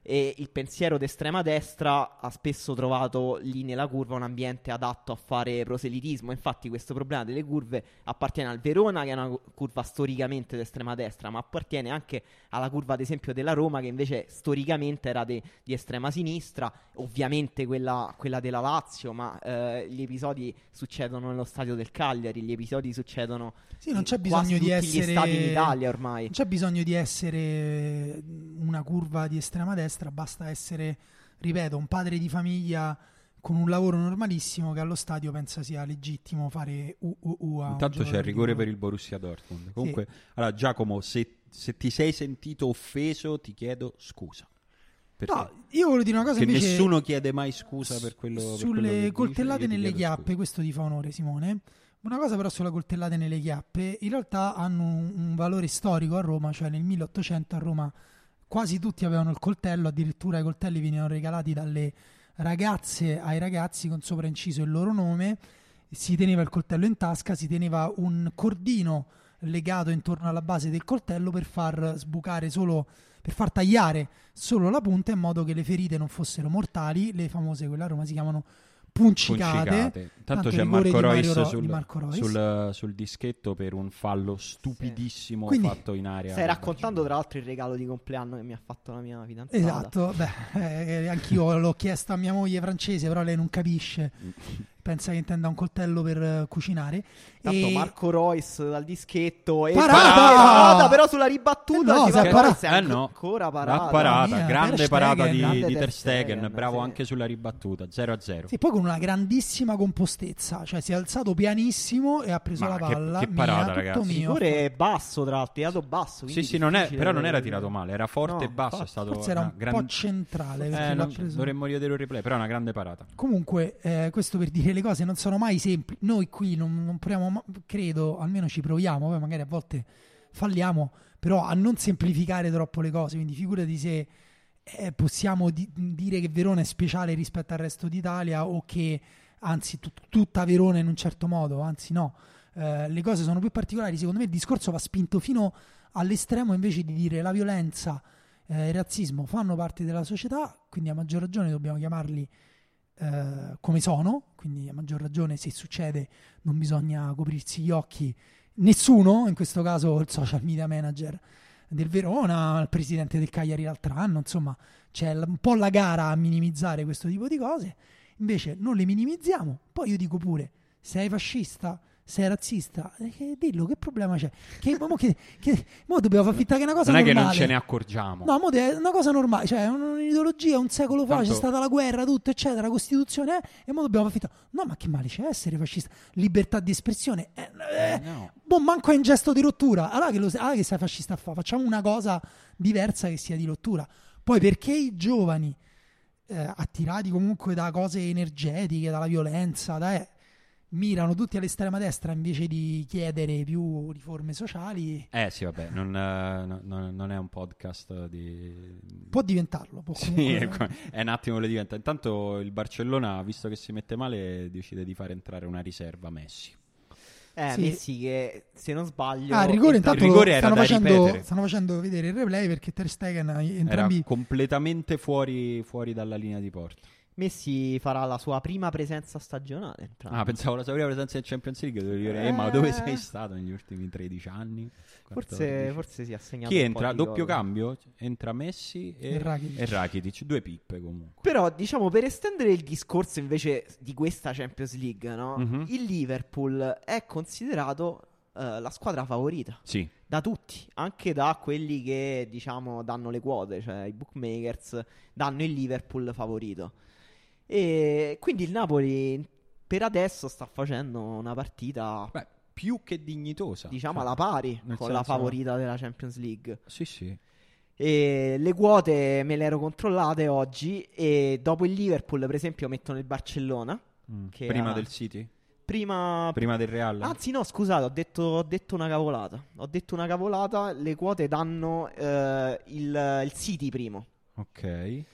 S3: E il pensiero d'estrema destra ha spesso trovato lì nella curva un ambiente adatto a fare proselitismo. Infatti, questo problema delle curve appartiene al Verona, che è una cu- curva storicamente d'estrema destra, ma appartiene anche alla curva, ad esempio, della Roma, che invece storicamente era de- di estrema sinistra, ovviamente quella, quella della Lazio, ma eh, gli episodi succedono nello stadio del Cagliari, gli episodi succedono
S1: Sì, non c'è
S3: in
S1: bisogno
S3: quasi
S1: di
S3: tutti gli
S1: essere
S3: stati in Italia ormai.
S1: Non c'è bisogno di essere una curva di estrema destra, basta essere, ripeto, un padre di famiglia con un lavoro normalissimo che allo stadio pensa sia legittimo fare UUU a un
S2: Intanto
S1: giocatore
S2: c'è il
S1: di
S2: rigore
S1: colore.
S2: per il Borussia Dortmund. Comunque, allora, Giacomo, se, se ti sei sentito offeso, ti chiedo scusa. Perché?
S1: No, io volevo dire una cosa
S2: che
S1: invece
S2: nessuno chiede mai scusa per quello per quello che
S1: sulle
S2: dice,
S1: coltellate
S2: io ti
S1: nelle
S2: chiedo
S1: chiappe,
S2: scusa.
S1: questo ti fa onore Simone. Una cosa però sulla coltellate nelle chiappe, in realtà hanno un, un valore storico a Roma, cioè nel 1800 a Roma quasi tutti avevano il coltello, addirittura i coltelli venivano regalati dalle ragazze ai ragazzi con sopra inciso il loro nome, si teneva il coltello in tasca, si teneva un cordino legato intorno alla base del coltello per far sbucare solo per far tagliare solo la punta in modo che le ferite non fossero mortali, le famose quelle a Roma si chiamano puncicate.
S2: Puncicate.
S1: Tanto
S2: Tanto c'è
S1: rigore
S2: Marco
S1: di
S2: Reus,
S1: Mario Ro-
S2: sul,
S1: di Marco Reus.
S2: Sul, sul dischetto per un fallo stupidissimo
S1: Quindi,
S2: fatto in area.
S3: Stai raccontando tra l'altro il regalo di compleanno che mi ha fatto la mia fidanzata.
S1: Esatto, beh, eh, anch'io l'ho chiesto a mia moglie francese, però lei non capisce,
S2: Mm.
S1: pensa che intenda un coltello per eh, cucinare.
S3: Tanto
S1: E-
S3: Marco Royce dal dischetto e
S1: Parata!
S3: parata, però sulla ribattuta
S1: Eh no, si
S3: ci va
S1: è parata.
S3: Royce, è
S2: Eh no.
S3: ancora parata.
S2: La
S1: Mamma
S2: parata,
S1: mia, Ter
S2: grande
S1: Stegen.
S2: parata di,
S1: Grande
S2: di
S3: Ter
S2: Ter Stegen,
S3: Stegen,
S2: bravo
S3: sì.
S2: anche sulla ribattuta 0-0.
S1: Sì, poi con una grandissima compostezza, cioè si è alzato pianissimo e ha preso
S2: Ma
S1: la
S2: che-
S1: palla.
S2: che parata,
S1: mia, tutto
S2: ragazzi.
S1: mio.
S3: Rigore basso tra l'altro, tirato basso.
S2: Sì,
S3: quindi
S2: sì, non è-
S3: difficile
S2: però non
S3: da-
S2: era tirato male, era forte
S3: No,
S2: e basso. È
S3: infatti.
S2: stato
S1: Forse era
S2: una
S1: un
S2: gran-
S1: po' centrale perché
S2: Eh,
S1: l'ha
S2: non-
S1: preso.
S2: dovremmo rivedere un replay, però è una grande parata.
S1: Comunque, eh, questo per dire le cose non sono mai semplici. Noi qui non, non proviamo, ma- credo, almeno ci proviamo, poi magari a volte falliamo, però a non semplificare troppo le cose. Quindi figurati se eh, possiamo di- dire che Verona è speciale rispetto al resto d'Italia o che anzi tut- tutta Verona in un certo modo, anzi no. Eh, le cose sono più particolari. Secondo me il discorso va spinto fino all'estremo invece di dire la violenza eh, il razzismo fanno parte della società, quindi a maggior ragione dobbiamo chiamarli eh, come sono, quindi a maggior ragione se succede non bisogna coprirsi gli occhi nessuno, in questo caso il social media manager del Verona, il presidente del Cagliari l'altro anno, insomma c'è l- un po' la gara a minimizzare questo tipo di cose, invece non le minimizziamo, poi io dico pure, sei fascista, sei razzista, eh, che- dillo che problema c'è, che, mo, che- che- mo dobbiamo far finta che è una cosa
S2: non è che non
S1: normale.
S2: ce ne accorgiamo.
S1: No, mo te- è una cosa normale, cioè è un'ideologia, un secolo fa
S2: Tanto-
S1: c'è stata la guerra, tutto, eccetera, la Costituzione, eh, e mo dobbiamo fare finta. No, ma che male c'è essere fascista? Libertà di espressione? Eh, eh,
S2: no.
S1: Boh, manco è in gesto di rottura. Allora che, lo, allora che sei fascista a fa? Facciamo una cosa diversa che sia di rottura. Poi perché i giovani, eh, attirati comunque da cose energetiche, dalla violenza, da, eh, mirano tutti all'estrema destra invece di chiedere più riforme sociali?
S2: Eh sì, vabbè, non, eh, no- no- non è un podcast di...
S1: Può diventarlo, può
S2: Sì,
S1: comunque-
S2: ecco, è un attimo le diventa. Intanto il Barcellona, visto che si mette male, decide di far entrare una riserva Messi.
S3: Eh,
S1: Sì.
S3: Messi che se non sbaglio...
S1: Ah, il rigore
S3: entra-
S1: intanto
S2: Il rigore era
S1: stanno,
S2: da
S1: facendo,
S2: ripetere.
S1: stanno facendo vedere il replay perché Ter Stegen ha-
S2: Era
S1: entrambi
S2: completamente fuori, fuori dalla linea di porta.
S3: Messi farà la sua prima presenza stagionale. tra
S2: Ah,
S3: l'altro.
S2: pensavo la sua prima presenza in Champions League. Dovevo dire, eh, ma dove sei stato negli ultimi 13 anni? 14?
S3: forse, forse si è assegnato.
S2: Chi
S3: un po'
S2: entra?
S3: di
S2: Doppio
S3: gol.
S2: cambio? Entra Messi e,
S1: E Rakitic.
S2: e Rakitic. Due pippe comunque.
S3: Però, diciamo, per estendere il discorso invece di questa Champions League, no?
S2: Mhm.
S3: il Liverpool è considerato eh, la squadra favorita
S2: Sì,
S3: da tutti, anche da quelli che, diciamo, danno le quote, cioè i bookmakers danno il Liverpool favorito. E quindi il Napoli per adesso sta facendo una partita,
S2: Beh, più che dignitosa.
S3: diciamo,
S2: Cioè,
S3: alla pari con
S2: nel
S3: la
S2: senso-
S3: favorita della Champions League.
S2: Sì, sì.
S3: E le quote me le ero controllate oggi e dopo il Liverpool per esempio mettono il Barcellona
S2: Mm.
S3: Che Ah,
S2: Prima
S3: ha-
S2: del City?
S3: prima...
S2: Prima del Real?
S3: anzi no scusate ho detto, ho detto una cavolata ho detto una cavolata le quote danno eh, il, il City primo
S2: Ok.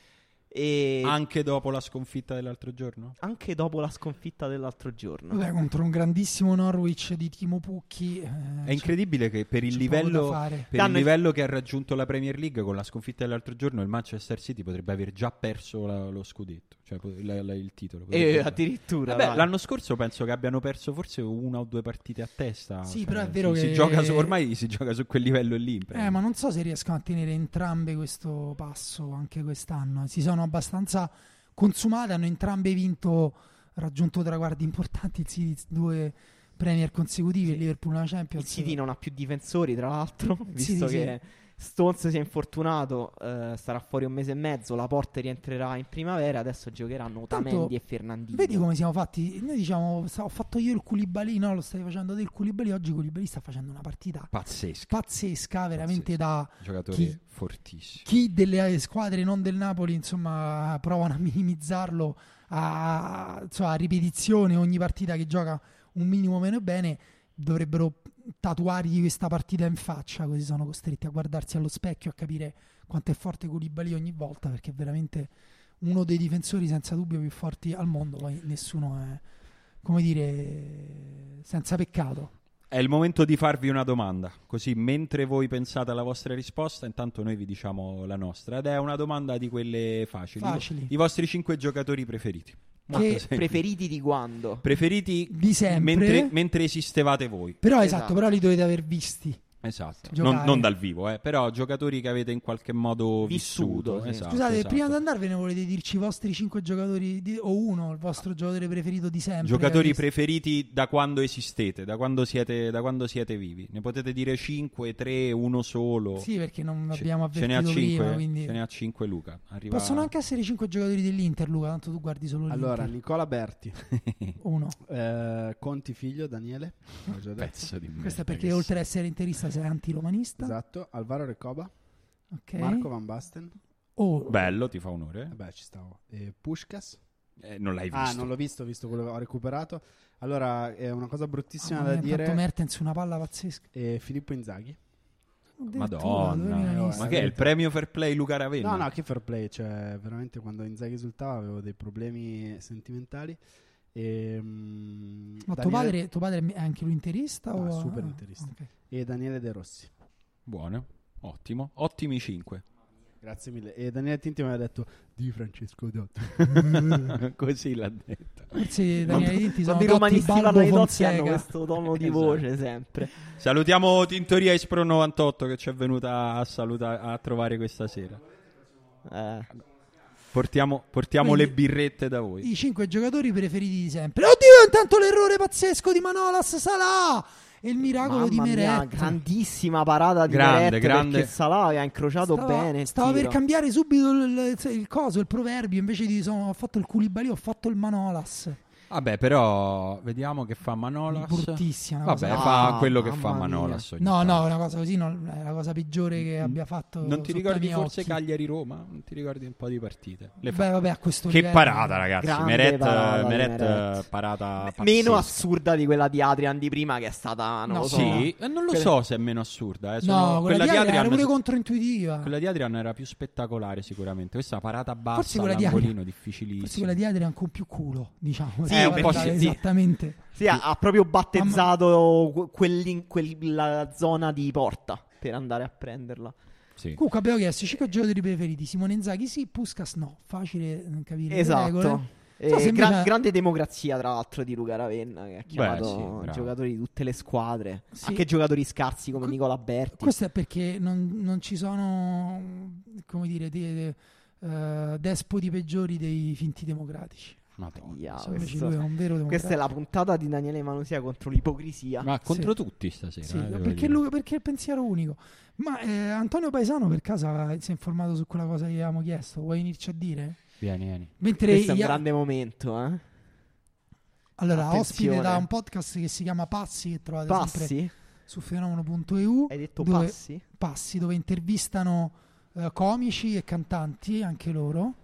S3: e
S2: Anche dopo la sconfitta dell'altro giorno?
S3: anche dopo la sconfitta dell'altro giorno
S1: Vabbè, contro un grandissimo Norwich di Timo Pucchi. eh,
S2: È
S1: c'è-
S2: incredibile che per il
S1: c'è poco da
S2: livello,
S1: fare.
S2: per il
S3: Danno il-
S2: livello che ha raggiunto la Premier League con la sconfitta dell'altro giorno, il Manchester City potrebbe aver già perso la- lo scudetto, cioè pot- la- la- il titolo. potrebbe
S3: e
S2: già-
S3: addirittura
S2: Vabbè,
S3: dai.
S2: l'anno scorso penso che abbiano perso forse una o due partite a testa.
S1: Sì,
S2: cioè,
S1: però è vero
S2: si,
S1: che-
S2: si gioca su- ormai si gioca su quel livello lì. in
S1: Eh,
S2: Premier.
S1: ma non so se riescono a tenere entrambe questo passo anche quest'anno. Si sono abbastanza consumate, hanno entrambe vinto, raggiunto traguardi importanti, il City due Premier consecutivi, il Liverpool una
S3: il
S1: Champions.
S3: City non ha più difensori tra l'altro visto
S1: sì,
S3: che Stones si è infortunato eh, starà fuori un mese e mezzo la Porte rientrerà in primavera adesso giocheranno
S1: Tanto,
S3: Otamendi e Fernandini
S1: Vedi come siamo fatti? Noi diciamo, sa- ho fatto io il Koulibaly, no, lo stai facendo te il Koulibaly, oggi Koulibaly sta facendo una partita
S2: Pazzesco,
S1: pazzesca, veramente
S2: Pazzesco.
S1: da
S2: giocatore
S1: Chi-
S2: fortissimo.
S1: chi delle squadre non del Napoli insomma provano a minimizzarlo a, insomma, a ripetizione ogni partita che gioca un minimo meno bene dovrebbero tatuargli questa partita in faccia così sono costretti a guardarsi allo specchio a capire quanto è forte Koulibaly ogni volta perché è veramente uno dei difensori senza dubbio più forti al mondo poi nessuno è come dire senza peccato
S2: È il momento di farvi una domanda, così mentre voi pensate alla vostra risposta, intanto noi vi diciamo la nostra. Ed è una domanda di quelle facili.
S1: Facili.
S2: I vostri cinque giocatori preferiti.
S1: Ma
S2: Molto
S1: che
S2: semplice.
S3: preferiti di quando?
S2: Preferiti
S1: Di sempre.
S2: Mentre, mentre esistevate voi.
S1: però esatto,
S3: Esatto.
S1: però li dovete aver visti
S2: Esatto.
S1: Giocare.
S2: Non, non dal vivo, eh, però giocatori che avete in qualche modo vissuto.
S3: Vissuto, sì.
S2: Esatto,
S1: Scusate,
S2: esatto.
S1: prima di andarvene volete dirci i vostri 5 giocatori di- o uno, il vostro giocatore preferito di sempre?
S2: Giocatori
S1: preferiti
S2: preferiti da quando esistete, da quando siete, da quando siete vivi. Ne potete dire 5, 3, uno solo.
S1: Sì, perché non
S2: Ce-
S1: abbiamo
S2: ce ne
S1: avvertito
S2: ha 5,
S1: prima, quindi
S2: ce ne ha 5 Luca. Arriva...
S1: possono anche essere 5 giocatori dell'Inter, Luca, tanto tu guardi solo
S4: Allora,
S1: l'Inter.
S4: Nicola Berti,
S1: uno.
S4: eh, Conti figlio, Daniele, l'ho già detto.
S2: Pezzo di
S1: Questo
S2: merda
S4: Eh,
S1: è perché
S2: che
S1: oltre ad essere interista sei antiromanista,
S4: Esatto, Alvaro Recoba,
S1: ok?
S4: Marco Van Basten,
S1: Oh,
S2: sei. Bello, ti fa onore.
S4: vabbè ci stavo, eh, Pushkas,
S2: Eh, non l'hai visto.
S4: ah non l'ho visto, ho visto quello che ho recuperato. Allora, è una cosa bruttissima
S1: mamma
S4: da
S1: mia, intanto
S4: dire,
S1: Mertens una palla pazzesca.
S4: è Filippo Inzaghi.
S1: Addirittura, dove
S2: Madonna,
S1: rimani?
S4: eh,
S2: ma che è il premio fair play Luca Ravenna?
S4: No, no, che fair play, cioè veramente quando Inzaghi esultava avevo dei problemi sentimentali. E, mm,
S1: Ma tuo
S4: Daniele-
S1: padre, tuo padre è anche lui interista?
S4: No,
S1: o...
S4: super
S1: ah,
S4: interista.
S1: ok.
S4: e Daniele De Rossi.
S2: Buono, ottimo, ottimi 5.
S4: Grazie mille. E Daniele Tinti mi ha detto di Francesco Dotti. Mm.
S2: Così l'ha detta.
S1: Forse Daniele Dinti sono
S3: Quando
S1: Totti,
S3: i romanisti
S1: Balbo,
S3: parlano di Totti
S1: Fonseca.
S3: hanno questo tono di
S2: Esatto.
S3: voce sempre.
S2: Salutiamo Tintoria Espro 98 che ci è venuta a, saluta- a trovare questa sera.
S3: Eh.
S2: Portiamo, portiamo
S1: Quindi-
S2: le birrette da voi.
S1: i cinque giocatori preferiti di sempre. Oddio, intanto l'errore pazzesco di Manolas Salah e il miracolo
S3: Mamma
S1: di
S3: mia,
S1: Meret.
S3: grandissima parata di
S2: Grande,
S3: Meret
S2: grande.
S3: perché Salah ha incrociato
S1: Stava,
S3: bene il
S1: stava per
S3: tiro.
S1: cambiare subito il, il coso, il proverbio. Invece di sono, ho fatto il culibali, ho fatto il Manolas.
S2: Vabbè, però vediamo che fa Manolas.
S1: Bruttissima. una
S2: Vabbè,
S1: cosa-
S2: fa
S3: Ah,
S2: quello che fa
S3: mamma mia.
S2: Manolas. ogni
S1: No, no,
S2: tanto. Mm-hmm.
S1: una cosa così non- è la cosa peggiore che abbia fatto.
S2: Non ti
S1: sotto i
S2: ricordi
S1: miei
S2: forse
S1: occhi.
S2: Cagliari-Roma? Non ti ricordi un po' di partite? Le fa-
S1: Beh, vabbè, a questo
S2: Che
S1: livello-
S2: parata, ragazzi.
S3: Grande
S2: Meret,
S3: parata di
S2: Meret,
S3: Meret.
S2: eh, parata
S3: Meno
S2: pazzesca.
S3: assurda di quella di Adrian di prima che è stata, non
S1: No,
S3: lo so.
S2: Sì, eh, non lo
S3: Quelle-
S2: so se è meno assurda. eh, sono-
S1: No, quella, di Adrian era pure
S2: si-
S1: controintuitiva.
S2: Quella di Adrian era più spettacolare sicuramente. Questa parata
S1: Forse
S2: bassa
S1: quella di
S2: all'angolino
S1: Adrian-
S2: difficilissima.
S1: Forse quella di Adrian con più culo, diciamo.
S3: Sì,
S1: se
S2: un po'
S1: guardate
S2: sì, sì.
S1: Esattamente.
S3: Sì, ha, ha proprio battezzato que- quell'in- quella zona di porta per andare a prenderla.
S2: Sì.
S1: Comunque abbiamo chiesto 5 giocatori preferiti, Simone Inzaghi sì, Puskas no, facile eh, capire le regole.
S3: Esatto. Eh,
S1: So se
S3: gra-
S1: invece-
S3: grande democrazia, tra l'altro, di Luca Ravenna, che ha
S2: sì,
S3: chiamato
S2: bravo.
S3: giocatori di tutte le squadre,
S1: Sì.
S3: anche giocatori scarsi come
S1: Que-
S3: Nicola Berti.
S1: Questo è perché non, non ci sono, come dire, de- de- eh, despoti peggiori dei finti democratici.
S2: Madonna.
S3: Ia,
S1: Insomma, invece
S3: questo-
S1: diciamo lui è un vero democratico.
S3: Questa è la puntata di Daniele Manusia contro l'ipocrisia.
S2: Ma contro tutti stasera.
S1: Sì,
S2: eh, devo
S1: perché,
S2: dire.
S1: lui- perché è il pensiero unico. Ma eh, Antonio Paesano per caso ha- si è informato su quella cosa che gli avevamo chiesto. Vuoi venirci a dire?
S2: Vieni, vieni.
S1: Mentre
S3: Questo è un
S1: gli a-
S3: grande momento, eh?
S1: allora, ospite
S3: Attenzione.
S1: da un podcast che si chiama Passi, che trovate sempre
S3: Passi?
S1: su fenomeno.eu.
S3: Hai detto
S1: Dove-
S3: passi?
S1: Passi, dove intervistano eh, comici e cantanti, anche loro.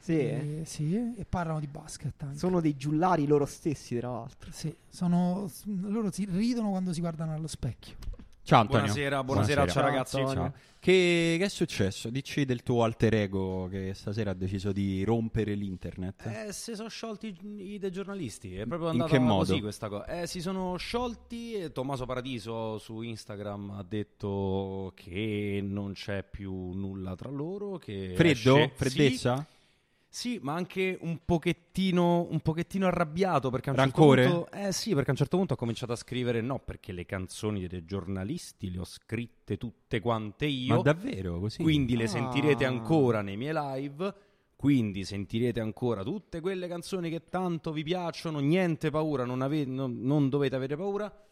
S3: Sì.
S1: E, sì, e parlano di basket anche.
S3: Sono dei giullari loro stessi, tra l'altro.
S1: Sì, sono- s- loro si ridono quando si guardano allo specchio.
S2: Ciao Antonio.
S7: Buonasera, buonasera, ciao ragazzi.
S2: Ciao. Che, che è successo? Dici del tuo alter ego che stasera ha deciso di rompere l'internet.
S7: Eh, si sono sciolti i, i dei giornalisti, è proprio
S2: In
S7: andata
S2: che modo?
S7: così questa cosa. Eh, si sono sciolti e Tommaso Paradiso su Instagram ha detto che non c'è più nulla tra loro, che
S2: Freddo?
S7: esce-
S2: Freddezza?
S7: Sì, sì, ma anche un pochettino, un pochettino arrabbiato perché a un
S2: Rancore?
S7: certo punto Eh sì, perché a un certo punto ha cominciato a scrivere no, perché le canzoni dei giornalisti le ho scritte tutte quante io.
S2: Ma davvero così?
S7: Quindi
S3: Ah.
S7: le sentirete ancora nei miei live. Quindi sentirete ancora tutte quelle canzoni che tanto vi piacciono. Niente paura, non, ave- non- non dovete avere paura.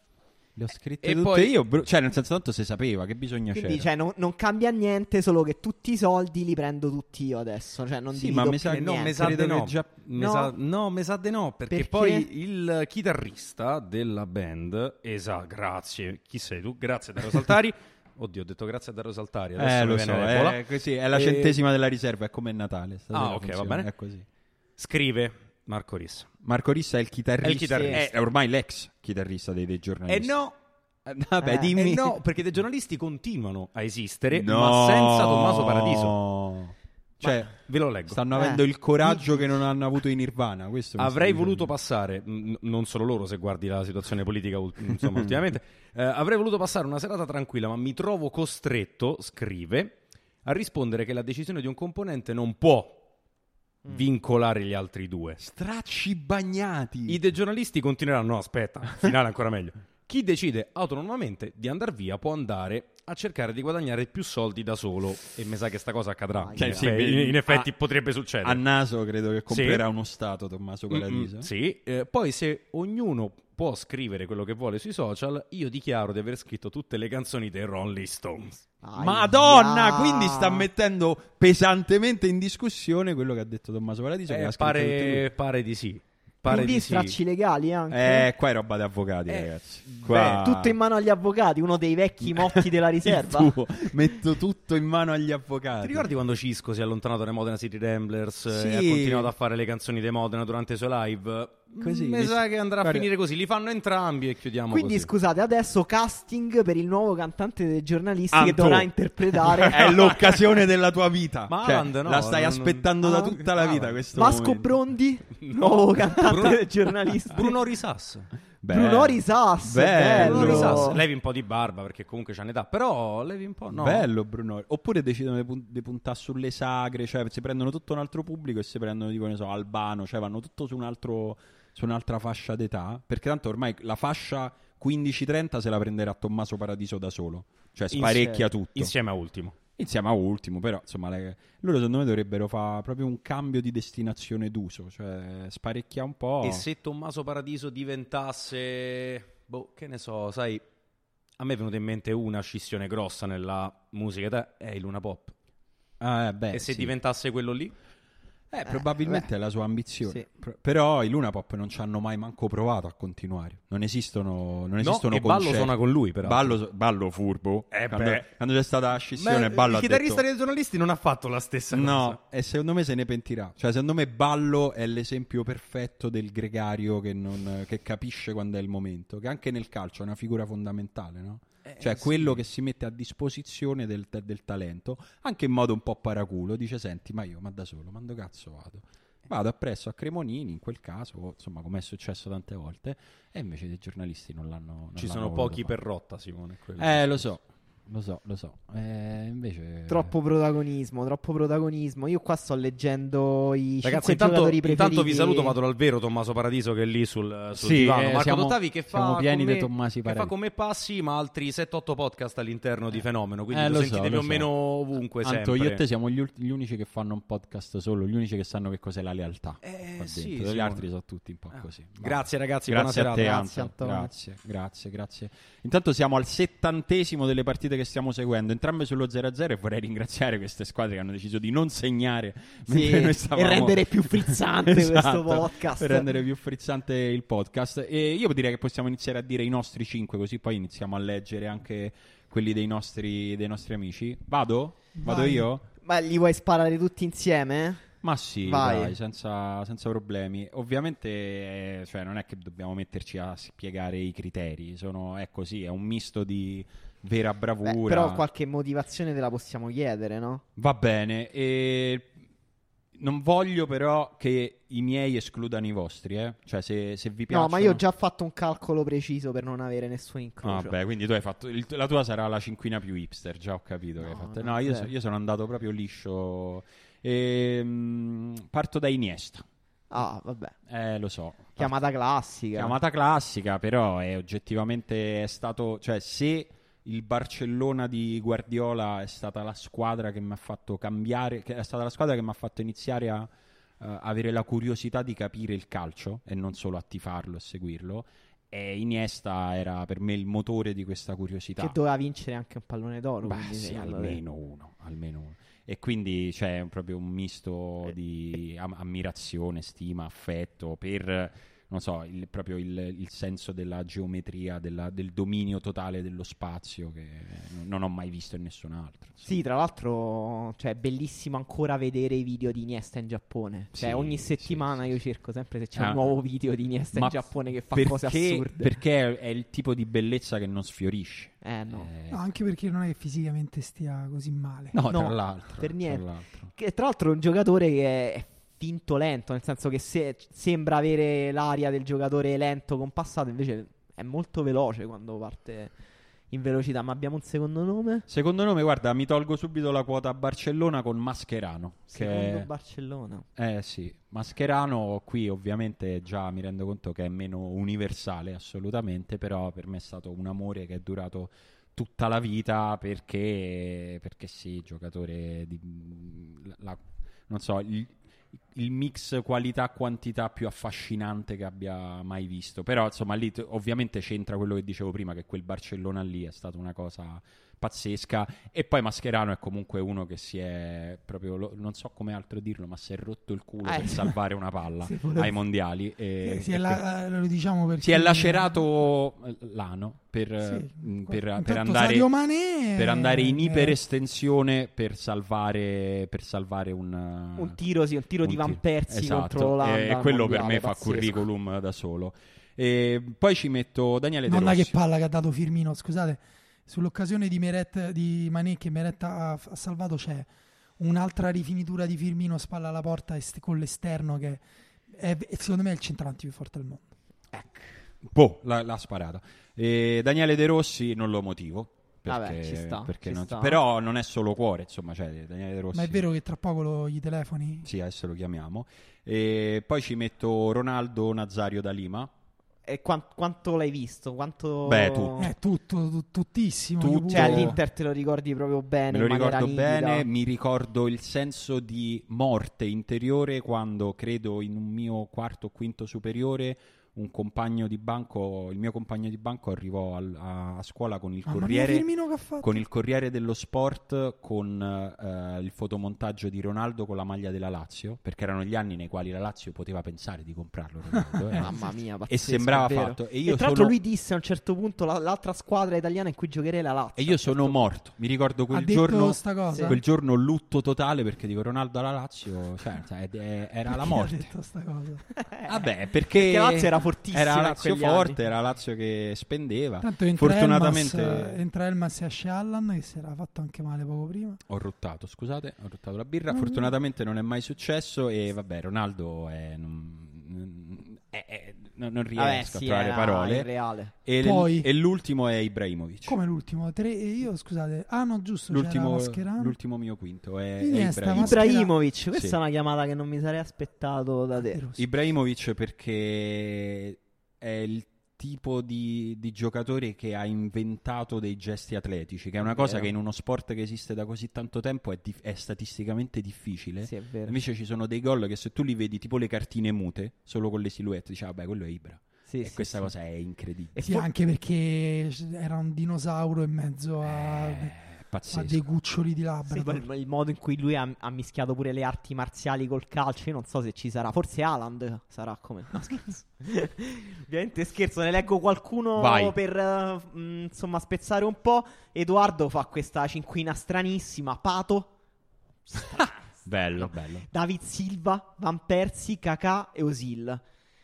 S2: le ho scritte
S7: eh, E
S2: tutte
S7: poi-
S2: io, bro- cioè nel senso tanto se sapeva che bisogno
S3: Quindi
S2: c'era.
S3: cioè, non, non cambia niente, solo che tutti i soldi li prendo tutti io adesso. Cioè, non
S2: sì,
S3: divido
S2: ma mi
S3: più
S2: sa, no,
S3: niente.
S2: mi sa di
S7: Credo
S2: no.
S7: che già- mi
S3: No.
S7: sa- no, mi sa di no. Perché,
S3: Perché?
S2: eh,
S7: poi il chitarrista della band, esatto, grazie. Chi sei tu? Grazie, Dario Saltari. Oddio, ho detto grazie a Dario Saltari. Adesso mi
S2: Eh, lo so,
S7: viene l'ebola.
S2: è, così, è la
S7: E-
S2: centesima della riserva, è come Natale. stasera
S7: Ah, ok, va
S2: funziona,
S7: bene.
S2: È così.
S7: Scrive Marco Rissa.
S2: Marco Rissa è il chitarrista,
S7: È il chitarrista.
S2: è ormai l'ex chitarrista dei, dei
S7: Eh
S2: giornalisti.
S7: no,
S2: Eh, Vabbè,
S3: Eh,
S2: dimmi.
S7: Eh no, perché dei giornalisti continuano a esistere,
S2: No.
S7: ma senza Tommaso Paradiso.
S2: Cioè,
S7: Ve lo leggo.
S2: stanno avendo
S3: Eh.
S2: il coraggio che non hanno avuto in Nirvana. Questo mi
S7: Avrei
S2: stai
S7: voluto
S2: dicendo.
S7: passare, mh, non solo loro se guardi la situazione politica ul- insomma, ultimamente, eh, avrei voluto passare una serata tranquilla, ma mi trovo costretto, scrive, a rispondere che la decisione di un componente non può vincolare gli altri due.
S2: Stracci bagnati.
S7: I dei giornalisti continueranno, no aspetta, finale ancora meglio. Chi decide autonomamente di andare via può andare a cercare di guadagnare più soldi da solo e mi sa che sta cosa accadrà.
S3: Cioè,
S7: in,
S2: Ah, sì,
S7: effe-
S2: beh,
S7: in effetti
S2: a-
S7: potrebbe succedere.
S2: A naso credo che comprerà uno stato Tommaso
S7: Mm, mm,
S2: Paradiso.
S7: sì, eh, poi se ognuno può scrivere quello che vuole sui social, io dichiaro di aver scritto tutte le canzoni dei Rolling Stones.
S3: Aia.
S2: Madonna, quindi sta mettendo pesantemente in discussione quello che ha detto Tommaso Paradiso. che
S7: Eh,
S2: ha scritto tutto lui.
S7: pare, pare di sì. Pare
S3: Quindi
S7: di sì.
S3: stracci legali anche.
S2: Eh, qua è roba da avvocati,
S7: Eh,
S2: ragazzi.
S7: beh,
S2: Qua...
S3: Tutto in mano agli avvocati, uno dei vecchi motti della riserva.
S2: Il tuo. Metto tutto in mano agli avvocati.
S7: Ti ricordi quando Cisco si è allontanato dai Modena City Ramblers eh,
S2: Sì.
S7: e ha continuato a fare le canzoni dei Modena durante i suoi live?
S2: Così,
S7: Mi
S2: mi-
S7: sa che andrà
S2: guarda-
S7: a finire così. Li fanno entrambi e chiudiamo
S3: Quindi
S7: così.
S3: scusate, adesso casting per il nuovo cantante dei giornalisti che
S2: Anto.
S3: dovrà interpretare
S2: È l'occasione della tua vita.
S7: Ma
S2: Cioè,
S7: Alan, no,
S2: la stai
S7: non-
S2: aspettando da
S7: Alan-
S2: tutta la
S7: Alan.
S2: vita. Questo
S3: Vasco
S2: momento.
S3: Brondi, nuovo cantante
S7: Bruno-
S3: dei giornalisti.
S7: Bruno Risas.
S2: Bello.
S3: Bruno Risas,
S2: Bello.
S7: Bruno
S3: bello.
S7: Risas. Levi un po' di barba perché comunque c'ha un'età, però levi un po'. No.
S2: Bello Bruno. Oppure decidono di, pun- di puntare sulle sagre, cioè si prendono tutto un altro pubblico e si prendono tipo ne so, Albano, cioè vanno tutto su un altro su un'altra fascia d'età, perché tanto ormai la fascia 15-30 se la prenderà Tommaso Paradiso da solo, cioè sparecchia tutto.
S7: Insieme a Ultimo.
S2: Insieme a ultimo, però, insomma, le- loro secondo me dovrebbero fare proprio un cambio di destinazione d'uso, cioè sparecchia un po'.
S7: E se Tommaso Paradiso diventasse, boh, che ne so, sai, a me è venuta in mente una scissione grossa nella eh, musica, ita- è il Luna Pop.
S2: Ah, eh, beh,
S7: e se
S2: sì.
S7: diventasse quello lì?
S2: Eh, probabilmente è la sua ambizione.
S3: sì.
S2: Pr- però i Luna Pop non ci hanno mai manco provato a continuare. Non esistono, non
S7: No,
S2: esistono
S7: e Ballo
S2: concerti.
S7: suona con lui, peraltro.
S2: Ballo, so- ballo furbo.
S7: Eh,
S2: quando,
S7: beh.
S2: quando c'è stata la scissione, Ballo ha
S7: il chitarrista
S2: detto-
S7: dei giornalisti non ha fatto la stessa cosa.
S2: No, e secondo me se ne pentirà. Cioè, secondo me Ballo è l'esempio perfetto del gregario che, non- che capisce quando è il momento. Che anche nel calcio è una figura fondamentale, no?
S7: Eh,
S2: cioè, quello che si mette a disposizione del, del talento, anche in modo un po' paraculo, dice: Senti, ma io, ma da solo, ma dove cazzo vado?
S7: Eh.
S2: Vado appresso a Cremonini in quel caso, o, insomma, come è successo tante volte, e invece dei giornalisti non l'hanno. non
S7: Ci
S2: l'hanno
S7: sono
S2: voluto
S7: pochi
S2: fare.
S7: per rotta, Simone. quello.
S2: Eh, lo so. Lo so, lo so. Eh, invece...
S3: Troppo protagonismo, troppo protagonismo. Io qua sto leggendo i
S7: Ragazzi,
S3: cinque
S7: intanto,
S3: giocatori preferiti.
S7: intanto vi saluto, vado al vero Tommaso Paradiso che è lì sul, sul divano.
S2: eh,
S7: Marco
S2: siamo-
S7: Dottavi che fa,
S2: siamo pieni
S7: con
S2: di
S7: me,
S2: Tommasi
S7: che fa
S2: Paradiso.
S7: con me passi, ma altri 7-8 podcast all'interno di Fenomeno, quindi
S2: Eh,
S7: lo,
S2: so,
S7: sentite più
S2: lo
S7: o
S2: so.
S7: meno ovunque
S2: Tanto
S7: sempre.
S2: io e te siamo gli, ult- gli unici che fanno un podcast solo, gli unici che sanno che cos'è la lealtà.
S7: Eh,
S2: qua
S7: sì,
S2: dentro. Gli
S7: Simone.
S2: altri sono tutti un po'
S7: Ah.
S2: così. Vabbè.
S7: Grazie ragazzi, buona
S2: Grazie a
S7: serata.
S2: te,
S3: Grazie,
S2: Anto.
S3: Antonio.
S2: Grazie, grazie, grazie. Intanto siamo al settantesimo delle partite che stiamo seguendo, entrambe sullo 0-0 e vorrei ringraziare queste squadre che hanno deciso di non segnare
S3: Sì,
S2: mentre noi
S3: e
S2: stavamo...
S3: rendere più frizzante questo
S2: Esatto,
S3: podcast.
S2: Per rendere più frizzante il podcast. E io direi che possiamo iniziare a dire i nostri 5, così poi iniziamo a leggere anche quelli dei nostri, dei nostri amici. Vado? Vado
S1: Vai.
S2: io?
S3: Ma li vuoi sparare tutti insieme?
S2: Ma sì,
S3: Vai.
S2: dai, senza, senza problemi. Ovviamente, eh, cioè, non è che dobbiamo metterci a spiegare i criteri, sono, è così, è un misto di vera
S3: Beh,
S2: bravura.
S3: Eh, però qualche motivazione te la possiamo chiedere, no?
S2: Va bene, e non voglio però che i miei escludano i vostri, eh? Cioè, se, se vi piacciono...
S3: No, ma io ho già fatto un calcolo preciso per non avere nessun
S2: Ah,
S3: incrocio.
S2: Vabbè, quindi tu hai fatto. il- la tua sarà la cinquina più hipster, già ho capito che hai
S3: No,
S2: fatto.
S3: no,
S2: No, io,
S3: cos'è?
S2: io sono andato proprio liscio. Ehm, parto da Iniesta.
S3: Ah, vabbè.
S2: Eh, lo so.
S3: Chiamata classica.
S2: Chiamata classica, però è oggettivamente è stato, cioè se il Barcellona di Guardiola è stata la squadra che mi ha fatto cambiare, che è stata la squadra che mi ha fatto iniziare a eh, avere la curiosità di capire il calcio e non solo a tifarlo e seguirlo. E Iniesta era per me il motore di questa curiosità.
S3: Che doveva vincere anche un pallone d'oro.
S2: Beh,
S3: quindi,
S2: sì,
S3: allora-
S2: almeno uno, almeno uno. E quindi c'è un- proprio un misto
S3: Eh,
S2: di am- ammirazione, stima, affetto per, non so, il- proprio il, il senso della geometria, della- del dominio totale dello spazio che non- non ho mai visto in nessun altro. insomma.
S3: Sì, tra l'altro, cioè, è bellissimo ancora vedere i video di Iniesta in Giappone. Cioè,
S2: Sì,
S3: ogni
S2: sì,
S3: settimana
S2: sì,
S3: io
S2: sì.
S3: cerco sempre se c'è
S2: Ah.
S3: un nuovo video di Iniesta
S2: Ma
S3: in Giappone che fa
S2: perché,
S3: cose assurde.
S2: Perché è il tipo di bellezza che non sfiorisce.
S3: Eh, no.
S2: Eh,
S1: No, anche perché non è che fisicamente stia così male.
S2: no,
S3: no,
S2: tra l'altro.
S3: per
S2: tra
S3: niente.
S2: l'altro.
S3: Che, tra l'altro è un giocatore che è è finto lento, nel senso che se- sembra avere l'aria del giocatore lento compassato, invece è molto veloce quando parte in velocità. Ma abbiamo un secondo nome?
S2: Secondo nome, guarda, mi tolgo subito la quota a Barcellona con Mascherano. che
S3: Secondo
S2: è-
S3: Barcellona.
S2: Eh sì, Mascherano qui ovviamente già mi rendo conto che è meno universale assolutamente, però per me è stato un amore che è durato tutta la vita perché, perché sì, giocatore di... la- non so, il, il mix qualità-quantità più affascinante che abbia mai visto, però insomma lì t- ovviamente c'entra quello che dicevo prima, che quel Barcellona lì è stata una cosa pazzesca e poi Mascherano è comunque uno che si è proprio lo- non so come altro dirlo ma si è rotto il culo
S3: Eh.
S2: per salvare una palla
S3: Sì, volevo-
S2: ai mondiali e,
S1: Sì, sì, Eh, è
S2: e que-
S1: la- lo diciamo perché
S2: si è lacerato eh, l'ano per, eh,
S1: Sì.
S2: mh, per- per
S1: Intanto
S2: andare,
S1: Sadio Mané-
S2: per andare in
S1: eh,
S2: iperestensione per salvare, per salvare un, eh,
S3: Un tiro, sì, un tiro di
S2: un
S3: Van Persie
S2: Esatto.
S3: contro l'Olanda.
S2: e
S3: al
S2: quello per
S3: mondiale,
S2: me fa
S3: pazzesco.
S2: curriculum da solo e poi ci metto Daniele De
S1: Nonna
S2: Rossi
S1: che palla che ha dato Firmino, scusate, sull'occasione di, Meret, di Mané che Meret ha, ha salvato c'è un'altra rifinitura di Firmino spalla alla porta est- con l'esterno che è, è- secondo me è il centravanti più forte al mondo.
S2: Boh, l'ha, l'ha sparata. E Daniele De Rossi non lo motivo. Perché,
S3: Vabbè, ci sta,
S2: perché
S3: ci
S2: non-
S3: sta.
S2: Però non è solo cuore, insomma, cioè, Daniele De Rossi.
S1: Ma è vero che tra poco lo- i telefoni...
S2: Sì, adesso lo chiamiamo. E poi ci metto Ronaldo Nazario da Lima.
S3: E quan- quanto l'hai visto? Quanto...
S2: Beh, tutto.
S1: È tutto, tu- tuttissimo.
S2: Tutto.
S1: io pure.
S3: Cioè, all'Inter te lo ricordi proprio bene.
S2: Me lo
S3: in maniera
S2: ricordo
S3: nitida.
S2: bene, mi ricordo il senso di morte interiore quando credo in un mio quarto o quinto superiore un compagno di banco, il mio compagno di banco arrivò al- a, a scuola
S3: Ah,
S2: con il
S1: Mamma mia,
S2: corriere
S1: Firmino che ha fatto.
S2: con il Corriere dello Sport, con eh, il fotomontaggio di Ronaldo con la maglia della Lazio, perché erano gli anni nei quali la Lazio poteva pensare di comprarlo. Ronaldo, eh.
S3: Mamma mia, pazzesco,
S2: e sembrava
S3: è vero.
S2: fatto. E
S3: E,
S2: io,
S3: tra
S2: sono,
S3: l'altro lui disse a un certo punto la- l'altra squadra italiana in cui giocherei la Lazio.
S2: e io sono morto. Mi ricordo
S1: ha
S2: quel
S1: detto
S2: giorno,
S1: sta cosa.
S2: quel giorno lutto totale perché dico Ronaldo alla Lazio, cioè, è- è- era la
S1: Perché Ha
S2: morte. Ah,
S1: detto sta cosa.
S2: Vabbè,
S3: Eh. Perché
S2: perché,
S3: la Lazio era fortissima
S2: Era
S3: in
S2: la Lazio
S3: quegli
S2: forte,
S3: anni.
S2: era la Lazio che spendeva.
S1: Tanto entra
S2: Ah. Fortunatamente
S3: eh.
S1: Elmas, entra Elmas e esce Allan che si era fatto anche male poco prima.
S2: Ho ruttato, scusate, ho ruttato la
S3: Mm.
S2: birra. Fortunatamente non è mai successo e vabbè, Ronaldo è, non- è- è- no- non riesco
S3: Vabbè,
S2: a
S3: sì,
S2: trovare
S3: era
S2: parole.
S3: irreale.
S2: E, l-
S1: Poi-
S2: e l'ultimo è Ibrahimovic.
S1: Come l'ultimo? Tre, io scusate. Ah no, giusto,
S2: L'ultimo,
S1: c'era la maschera.
S2: l'ultimo mio quinto eh. è, è
S1: Iniesta,
S2: Ibrahimovic.
S1: maschera.
S3: Ibrahimovic, questa
S2: Sì.
S3: è una chiamata che non mi sarei aspettato da te.
S1: Vero, sì.
S2: Ibrahimovic perché è il tipo di, di giocatore che ha inventato dei gesti atletici, che è una cosa
S3: Vero.
S2: che in uno sport che esiste da così tanto tempo è, dif- è statisticamente difficile.
S3: Sì, è vero.
S2: Invece ci sono dei gol che se tu li vedi tipo le cartine mute, solo con le silhouette, dici vabbè quello è Ibra.
S3: Sì,
S2: e
S3: sì,
S2: questa
S3: sì.
S2: cosa è incredibile.
S3: E
S1: Sì,
S3: for-
S1: anche perché era un dinosauro in mezzo a,
S2: È
S1: a dei
S2: Eh, pazzesco.
S1: cuccioli di labbra.
S3: Sì, poi il, il modo in cui lui ha, ha mischiato pure le arti marziali col calcio, io non so se ci sarà. Forse Aland sarà come. No, scherzo. Ovviamente scherzo, ne leggo qualcuno
S2: Vai.
S3: per eh, mh, insomma spezzare un po'. Edoardo fa questa cinquina stranissima. Pato,
S2: Bello, bello.
S3: David Silva, Van Persi, Kakà e Osil.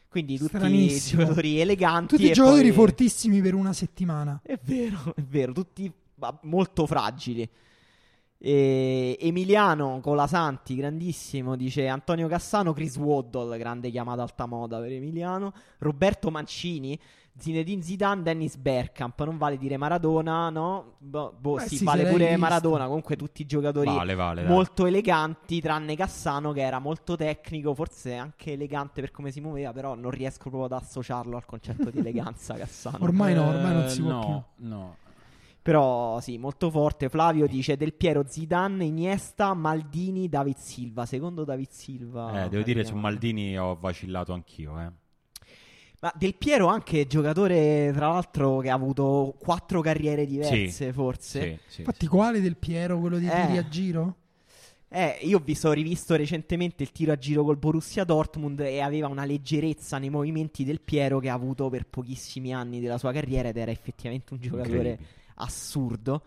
S3: Quindi tutti
S1: Stranissimo.
S3: giocatori eleganti.
S1: Tutti
S3: e
S1: giocatori
S3: poi-
S1: fortissimi per una settimana.
S3: È vero, è vero, tutti ma, molto fragili. E Emiliano Colasanti, grandissimo, dice Antonio Cassano, Chris Waddle, grande chiamata alta moda per Emiliano, Roberto Mancini, Zinedine Zidane, Dennis Bergkamp, non vale dire Maradona, no? Boh, boh,
S1: Eh
S3: sì,
S1: sì,
S3: vale
S1: se l'hai
S3: pure
S1: visto.
S3: Maradona, comunque tutti i giocatori
S2: Vale, vale. dai.
S3: molto eleganti, tranne Cassano che era molto tecnico, forse anche elegante per come si muoveva, però non riesco proprio ad associarlo al concetto di eleganza Cassano.
S1: Ormai no, ormai non si
S2: Eh,
S1: può
S2: no, no.
S3: Però sì, molto forte. Flavio dice Del Piero, Zidane, Iniesta, Maldini, David Silva. Secondo David Silva...
S2: Eh, devo dire, su
S3: andiamo.
S2: Maldini ho vacillato anch'io, eh.
S3: Ma Del Piero anche giocatore, tra l'altro, che ha avuto quattro carriere diverse, forse.
S2: Sì, sì,
S1: Infatti, quale del Piero, quello di
S3: Eh.
S1: tiri a giro?
S3: Eh, io ho visto, ho rivisto recentemente il tiro a giro col Borussia Dortmund e aveva una leggerezza nei movimenti del Piero che ha avuto per pochissimi anni della sua carriera ed era effettivamente un giocatore
S2: Incredibile.
S3: assurdo.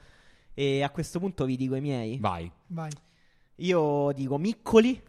S3: E a questo punto vi dico i miei.
S2: Vai.
S1: Vai.
S3: Io dico Miccoli.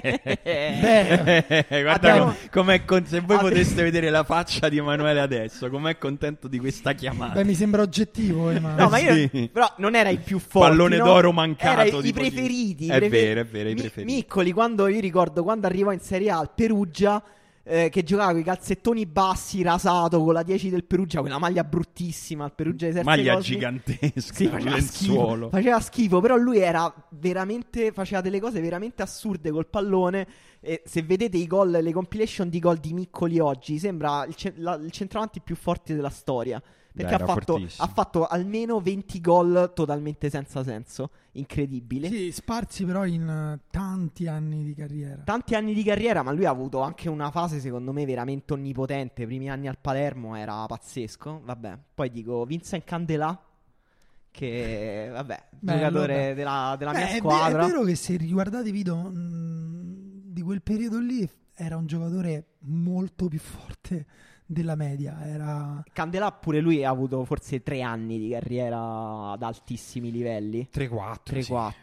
S2: Eh, Guarda
S3: Abbiamo-
S2: com- com'è con- se voi
S3: Abbiamo-
S2: poteste vedere la faccia di Emanuele adesso, com'è contento di questa chiamata.
S1: Beh, mi sembra oggettivo, eh, ma-
S3: No, ma io
S2: Sì.
S3: però non era il più forte.
S2: Pallone
S3: no?
S2: d'oro mancato
S3: Era i-
S2: di
S3: i
S2: quelli-
S3: preferiti. i
S2: È
S3: prefe-
S2: vero, è vero, i
S3: Mi-
S2: preferiti.
S3: Miccoli, quando io ricordo quando arrivò in Serie A al Perugia. eh, che giocava con i calzettoni bassi, rasato con la 10 del Perugia, quella maglia bruttissima. Il Perugia di Sergio
S2: Maglia
S3: Cosmi.
S2: gigantesca,
S3: Sì,
S2: un
S3: faceva schifo,
S2: lenzuolo.
S3: faceva schifo, però lui era veramente, faceva delle cose veramente assurde col pallone. E se vedete i gol, le compilation di gol di Miccoli oggi, sembra il, ce- la- il centravanti più forte della storia. Perché
S2: Dai,
S3: ha,
S2: era
S3: fatto,
S2: fortissimo.
S3: ha fatto almeno 20 gol totalmente senza senso. Incredibile.
S1: Sì, sparsi però in eh, tanti anni di carriera.
S3: Tanti anni di carriera, ma lui ha avuto anche una fase, secondo me, veramente onnipotente. I primi anni al Palermo era pazzesco. Vabbè, poi dico Vincent Candelà, che vabbè,
S1: Bello,
S3: giocatore
S1: bello.
S3: della, della
S1: Beh,
S3: mia
S1: è ve-
S3: squadra.
S1: È, vero che se riguardate i video mh, di quel periodo lì era un giocatore molto più forte della media. Era
S3: Candelà pure lui ha avuto forse tre anni di carriera ad altissimi livelli.
S2: 3-4.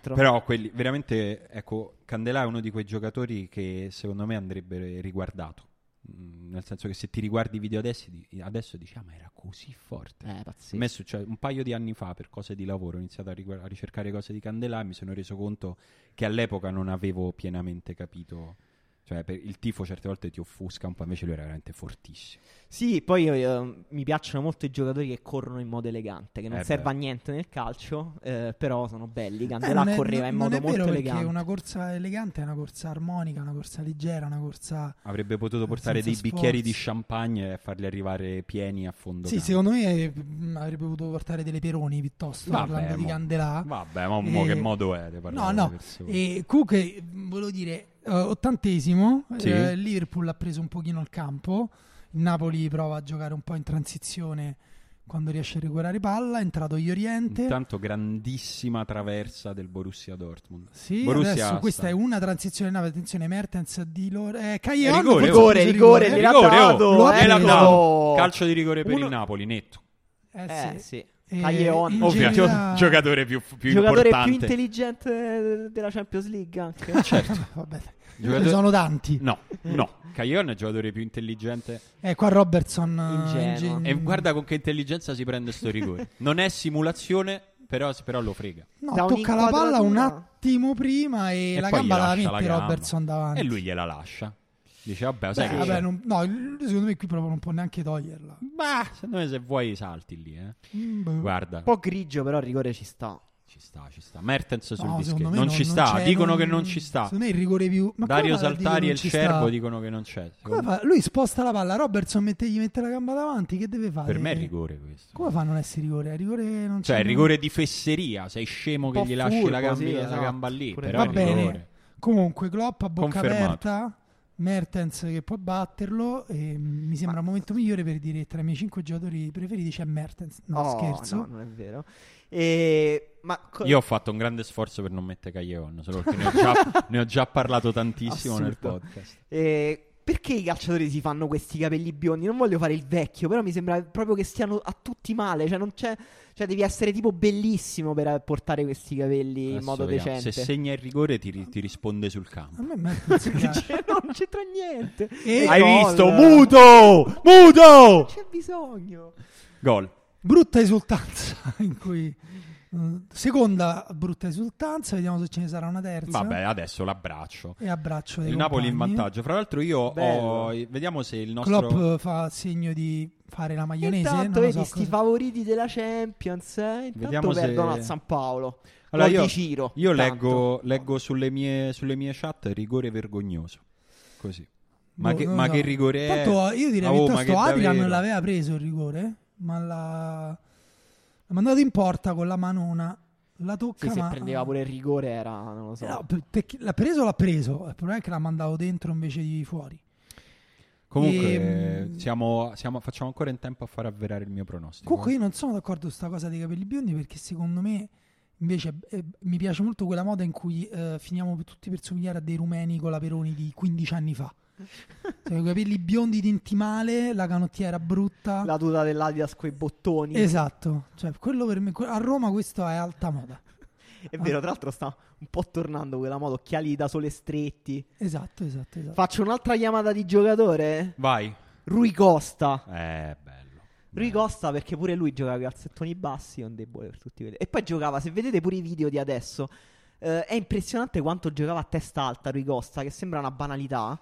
S3: 3-4.
S2: Però quelli, veramente, ecco, Candelà è uno di quei giocatori che secondo me andrebbe riguardato. Mm, Nel senso che se ti riguardi i video adesso, di- adesso dici, ah, ma era così forte.
S3: Eh,
S2: A
S3: pazzesco.
S2: me è successo un paio di anni fa per cose di lavoro, ho iniziato a, riguar- a ricercare cose di Candelà e mi sono reso conto che all'epoca non avevo pienamente capito. Cioè, per- il tifo certe volte ti offusca un po', invece lui era veramente fortissimo.
S3: Sì, poi eh, mi piacciono molto i giocatori che corrono in modo elegante, che non
S2: Eh,
S3: serve a
S2: beh.
S3: niente nel calcio, eh, però sono belli.
S1: Eh,
S3: Candelà
S1: non è-
S3: correva in
S1: non
S3: modo
S1: è vero
S3: molto
S1: perché
S3: elegante.
S1: Una corsa elegante è una corsa armonica, una corsa leggera, una corsa.
S2: Avrebbe potuto portare
S1: Senza
S2: dei bicchieri
S1: sforzo.
S2: di champagne e farli arrivare pieni a fondo.
S1: Sì,
S2: campo.
S1: secondo me eh, mh, avrebbe potuto portare delle peroni piuttosto
S2: Vabbè,
S1: parlando di
S2: mo.
S1: Candelà.
S2: Vabbè, ma mo
S1: Eh,
S2: che modo è? di
S1: No,
S2: parlare
S1: no.
S2: alle persone?
S1: E comunque eh, volevo dire, eh, ottantesimo,
S2: Sì.
S1: eh, Liverpool ha preso un pochino il campo, il Napoli prova a giocare un po' in transizione quando riesce a recuperare palla, è entrato Ioriente.
S2: Intanto grandissima traversa del Borussia Dortmund.
S1: Sì,
S2: Borussia
S1: adesso
S2: sta-
S1: questa è una transizione in nave, attenzione, Mertens di loro... Eh, Cagliari,
S2: Rigore,
S1: forse ha
S3: rigore,
S1: preso
S3: rigore,
S1: il
S3: rigore. Gliel'ha dato,
S2: oh,
S1: eh,
S2: gliel'ha
S1: però.
S2: dato. Calcio di rigore per
S3: Uno-
S2: il Napoli, netto.
S1: Eh, sì.
S3: Eh, sì.
S1: Eh,
S3: Caglione.
S1: in
S2: Ovvio,
S1: generale-
S2: giocatore più, più
S3: giocatore più
S2: importante.
S3: intelligente della Champions League anche.
S2: certo.
S1: Vabbè, ce
S2: Giocatore-
S1: ne sono tanti.
S2: No, no. Caglione è il giocatore più intelligente.
S1: Eh, qua Robertson... eh,
S3: Ingenuo.
S1: ingen-
S2: E guarda con che intelligenza si prende sto rigore. Non è simulazione, però, però lo frega.
S1: No,
S3: Da
S1: tocca la palla un
S3: un'inquadratura.
S1: attimo prima e,
S2: E
S1: la
S2: poi gli
S1: gamba la
S2: lascia
S1: mette
S2: la gamba.
S1: Robertson davanti.
S2: E lui gliela lascia. Dice, vabbè, sai
S1: Beh,
S2: che
S1: vabbè,
S2: c'è?
S1: non- no, il- secondo me qui proprio non può neanche toglierla.
S2: Bah, secondo me se vuoi salti lì, eh.
S1: Mm, boh.
S2: Guarda,
S3: Un po' grigio, però il rigore ci sta.
S2: ci sta, ci sta. Mertens sul
S1: No,
S2: dischetto.
S1: secondo
S2: Non,
S1: me
S2: ci sta,
S1: c'è,
S2: dicono che non ci sta.
S1: Secondo me il rigore più... Ma come
S2: Dario
S1: fa a dire
S2: Saltari
S1: non
S2: e il
S1: ci
S2: Cervo
S1: sta?
S2: dicono che non c'è. Secondo
S1: Come
S2: me-
S1: fa? Lui sposta la palla, Robertson mette, gli mette la gamba davanti, che deve fare?
S2: Per me è rigore questo.
S1: Come fa a non essere rigore? È rigore non
S2: Cioè,
S1: c'è
S2: il rigore di fesseria. Sei scemo
S3: Un
S2: che
S3: po'
S2: gli lasci la
S3: furbo,
S2: gamba,
S3: sì,
S2: la
S3: esatto.
S2: gamba lì.
S3: Pure
S2: Però
S1: Va
S2: è
S1: bene.
S2: rigore.
S1: Comunque, Klopp a bocca
S2: Confermato.
S1: aperta, Mertens che può batterlo e mi sembra il momento migliore per dire tra i miei cinque giocatori preferiti c'è Mertens. No,
S3: Oh,
S1: scherzo.
S3: No, non è vero. E... Ma co-
S2: Io ho fatto un grande sforzo per non mettere Caglion, solo perché ne ho già, ne ho già parlato tantissimo nel
S3: Assurdo.
S2: podcast.
S3: Eh, perché i calciatori si fanno questi capelli biondi? Non voglio fare il vecchio, però mi sembra proprio che stiano a tutti male. Cioè, non c'è, cioè devi essere tipo bellissimo per eh, portare questi capelli in
S2: Adesso
S3: modo
S2: vediamo.
S3: decente.
S2: Se segna il rigore ti, ri- ti risponde sul campo.
S1: A me Mertens piace.
S3: Cioè, non c'entra niente.
S1: E
S2: Hai
S3: gol.
S2: visto? Muto! Muto!
S3: Non c'è bisogno.
S2: Gol.
S1: brutta esultanza in cui mm, seconda brutta esultanza, vediamo se ce ne sarà una terza.
S2: Vabbè, adesso l'abbraccio.
S1: E abbraccio dei
S2: Il Napoli in
S1: compagni.
S2: vantaggio. Fra l'altro io ho...
S3: Bello.
S2: Vediamo se il nostro... Esatto,
S1: Klopp eh, fa segno di fare la maionese,
S3: Intanto
S1: non lo
S3: vedi
S1: so
S3: sti
S1: cosa-
S3: favoriti della Champions. eh, Intanto
S2: Vediamo se-
S3: perdono a San Paolo.
S2: Allora,
S3: Gol
S2: io-
S3: di Ciro.
S2: Io
S3: tanto.
S2: leggo, leggo sulle, mie, sulle mie chat rigore vergognoso. Così. Ma,
S1: Boh,
S2: che,
S1: non
S2: ma
S1: so.
S2: che rigore è?
S1: Tanto eh, io direi
S2: Ah, oh, ma
S1: piuttosto
S2: che
S1: Adrian
S2: davvero.
S1: l'aveva preso il rigore, ma l'ha... l'ha mandato in porta con la manona. La tocca
S3: Sì, se
S1: ma...
S3: prendeva pure il rigore era, non lo so.
S1: Eh, no, per- perché l'ha preso l'ha preso, il problema è che l'ha mandato dentro invece di fuori.
S2: Comunque,
S1: Ehm.
S2: siamo- siamo- facciamo ancora in tempo a far avverare il mio pronostico.
S1: Comunque io non sono d'accordo su sta cosa dei capelli biondi perché secondo me invece eh, mi piace molto quella moda in cui eh, finiamo tutti per somigliare a dei rumeni con la Peroni di 15 anni fa. Cioè, i capelli biondi tinti male, la canottiera brutta.
S3: La tuta dell'Adidas coi bottoni.
S1: Esatto, cioè, quello per me, que- a Roma questo è alta moda.
S3: È vero, tra l'altro sta un po' tornando quella moda, occhiali da sole stretti.
S1: Esatto, esatto, esatto.
S3: Faccio un'altra chiamata di giocatore.
S2: Vai.
S3: Rui Costa.
S2: Eh, bello.
S3: Rui Costa perché pure lui giocava con i calzettoni bassi, un debole per tutti quelli. E poi giocava, se vedete pure i video di adesso, eh, è impressionante quanto giocava a testa alta Rui Costa, che sembra una banalità.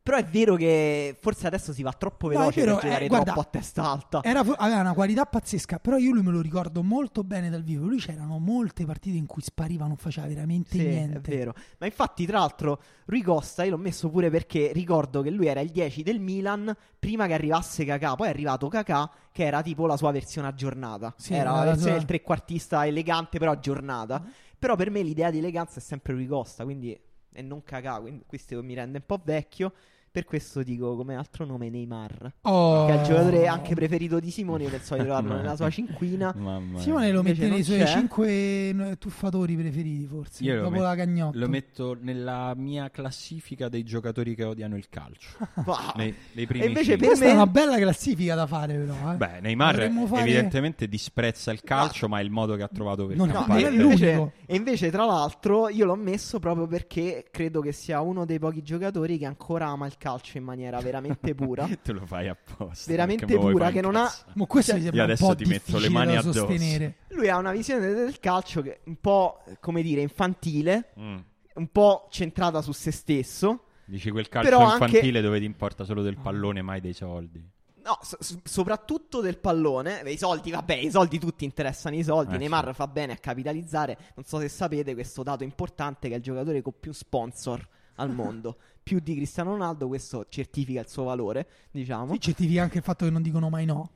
S3: Però è vero che forse adesso si va troppo
S1: No, è
S3: veloce
S1: vero,
S3: per giocare
S1: eh, guarda,
S3: troppo a testa alta.
S1: Era fu- aveva una qualità pazzesca, però io lui me lo ricordo molto bene dal vivo. Lui c'erano molte partite in cui spariva, non faceva veramente
S3: Sì, è
S1: niente.
S3: vero. Ma infatti, tra l'altro, Rui Costa io l'ho messo pure perché ricordo che lui era il 10 del Milan prima che arrivasse Kakà, poi è arrivato Kakà che era tipo la sua versione aggiornata.
S1: Sì,
S3: era la
S1: era la
S3: versione
S1: sua- Ah.
S3: del trequartista elegante però aggiornata. Però per me l'idea di eleganza è sempre Rui Costa, quindi e non Kakà, quindi questo mi rende un po' vecchio. Per questo dico come altro nome Neymar,
S1: Oh.
S3: che è il giocatore anche preferito di Simone, io pensavo di trovarlo nella sua cinquina.
S2: Mamma
S1: Simone lo
S3: Invece
S1: mette nei
S3: non
S1: suoi
S3: c'è.
S1: cinque no, tuffatori preferiti, forse.
S2: Io lo
S1: dopo
S2: met-
S1: la cagnotta.
S2: Lo metto nella mia classifica dei giocatori che odiano il calcio.
S3: Wow.
S2: nei, nei primi
S3: E invece
S2: cinque.
S3: per
S1: Questa è
S3: me
S1: una bella classifica da fare, però. eh.
S2: Beh, Neymar
S1: Dovremmo fare-
S2: evidentemente disprezza il calcio, ma è il modo che ha trovato per
S1: Non è-
S3: No,
S1: Ma
S2: campare.
S3: e,
S1: è
S3: invece,
S1: l'unico.
S3: e invece, tra l'altro, io l'ho messo proprio perché credo che sia uno dei pochi giocatori che ancora ama il calcio in maniera veramente pura.
S2: Te lo fai apposta.
S3: Veramente
S2: perché me lo vuoi
S3: pura,
S2: fare
S3: che non ha- Cioè,
S2: incazzare.
S1: Mo questo mi sembra
S2: io
S1: un
S2: adesso
S1: po'
S2: ti metto le
S1: difficile
S2: mani
S1: da
S2: addosso.
S1: sostenere.
S3: Lui ha una visione del calcio che è un po', come dire, infantile,
S2: Mm.
S3: un po' centrata su se stesso.
S2: Dici quel calcio
S3: Però anche-
S2: infantile dove ti importa solo del pallone, mai dei soldi.
S3: No, so- so- soprattutto del pallone. Beh, I soldi, vabbè, i soldi tutti interessano i soldi.
S2: Eh,
S3: Neymar
S2: sì.
S3: fa bene a capitalizzare. Non so se sapete questo dato importante che è il giocatore con più sponsor al mondo. più di Cristiano Ronaldo, questo certifica il suo valore, diciamo.
S1: Sì, certifica anche il fatto che non dicono mai no.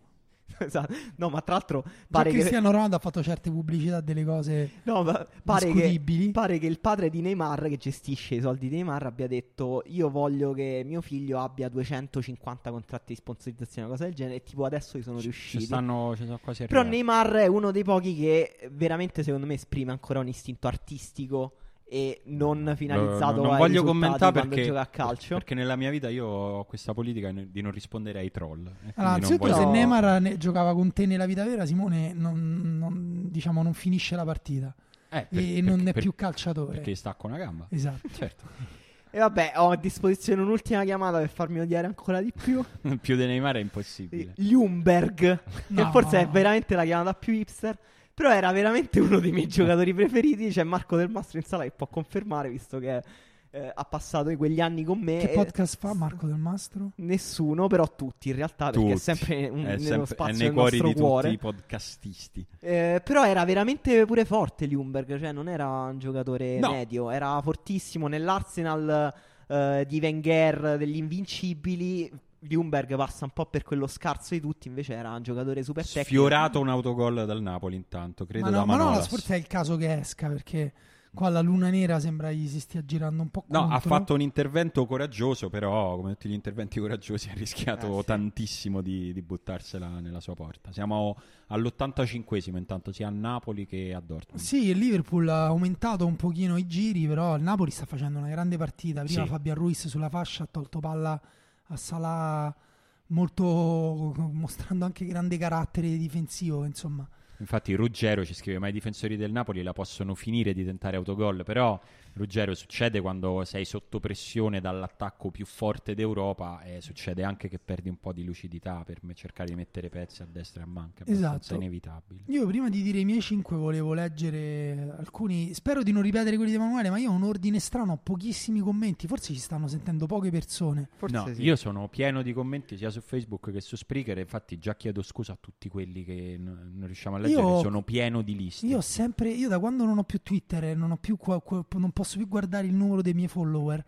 S3: Esatto. No, ma tra l'altro
S1: Già
S3: pare che,
S1: Cristiano Ronaldo ha fatto certe pubblicità delle cose
S3: no, ma pare, che,
S1: discutibili.
S3: pare che il padre di Neymar, che gestisce i soldi di Neymar, abbia detto: Io voglio che mio figlio abbia 250 contratti di sponsorizzazione, una cosa del genere. E tipo adesso ci sono
S2: Ci
S3: riusciti.
S2: stanno, ci sono quasi
S3: Però
S2: arrivati.
S3: Neymar è uno dei pochi che veramente, secondo me, esprime ancora un istinto artistico e non finalizzato
S2: non
S3: ai
S2: voglio
S3: risultati
S2: commentare
S3: quando
S2: perché,
S3: gioca a calcio.
S2: perché nella mia vita io ho questa politica di non rispondere ai troll. e quindi
S1: Allora,
S2: non
S1: anzitutto,
S2: voglio-
S1: se Neymar ne- giocava con te nella vita vera, Simone non, non- diciamo, non finisce la partita
S2: Eh, per-
S1: e non è
S2: per-
S1: più calciatore.
S2: Perché stacco una gamba.
S1: Esatto.
S2: Certo,
S3: E vabbè, ho a disposizione un'ultima chiamata per farmi odiare ancora di più.
S2: più di Neymar è impossibile.
S3: Ljungberg, che
S1: No.
S3: forse è veramente la chiamata più hipster. Però cioè era veramente uno dei miei giocatori preferiti. C'è Marco Del Mastro in sala che può confermare, visto che eh, ha passato quegli anni con me.
S1: Che
S3: e-
S1: podcast fa Marco Del Mastro?
S3: Eh, Nessuno, però tutti in realtà, perché è
S2: Tutti.
S3: sempre un-
S2: È
S3: nello
S2: sempre- è
S3: spazio
S2: nei
S3: del
S2: cuori
S3: nostro
S2: di
S3: cuore.
S2: tutti i podcastisti.
S3: Eh, però era veramente pure forte Ljungberg, cioè non era un giocatore
S2: No.
S3: medio, era fortissimo nell'Arsenal eh, di Wenger degli invincibili. Ljungberg passa un po' per quello scarso di tutti, invece era un giocatore super tecnico.
S2: Sfiorato un autogol dal Napoli intanto, credo
S1: Ma no,
S2: da
S1: ma no,
S2: Manolas.
S1: forse è il caso che esca perché qua la luna nera sembra gli si stia girando un po'
S2: No, ha
S1: contro.
S2: fatto un intervento coraggioso, però come tutti gli interventi coraggiosi ha rischiato
S3: Eh, sì.
S2: tantissimo di, di buttarsela nella sua porta. Siamo all'85esimo intanto, sia a Napoli che a Dortmund.
S1: Sì, il Liverpool ha aumentato un pochino i giri, però il Napoli sta facendo una grande partita. Prima
S2: Sì.
S1: Fabian Ruiz sulla fascia ha tolto palla a Salah molto mostrando anche grande carattere difensivo, insomma.
S2: Infatti Ruggero ci scrive, ma i difensori del Napoli la possono finire di tentare autogol, però Ruggero succede quando sei sotto pressione dall'attacco più forte d'Europa e succede anche che perdi un po' di lucidità per me- cercare di mettere pezzi a destra e a manca, è abbastanza
S1: Esatto.
S2: inevitabile.
S1: Io prima di dire i miei 5 volevo leggere alcuni, spero di non ripetere quelli di Emanuele, ma io ho un ordine strano, ho pochissimi commenti, forse ci stanno sentendo poche persone.
S3: Forse
S2: No,
S3: sì.
S2: io sono pieno di commenti sia su Facebook che su Spreaker, infatti già chiedo scusa a tutti quelli che n- non riusciamo a leggere,
S1: Io-
S2: sono pieno di liste.
S1: Io ho sempre, io da quando non ho più Twitter, e non, ho più qua- qua- non posso più guardare il numero dei miei follower.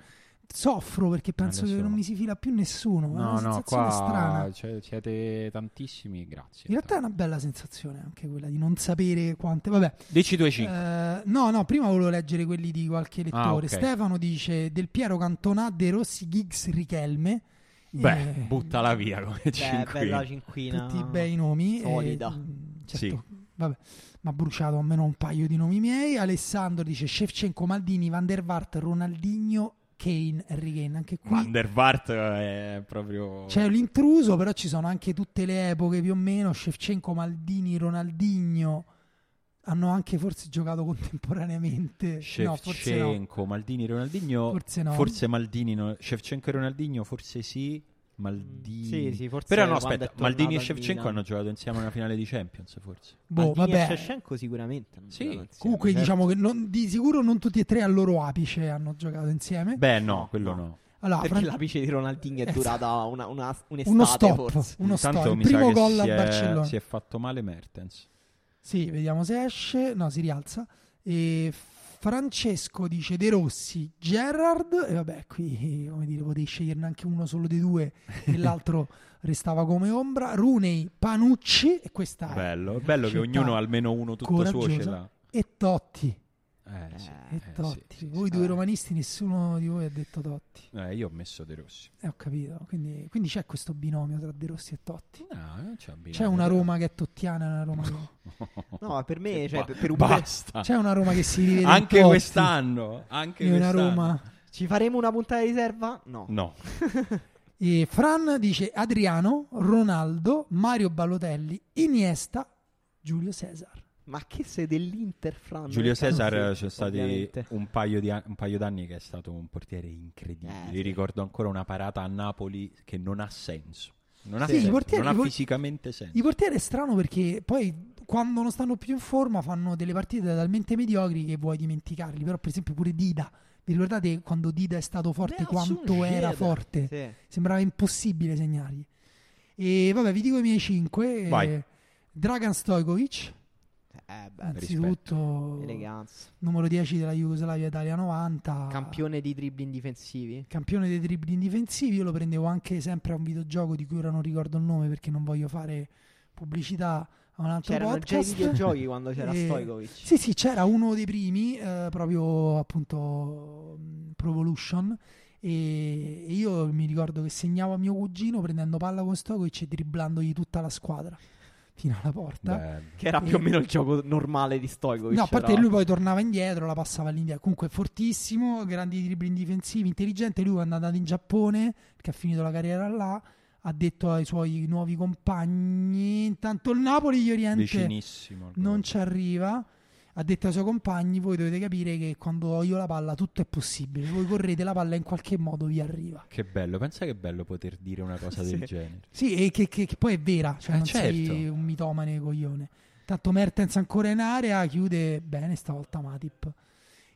S1: Soffro perché penso
S2: Adesso-
S1: che non mi si fila più nessuno. è
S2: No,
S1: una
S2: no,
S1: sensazione
S2: qua
S1: strana.
S2: cioè, siete tantissimi, grazie.
S1: In realtà è una bella sensazione anche quella di non sapere quante. Vabbè,
S2: Dici due cinque.
S1: Eh, no, no, prima volevo leggere quelli di qualche lettore.
S2: Ah, ok.
S1: Stefano dice Del Piero Cantonà, De Rossi, Giggs, Richelme.
S2: Beh,
S1: Eh,
S2: buttala via come
S3: Beh, bella
S2: cinque.
S3: cinquina.
S1: tutti bei nomi. eh, e-
S3: Solida.
S1: mm, certo,
S2: Sì.
S1: vabbè, ma bruciato almeno un paio di nomi miei. Alessandro dice Shevchenko, Maldini, Van der Vaart, Ronaldinho, Kane, Harry Kane. Anche qui
S2: Van der Vaart eh, è proprio...
S1: c'è l'intruso, però ci sono anche tutte le epoche più o meno. Shevchenko, Maldini, Ronaldinho hanno anche forse giocato contemporaneamente. No, forse no.
S2: Shevchenko, Maldini, Ronaldinho...
S1: Forse no.
S2: Forse Maldini, no- Shevchenko e Ronaldinho, forse sì. Maldini...
S3: Sì, sì, forse
S2: Però no,
S3: quando è
S2: aspetta,
S3: tornato
S2: Maldini e
S3: al
S2: Shevchenko
S3: Milan.
S2: hanno giocato insieme a una finale di Champions, forse.
S1: Boh,
S3: Maldini e
S1: vabbè.
S3: Shevchenko sicuramente. non
S2: Sì,
S3: giocano insieme,
S1: Comunque,
S3: certo.
S1: diciamo che non- di sicuro non tutti e tre al loro apice hanno giocato insieme.
S2: Beh, no, quello no.
S1: allora,
S3: Perché
S1: Fran-
S3: l'apice di Ronaldinho è
S1: Esatto.
S3: durata una, una- un'estate
S1: uno stop,
S3: forse.
S1: uno
S2: Intanto
S1: stop. Il
S2: mi
S1: primo
S2: sa
S1: gol
S2: che
S1: al
S2: si è-
S1: Barcellona.
S2: Si è fatto male Mertens.
S1: Sì, vediamo se esce. No, si rialza. E Francesco dice De Rossi, Gerrard. E vabbè, qui come dire, potevi sceglierne anche uno solo dei due e l'altro restava come ombra. Runei, Panucci. E questa è-
S2: Bello, bello che
S1: città
S2: ognuno almeno uno tutto suo ce
S1: coraggiosa.
S2: l'ha.
S1: E Totti.
S2: Eh, sì,
S1: E
S2: eh, sì,
S1: Totti.
S2: sì,
S1: voi
S2: sì.
S1: due romanisti, nessuno di voi ha detto Totti.
S2: Eh, io ho messo De Rossi.
S1: Eh, ho capito. Quindi, quindi c'è questo binomio tra De Rossi e Totti.
S2: No, non c'è,
S1: C'è
S2: Milano,
S1: una
S2: però.
S1: Roma che è tottiana e una Roma che...
S3: No, ma per me,
S2: Che
S3: cioè,
S2: ba-
S3: per- per un
S2: basta.
S1: C'è una Roma che si rivede in
S2: anche
S1: Totti
S2: quest'anno, anche
S1: E una
S2: quest'anno.
S1: Roma...
S3: Ci faremo una puntata di riserva? No.
S2: No,
S1: E Fran dice Adriano, Ronaldo, Mario Balotelli, Iniesta, Giulio Cesar.
S3: Ma che sei dell'Inter, Fran?
S2: Giulio
S3: Perché-
S2: Cesar
S3: Sì,
S2: c'è stati
S3: ovviamente.
S2: un paio, di, an- un paio d'anni che è stato un portiere incredibile.
S3: Eh,
S2: Io
S3: sì.
S2: Ricordo ancora una parata a Napoli che non ha senso. Non ha,
S1: Sì,
S2: senso,
S1: i portieri-
S2: non ha
S1: i por-
S2: fisicamente senso.
S1: I portieri è strano perché poi quando non stanno più in forma fanno delle partite talmente mediocri che vuoi dimenticarli. Però per esempio pure Dida. Vi ricordate quando Dida è stato forte
S2: Ah,
S5: Beh,
S1: quanto
S5: Assun
S1: era
S5: Jeder.
S1: forte?
S3: Sì.
S1: Sembrava impossibile segnargli. E vabbè, vi dico i miei 5.
S2: Vai.
S1: Dragan Stojkovic,
S3: Eh, beh,
S1: innanzitutto
S3: eleganza.
S1: numero 10 della Jugoslavia Italia 90.
S3: Campione di dribbling difensivi?
S1: campione dei dribbling difensivi. Io lo prendevo anche sempre a un videogioco di cui ora non ricordo il nome perché non voglio fare pubblicità a un altro
S3: C'erano già i
S1: podcast.
S3: videogiochi quando c'era
S1: Eh,
S3: Stojkovic.
S1: Sì, sì, c'era uno dei primi, eh, proprio appunto mh, Provolution. E e io mi ricordo che segnavo a mio cugino prendendo palla con Stokovic e dribblandogli tutta la squadra fino alla porta.
S2: Bello.
S3: Che era più o meno il gioco normale di Stojkovic.
S1: No, a parte
S3: però.
S1: che lui poi tornava indietro, la passava all'India. Comunque fortissimo, grandi dribbling difensivi, intelligente. Lui quando è andato in Giappone, che ha finito la carriera là, ha detto ai suoi nuovi compagni, intanto il Napoli gli Oriente
S2: vicinissimo. al gol.
S1: non ci arriva. Ha detto ai suoi compagni, voi dovete capire che quando ho io la palla tutto è possibile. Voi correte, la palla in qualche modo vi arriva.
S2: Che bello, pensa che bello poter dire una cosa del
S3: Sì.
S2: genere.
S1: Sì, e che, che- che poi è vera, cioè
S2: Eh,
S1: non sei
S2: certo.
S1: un mitomane coglione. Tanto Mertens ancora in area, chiude bene stavolta Matip.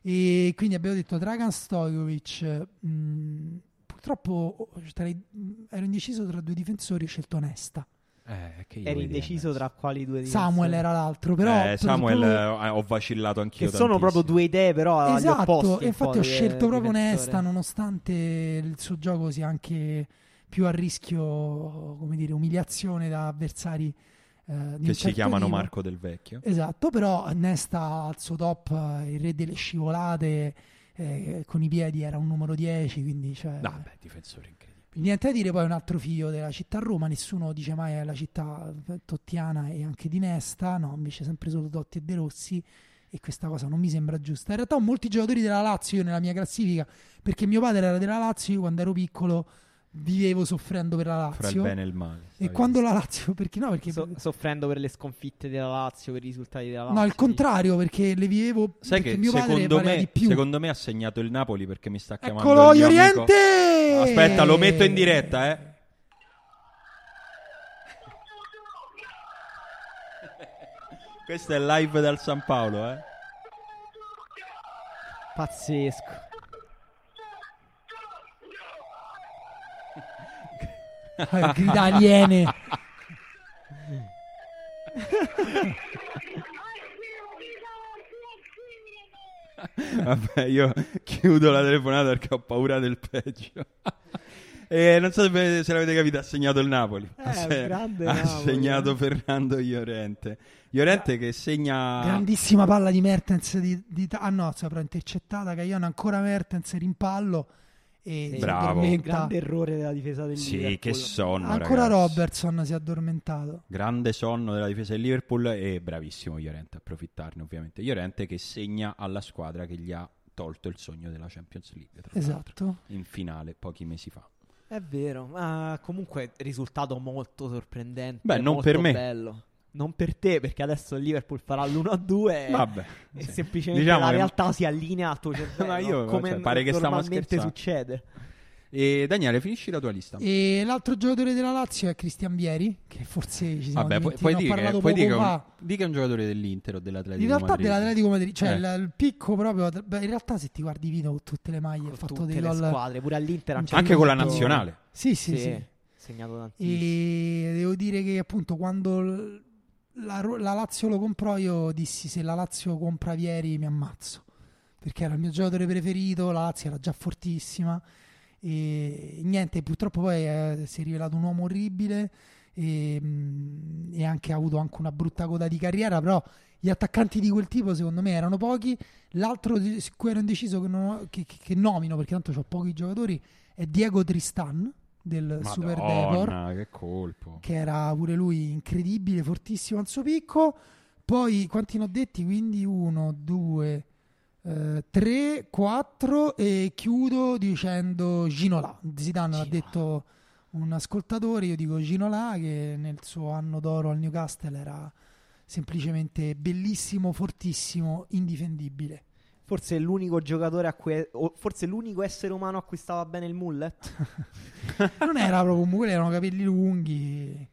S1: E quindi abbiamo detto Dragan Stojkovic. mh, purtroppo oh, tra i- mh, ero indeciso tra due difensori, ho scelto Nesta.
S7: Eh, che io
S3: Eri
S7: voglio
S3: indeciso
S7: dire,
S3: tra quali due difensori.
S1: Samuel era l'altro, però
S2: Eh,
S1: tu-
S2: Samuel,
S1: tu-
S2: eh, ho vacillato anch'io.
S3: Che sono proprio
S2: tantissimo.
S3: due idee, però agli
S1: Esatto,
S3: Ah, opposti.
S1: e
S3: un po' eh,
S1: infatti ho
S3: di-
S1: scelto proprio
S3: difensore.
S1: Nesta, nonostante il suo gioco sia anche più a rischio, come dire, umiliazione da avversari eh, di un
S2: Che si
S1: certo
S2: chiamano
S1: tipo.
S2: Marco Del Vecchio.
S1: Esatto, però Nesta al suo top, eh, il re delle scivolate, eh, con i piedi era un numero 10, quindi cioè,
S2: Ah,
S7: No, beh, difensore incredibile.
S1: niente da dire. Poi è un altro figlio della città Roma, nessuno dice mai è la città eh, tottiana e anche di Nesta, no, invece sempre solo Totti e De Rossi e questa cosa non mi sembra giusta. In realtà ho molti giocatori della Lazio io nella mia classifica, perché mio padre era della Lazio, io quando ero piccolo vivevo soffrendo per la
S2: Fra il
S1: Lazio.
S2: bene e il male.
S1: E
S2: stavi
S1: quando la Lazio, perché no? Perché
S3: So- soffrendo per le sconfitte della Lazio, per i risultati della Lazio.
S1: No, al contrario, perché le vivevo
S2: Sai
S1: perché
S2: che
S1: mio padre
S2: secondo
S1: valeva
S2: me,
S1: di più.
S2: secondo me ha segnato il Napoli perché mi sta chiamando.
S1: Eccolo,
S2: il mio amico.
S1: Oriente!
S2: Aspetta, lo metto in diretta, eh. Questo è live dal San Paolo, eh.
S3: Pazzesco.
S1: Eh, Grida aliene.
S2: Vabbè, io chiudo la telefonata perché ho paura del peggio. E non so se ve- se l'avete capito, ha segnato il Napoli.
S3: Eh,
S2: ha se-
S3: grande
S2: ha
S3: Napoli,
S2: segnato
S3: eh.
S2: Fernando Iorente. Iorente che segna...
S1: Grandissima palla di Mertens. Di, di, ah no, sopra intercettata. Caiano ancora Mertens, rimpallo. E si
S2: Bravo.
S1: addormenta.
S3: Grande errore della difesa del
S2: Sì,
S3: Liverpool.
S2: che sonno,
S1: Ancora
S2: ragazzi.
S1: Robertson si è addormentato.
S2: Grande sonno della difesa del Liverpool e bravissimo Iorente a approfittarne ovviamente. Iorente che segna alla squadra che gli ha tolto il sogno della Champions League. tra l'altro,
S1: Esatto.
S2: In finale, pochi mesi fa.
S3: È vero, ma comunque risultato molto sorprendente.
S2: Beh, non
S3: molto
S2: per me.
S3: bello. Non per te, perché adesso il Liverpool farà l'1-2.
S2: Vabbè.
S3: E
S2: sì.
S3: semplicemente
S2: Diciamo
S3: la
S2: che-
S3: realtà si allinea al tuo cervello.
S2: Ma io,
S3: come
S2: cioè, pare che stiamo
S3: normalmente
S2: scherzando.
S3: succede.
S2: E Daniele, finisci la tua lista.
S1: E l'altro giocatore della Lazio è Cristian Bieri, che forse ci siamo
S2: Vabbè, puoi,
S1: dimenticati. ne ho
S2: puoi dire, che-
S1: parlato poco
S2: puoi dire che è un-
S1: fa.
S2: di che è un giocatore dell'Inter o dell'Atletico
S1: In realtà
S2: Madrid.
S1: dell'Atletico Madrid, cioè
S2: Eh.
S1: il, il picco proprio, beh, in realtà se ti guardi Vino con tutte le maglie, ha
S3: Con
S1: fatto
S3: tutte
S1: dei
S3: le
S1: gol.
S3: squadre, pure all'Inter. ha
S1: Anche
S2: Anche
S3: giocato
S2: con la
S3: tutto.
S2: nazionale.
S1: Sì, sì, sì.
S3: Segnato tantissimo.
S1: E devo dire che appunto quando l- la, Ro- la Lazio lo comprò io dissi se la Lazio compra Vieri mi ammazzo, perché era il mio giocatore preferito, la Lazio era già fortissima e niente, purtroppo poi eh, si è rivelato un uomo orribile e, mh, e anche, ha avuto anche una brutta coda di carriera, però gli attaccanti di quel tipo secondo me erano pochi, l'altro di su cui ero indeciso che, non ho- che- che- che nomino perché tanto ho pochi giocatori è Diego Tristan del Super Depor
S2: Madonna, che colpo.
S1: che era pure lui incredibile, fortissimo al suo picco. Poi quanti ne ho detti? Quindi 1, 2, 3, 4 e chiudo dicendo Ginola. Zidane l'ha detto un ascoltatore, io dico Ginola che nel suo anno d'oro al Newcastle era semplicemente bellissimo, fortissimo, indifendibile.
S3: Forse è l'unico giocatore a cui. o forse è l'unico essere umano a cui stava bene il mullet.
S1: Non era proprio un mugole, erano capelli lunghi.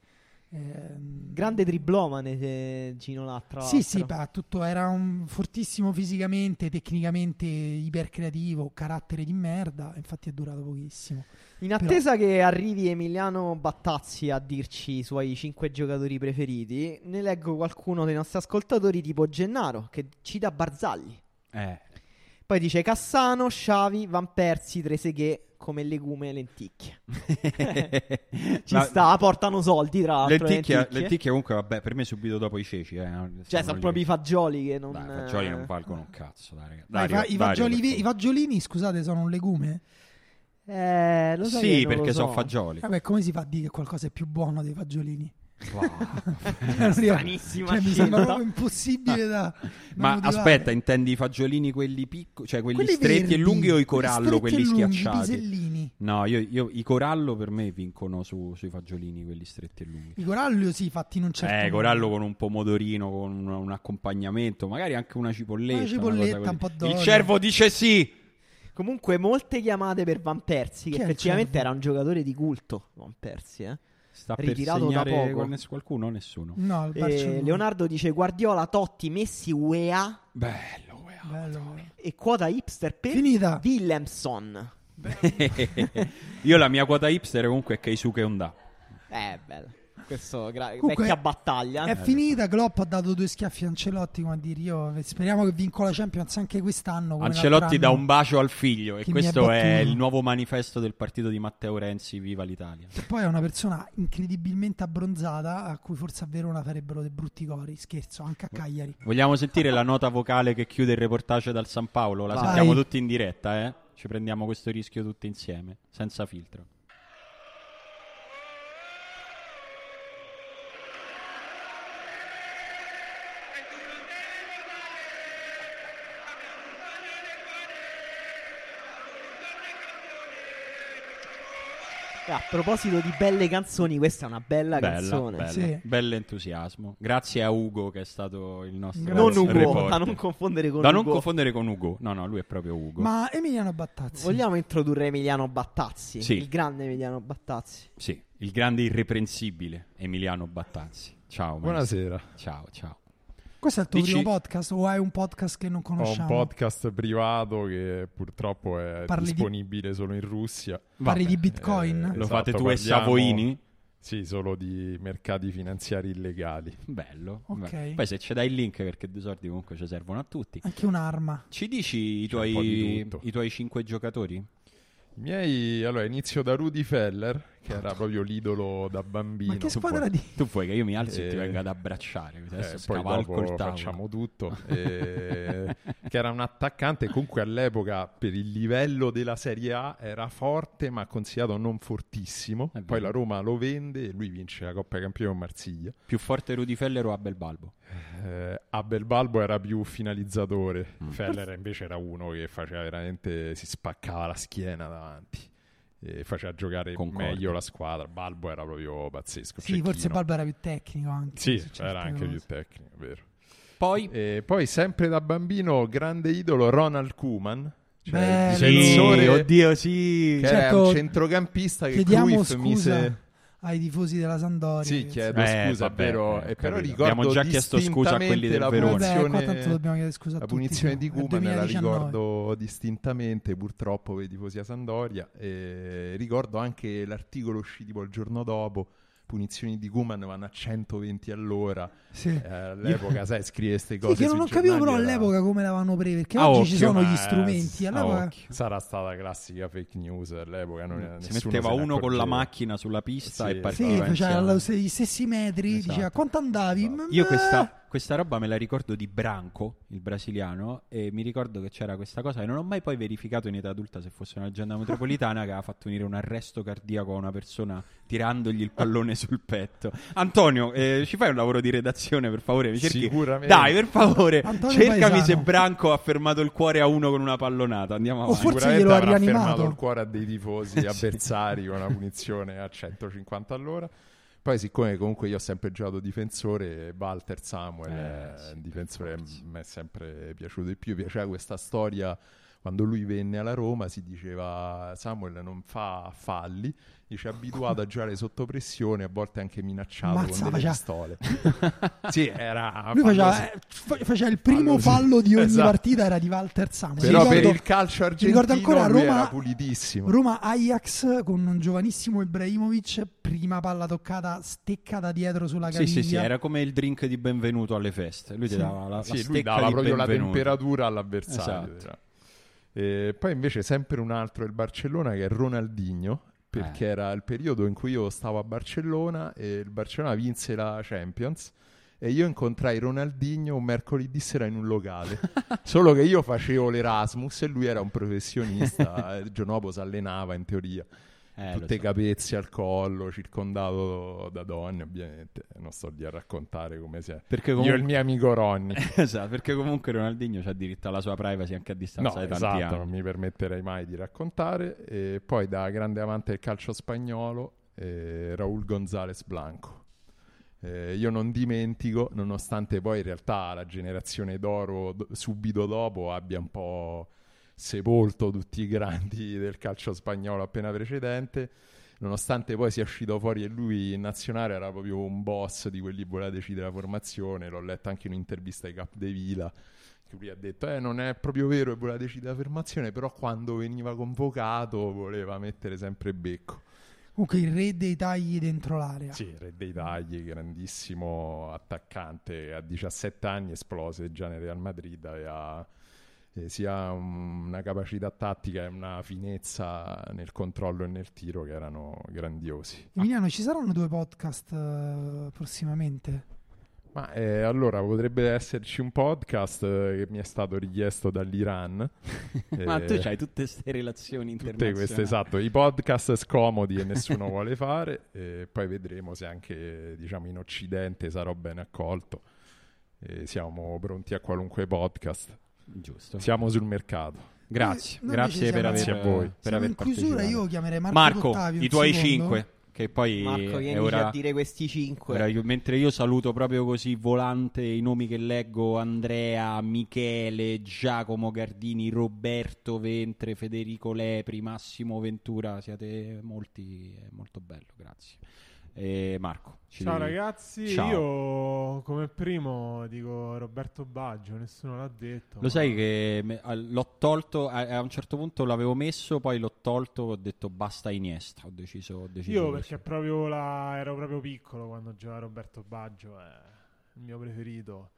S1: ehm,
S3: Grande triplomane eh, Gino Latra.
S1: Sì, sì, beh, tutto era un fortissimo fisicamente, tecnicamente ipercreativo, carattere di merda, infatti è durato pochissimo.
S3: In attesa che arrivi Emiliano Battazzi a dirci i suoi 5 giocatori preferiti, ne leggo qualcuno dei nostri ascoltatori, tipo Gennaro, che cita Barzagli.
S2: Eh,
S3: Poi dice Cassano, Sciavi, Van Persi, Treseghe come legume e lenticchie. Ci
S2: Ma-
S3: sta, portano soldi tra l'altro. eh,
S2: Lenticchia, lenticchia comunque, vabbè, per me subito dopo i ceci. eh, non-
S3: Cioè, sono
S2: lì.
S3: proprio i fagioli che non.
S2: Dai, i fagioli non
S3: eh,
S2: valgono un cazzo, dai, raga.
S1: Ma
S2: Dario,
S1: i, fa- i
S2: Dario,
S1: fagioli
S2: per
S1: ve- i
S2: favore.
S1: fagiolini, scusate, sono un legume?
S3: Eh, lo so che non
S2: Sì,
S3: lo
S2: perché sono
S3: so.
S2: fagioli.
S1: Vabbè, come si fa a dire che qualcosa è più buono dei fagiolini?
S3: stranissima
S1: Cioè, mi
S3: scelta.
S1: sembra proprio impossibile da... da
S2: Ma
S1: motivare.
S2: aspetta, intendi i fagiolini quelli piccoli, cioè quelli,
S1: Quelli
S2: stretti
S1: verdi,
S2: e lunghi o i
S1: stretti
S2: corallo,
S1: e
S2: quelli
S1: lunghi,
S2: schiacciati?
S1: I pisellini.
S2: No, io, io- i corallo per me vincono su- sui fagiolini, quelli stretti e lunghi.
S1: I corallo sì, fatti in un certo
S2: eh,
S1: modo.
S2: corallo con un pomodorino, con un, un accompagnamento, magari anche una cipolletta.
S1: Una cipolletta,
S2: cosa
S1: un po'
S2: così.
S1: d'olio.
S2: Il cervo dice sì!
S3: Comunque, molte chiamate per Van Persi, che
S1: Chi è il
S3: effettivamente
S1: cervo?
S3: era un giocatore di culto. Van Persi, eh.
S2: Sta
S3: Ritirato da
S2: per segnare
S3: poco.
S2: qual- qualcuno? Nessuno.
S1: No, il
S3: Eh,
S1: Barcellona.
S3: Leonardo dice Guardiola, Totti, Messi, UEA.
S2: Bello, wea.
S1: Bello.
S3: Oh, E quota hipster per
S1: Finita.
S3: Willemson.
S2: Io la mia quota hipster comunque è Keisuke Honda.
S3: Eh, bello. Questo gra-
S1: Comunque,
S3: vecchia battaglia.
S2: Eh,
S1: È finita, Klopp ha dato due schiaffi a Ancelotti, come a dire io eh, speriamo che vinco la Champions anche quest'anno. come
S2: Ancelotti
S1: l'altro
S2: dà
S1: anno.
S2: un bacio al figlio e
S1: Chi mi ha
S2: questo è
S1: battuto.
S2: il nuovo manifesto del partito di Matteo Renzi, viva l'Italia.
S1: Che poi è una persona incredibilmente abbronzata a cui forse a Verona farebbero dei brutti cori, scherzo, anche a Cagliari.
S2: Vogliamo sentire la nota vocale che chiude il reportage dal San Paolo? La
S1: Vai.
S2: sentiamo tutti in diretta, eh? Ci prendiamo questo rischio tutti insieme, senza filtro.
S3: Eh, a proposito di belle canzoni, questa è una bella,
S2: Bella,
S3: canzone.
S2: bella,
S1: Sì.
S2: bell'entusiasmo. Grazie a Ugo che è stato il nostro
S3: Non Ugo,
S2: reporter.
S3: da non confondere con
S2: Da
S3: Ugo.
S2: non confondere con Ugo. No, no, lui è proprio Ugo.
S1: Ma Emiliano Battazzi,
S3: Vogliamo introdurre Emiliano Battazzi,
S2: Sì.
S3: il grande Emiliano Battazzi.
S2: Sì, il grande irreprensibile Emiliano Battanzi. Ciao, maestro.
S8: Buonasera.
S2: Ciao, ciao.
S1: questo è il tuo
S2: Dici-
S1: primo podcast o hai un podcast che non
S8: Ho un
S1: conosciamo?
S8: podcast privato che purtroppo è
S1: Parli di-
S8: disponibile solo in Russia.
S1: Parli di
S8: Vabbè,
S1: Bitcoin?
S8: eh,
S2: Lo
S8: Esatto,
S2: fate tu e
S8: parliamo-
S2: Savoini?
S8: Sì, solo di mercati finanziari illegali.
S2: Bello.
S1: Ok.
S2: Beh, Poi se ci dai il link, perché due soldi comunque ci servono a tutti.
S1: Anche un'arma.
S2: Ci dici i
S8: C'è un po' di
S2: tuoi,
S8: tutto.
S2: i tuoi cinque giocatori?
S8: I miei, allora, inizio da Rudy Feller, che era proprio l'idolo da bambino.
S1: Ma che
S2: tu
S1: squadra
S2: puoi-
S1: di...
S2: Tu vuoi che io mi alzi e ti
S8: Eh,
S2: venga ad abbracciare? così Adesso
S8: Eh, poi
S2: scavalco il
S8: dopo
S2: tavolo.
S8: facciamo tutto. eh, che era un attaccante, comunque all'epoca per il livello della Serie A era forte, ma considerato non fortissimo.
S2: È
S8: Poi
S2: vero.
S8: la Roma lo vende e lui vince la Coppa Campione con Marsiglia.
S2: Più forte Rudy Feller o Abel Balbo?
S8: Eh, Abel Balbo era più finalizzatore,
S2: Mm.
S8: Feller invece era uno che faceva veramente si spaccava la schiena davanti. E faceva giocare
S2: Concordo.
S8: meglio la squadra. Balbo era proprio pazzesco.
S1: Sì, forse
S8: cecchino.
S1: Balbo era più tecnico anche.
S8: Sì,
S1: su certe
S8: era
S1: cose.
S8: anche più tecnico, è vero.
S2: Poi
S8: E poi sempre da bambino grande idolo Ronald Kuman, cioè
S1: Bello.
S8: il difensore
S1: Sì,
S2: oddio, sì.
S8: che
S1: Certo,
S8: era un centrocampista che
S1: Chiediamo
S8: Cruyff
S1: scusa
S8: mise
S1: ai tifosi della Sandoria. che-
S8: Sì, chiedo
S2: Eh,
S8: scusa,
S2: vabbè,
S8: è vero,
S2: eh,
S8: e però
S2: capito.
S8: ricordo
S2: Abbiamo già chiesto scusa a quelli del
S8: distintamente la
S2: Verona.
S1: Vabbè, qua tanto
S8: punizione-
S1: dobbiamo chiedere scusa a
S8: la
S1: tutti,
S8: punizione
S1: no?
S8: di
S1: È
S8: Kuman la
S1: 2019.
S8: ricordo distintamente, purtroppo per i tifosi a Sandoria. E ricordo anche l'articolo uscito tipo il giorno dopo. Punizioni di Kuman vanno a 120 all'ora.
S1: Sì.
S8: Eh, all'epoca, sai, scrive queste
S1: Sì,
S8: cose.
S1: che non
S8: sui
S1: ho capito
S8: giornali,
S1: però
S8: era-
S1: all'epoca come l'avevano presa, perché
S2: A
S1: oggi ci
S2: occhio,
S1: sono
S8: eh,
S1: gli strumenti.
S8: a
S1: All'epoca
S2: occhio.
S8: Sarà stata la classica fake news all'epoca. Non era-
S2: si
S8: nessuno
S2: metteva
S8: se ne
S2: uno con la
S8: accorgeva.
S2: macchina sulla pista
S8: Sì,
S2: e partiva
S1: Mm. sì,
S2: insieme.
S1: faceva lo- se- gli stessi metri,
S2: Esatto.
S1: diceva quanto andavi?
S8: Esatto.
S1: Mm,
S2: Io questa, questa roba me la ricordo di Branco, il brasiliano, e mi ricordo che c'era questa cosa che non ho mai poi verificato in età adulta se fosse una leggenda metropolitana che aveva fatto unire un arresto cardiaco a una persona tirandogli il pallone sul petto. Antonio, eh, ci fai un lavoro di redazione per favore? Mi cerchi?
S8: Sicuramente.
S2: Dai, per favore,
S1: Antonio
S2: cercami
S1: Paesano.
S2: se Branco ha fermato il cuore a uno con una pallonata. Andiamo avanti.
S1: forse
S8: Sicuramente
S1: glielo ha
S8: avrà
S1: rianimato.
S8: fermato il cuore a dei tifosi avversari con una punizione a 150 all'ora. Poi, siccome comunque io ho sempre giocato difensore, Walter Samuel,
S2: Eh,
S8: eh,
S2: sì,
S8: il difensore che mi è sempre piaciuto di più. Piaceva questa storia quando lui venne alla Roma. Si diceva: Samuel non fa falli, dice abituato a giocare sotto pressione, a volte anche minacciato
S1: Mazza,
S8: con delle
S1: faceva-
S8: pistole. sì, era
S1: Lui
S8: falloso.
S1: faceva, eh, fa- faceva il primo
S8: Fallo sì.
S1: fallo di ogni
S8: Esatto.
S1: partita, era di Walter Samuel.
S8: Però
S1: Mi ricordo-
S8: per il calcio
S1: mi ricordo
S8: argentino
S1: ancora
S8: lui
S1: Roma-
S8: era pulitissimo.
S1: Roma Ajax con un giovanissimo Ibrahimovic, prima palla toccata, stecca da dietro sulla
S2: Sì,
S1: caviglia.
S2: sì, sì, era come il drink di benvenuto alle feste. Cioè, Lui ti
S1: Sì.
S2: dava la, la
S8: Sì, lui
S2: stecca
S8: dava
S2: di
S8: proprio la
S2: benvenuto.
S8: temperatura all'avversario.
S2: Esatto.
S8: diciamo. E poi invece sempre un altro del Barcellona che è Ronaldinho,
S2: Eh.
S8: perché era il periodo in cui io stavo a Barcellona e il Barcellona vinse la Champions. E io incontrai Ronaldinho un mercoledì sera in un locale. Solo che io facevo l'Erasmus e lui era un professionista. eh, Il giorno dopo si allenava in teoria.
S2: Eh, lo
S8: Tutte
S2: so.
S8: capezze al collo, circondato da donne, ovviamente. Non sto lì a raccontare come si è.
S2: Perché
S8: Io e
S2: comunque...
S8: il mio amico Ronny.
S2: Esatto, perché comunque Ronaldinho ha diritto alla sua privacy anche a
S8: No,
S2: distanza di tanti
S8: esatto,
S2: anni.
S8: non mi permetterei mai di raccontare. E poi da grande amante del calcio spagnolo, eh, Raul González Blanco. Eh, io non dimentico, nonostante poi in realtà la generazione d'oro d- subito dopo abbia un po' sepolto tutti i grandi del calcio spagnolo appena precedente, nonostante poi sia uscito fuori e lui in nazionale era proprio un boss di quelli che voleva decidere la formazione, l'ho letto anche in un'intervista ai Cap de Vila che lui ha detto eh, non è proprio vero che voleva decidere la fermazione, però quando veniva convocato voleva mettere sempre becco.
S1: Comunque il re dei tagli dentro l'area.
S8: Sì, re dei tagli, grandissimo attaccante, a 17 anni esplose già nel Real Madrid, aveva eh, sia un- una capacità tattica e una finezza nel controllo e nel tiro che erano grandiosi.
S1: Emiliano, ci saranno due podcast eh, prossimamente?
S8: Ma eh, allora potrebbe esserci un podcast eh, che mi è stato richiesto dall'Iran.
S2: Ma
S8: Eh,
S2: tu hai tutte queste relazioni
S8: Tutte
S2: internazionali.
S8: queste, esatto, i podcast scomodi e nessuno vuole fare, e poi vedremo se anche diciamo, in Occidente sarò ben accolto. E siamo pronti a qualunque podcast,
S2: Giusto.
S8: siamo sul mercato.
S2: Grazie,
S1: Noi
S2: grazie
S1: invece
S2: per aver,
S1: siamo-
S8: Grazie a voi.
S2: per
S1: Siamo
S2: aver
S1: in chiusura
S2: partecipato.
S1: io chiamerei Marco,
S2: Marco,
S1: D'Ottavio,
S2: i
S1: un
S2: tuoi
S1: secondo.
S2: 5, che poi
S3: Marco,
S2: è
S3: vienici
S2: ora...
S3: a dire questi
S2: ora
S3: 5.
S2: io- mentre io saluto proprio così volante i nomi che leggo, Andrea, Michele, Giacomo Gardini, Roberto Ventre, Federico Lepri, Massimo Ventura, siete molti, è molto bello, grazie. E Marco, ci
S9: Ciao
S2: devi-
S9: ragazzi, io come primo dico Roberto Baggio, nessuno l'ha detto.
S2: Lo sai che me- a- l'ho tolto, a, a un certo punto l'avevo messo, poi l'ho tolto, ho detto basta Iniesta, ho deciso, ho deciso
S9: Io
S2: così.
S9: perché proprio la- ero proprio piccolo quando giocava Roberto Baggio, è il mio preferito.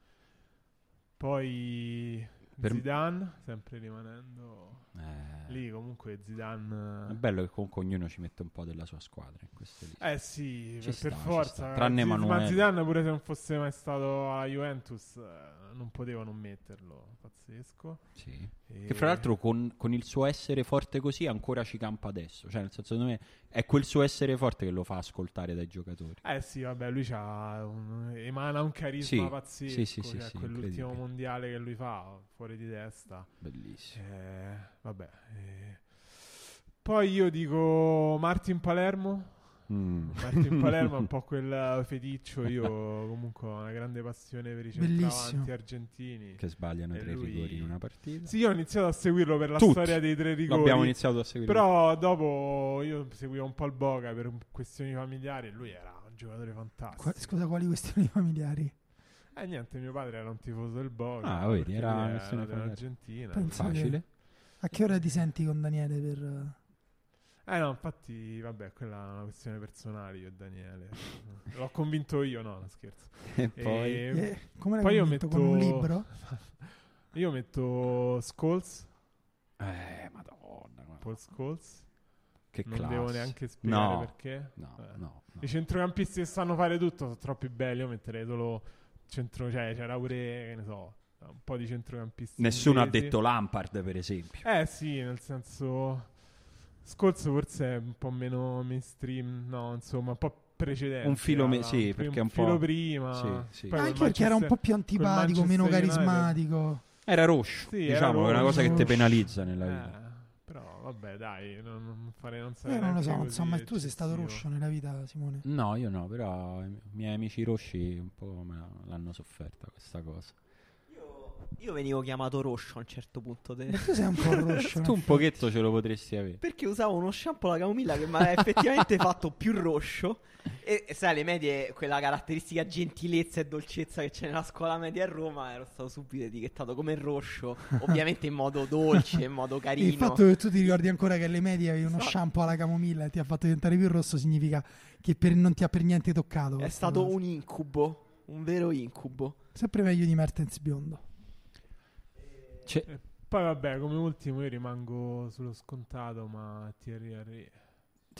S9: Poi
S2: Per-
S9: Zidane, sempre rimanendo
S2: Eh,
S9: lì comunque Zidane...
S2: È bello che comunque ognuno ci mette un po' della sua squadra in queste liste.
S9: Eh sì,
S2: Ci
S9: per,
S2: sta,
S9: per
S2: ci
S9: forza. eh,
S2: sta. Tranne
S9: Ziz-
S2: Emanuele.
S9: Ma Zidane pure se non fosse mai stato alla Juventus eh, non potevo non metterlo, pazzesco.
S2: Sì.
S9: E-
S2: Che fra l'altro con, con il suo essere forte così ancora ci campa adesso. Cioè, nel senso, secondo me è quel suo essere forte che lo fa ascoltare dai giocatori.
S9: Eh sì, vabbè, lui c'ha un- emana un carisma
S2: Sì,
S9: pazzesco.
S2: sì, sì, sì,
S9: cioè,
S2: sì,
S9: quell'ultimo
S2: incredibile.
S9: mondiale che lui fa, fuori di testa.
S2: Bellissimo.
S9: Eh, vabbè. eh. Poi io dico Martin Palermo.
S2: Mm.
S9: Martin Palermo è un po' quel feticcio. Io comunque ho una grande passione per i
S1: Bellissimo.
S9: centravanti argentini.
S2: Che sbagliano
S9: E
S2: tre
S9: lui-
S2: rigori in una partita.
S9: Sì, io ho iniziato a seguirlo per la
S2: Tutti.
S9: storia dei tre rigori.
S2: L'abbiamo iniziato a seguire.
S9: Però dopo io seguivo un po' il Boga per questioni familiari e lui era un giocatore fantastico.
S1: Qua- scusa, quali questioni familiari?
S9: E niente, mio padre era un tifoso del Boga.
S2: Ah, vedi,
S9: perché
S2: era
S9: lui
S2: una questione familiare.
S9: dell'Argentina.
S1: Pensa che-
S2: facile.
S1: A che ora ti senti con Daniele per... eh,
S9: Eh no, infatti, vabbè, quella è una questione personale io e Daniele. L'ho convinto io, no, no, scherzo.
S2: E poi
S9: E
S1: eh, come l'hai
S9: poi io
S1: convinto?
S9: metto- Eh,
S1: Con un libro?
S9: Io metto Scholes,
S2: Eh, madonna, guarda,
S9: Paul Scholes.
S2: che
S9: Non
S2: classe.
S9: devo neanche spiegare
S2: No,
S9: perché.
S2: No,
S9: Eh.
S2: no, no.
S9: I centrocampisti che sanno fare tutto sono troppi belli. Io metterei solo centro, cioè c'era pure, che ne so, un po' di centrocampisti.
S2: Nessuno ha
S9: inglesi.
S2: detto Lampard, per esempio.
S9: Eh sì, nel senso. Scorso forse è un po' meno mainstream, no, insomma, un po' precedente.
S2: Un filo me-
S9: alla-
S2: sì,
S9: prim-
S2: perché è un
S9: filo
S2: po'-
S9: prima.
S2: Sì, sì.
S9: poi
S1: Anche
S9: col
S1: perché era un po'
S9: Manchester-
S1: più antipatico, meno
S9: Manchester United.
S1: carismatico.
S2: Era Roche,
S9: Sì, era
S2: diciamo, è una
S9: Roche.
S2: cosa che ti penalizza nella vita.
S9: Eh, però vabbè, dai, non, non farei, non sarei
S1: Io Eh, non lo
S9: Cioè, neanche
S1: so,
S9: così
S1: insomma, tu sei stato
S9: eccessivo.
S1: ruscio nella vita, Simone.
S2: No, io no, però i miei amici rossi un po' me la- l'hanno sofferta questa cosa.
S3: Io venivo chiamato Roscio a un certo punto. de-
S1: Ma tu sei un po' roscio.
S2: Tu un pochetto ce lo potresti avere.
S3: Perché usavo uno shampoo alla camomilla che mi ha effettivamente fatto più roscio. E e sai, le medie, quella caratteristica gentilezza e dolcezza che c'è nella scuola media a Roma, ero stato subito etichettato come roscio. Ovviamente in modo dolce, in modo carino.
S1: Il fatto che tu ti ricordi ancora che alle medie avevi uno
S3: No.
S1: shampoo alla camomilla e ti ha fatto diventare più rosso significa che per- non ti ha per niente toccato.
S3: È
S1: questa
S3: stato
S1: cosa.
S3: un incubo, un vero incubo.
S1: Sempre meglio di Mertens biondo.
S2: C'è-
S9: E Eh, poi vabbè, come ultimo io rimango sullo scontato, ma Thierry Henry.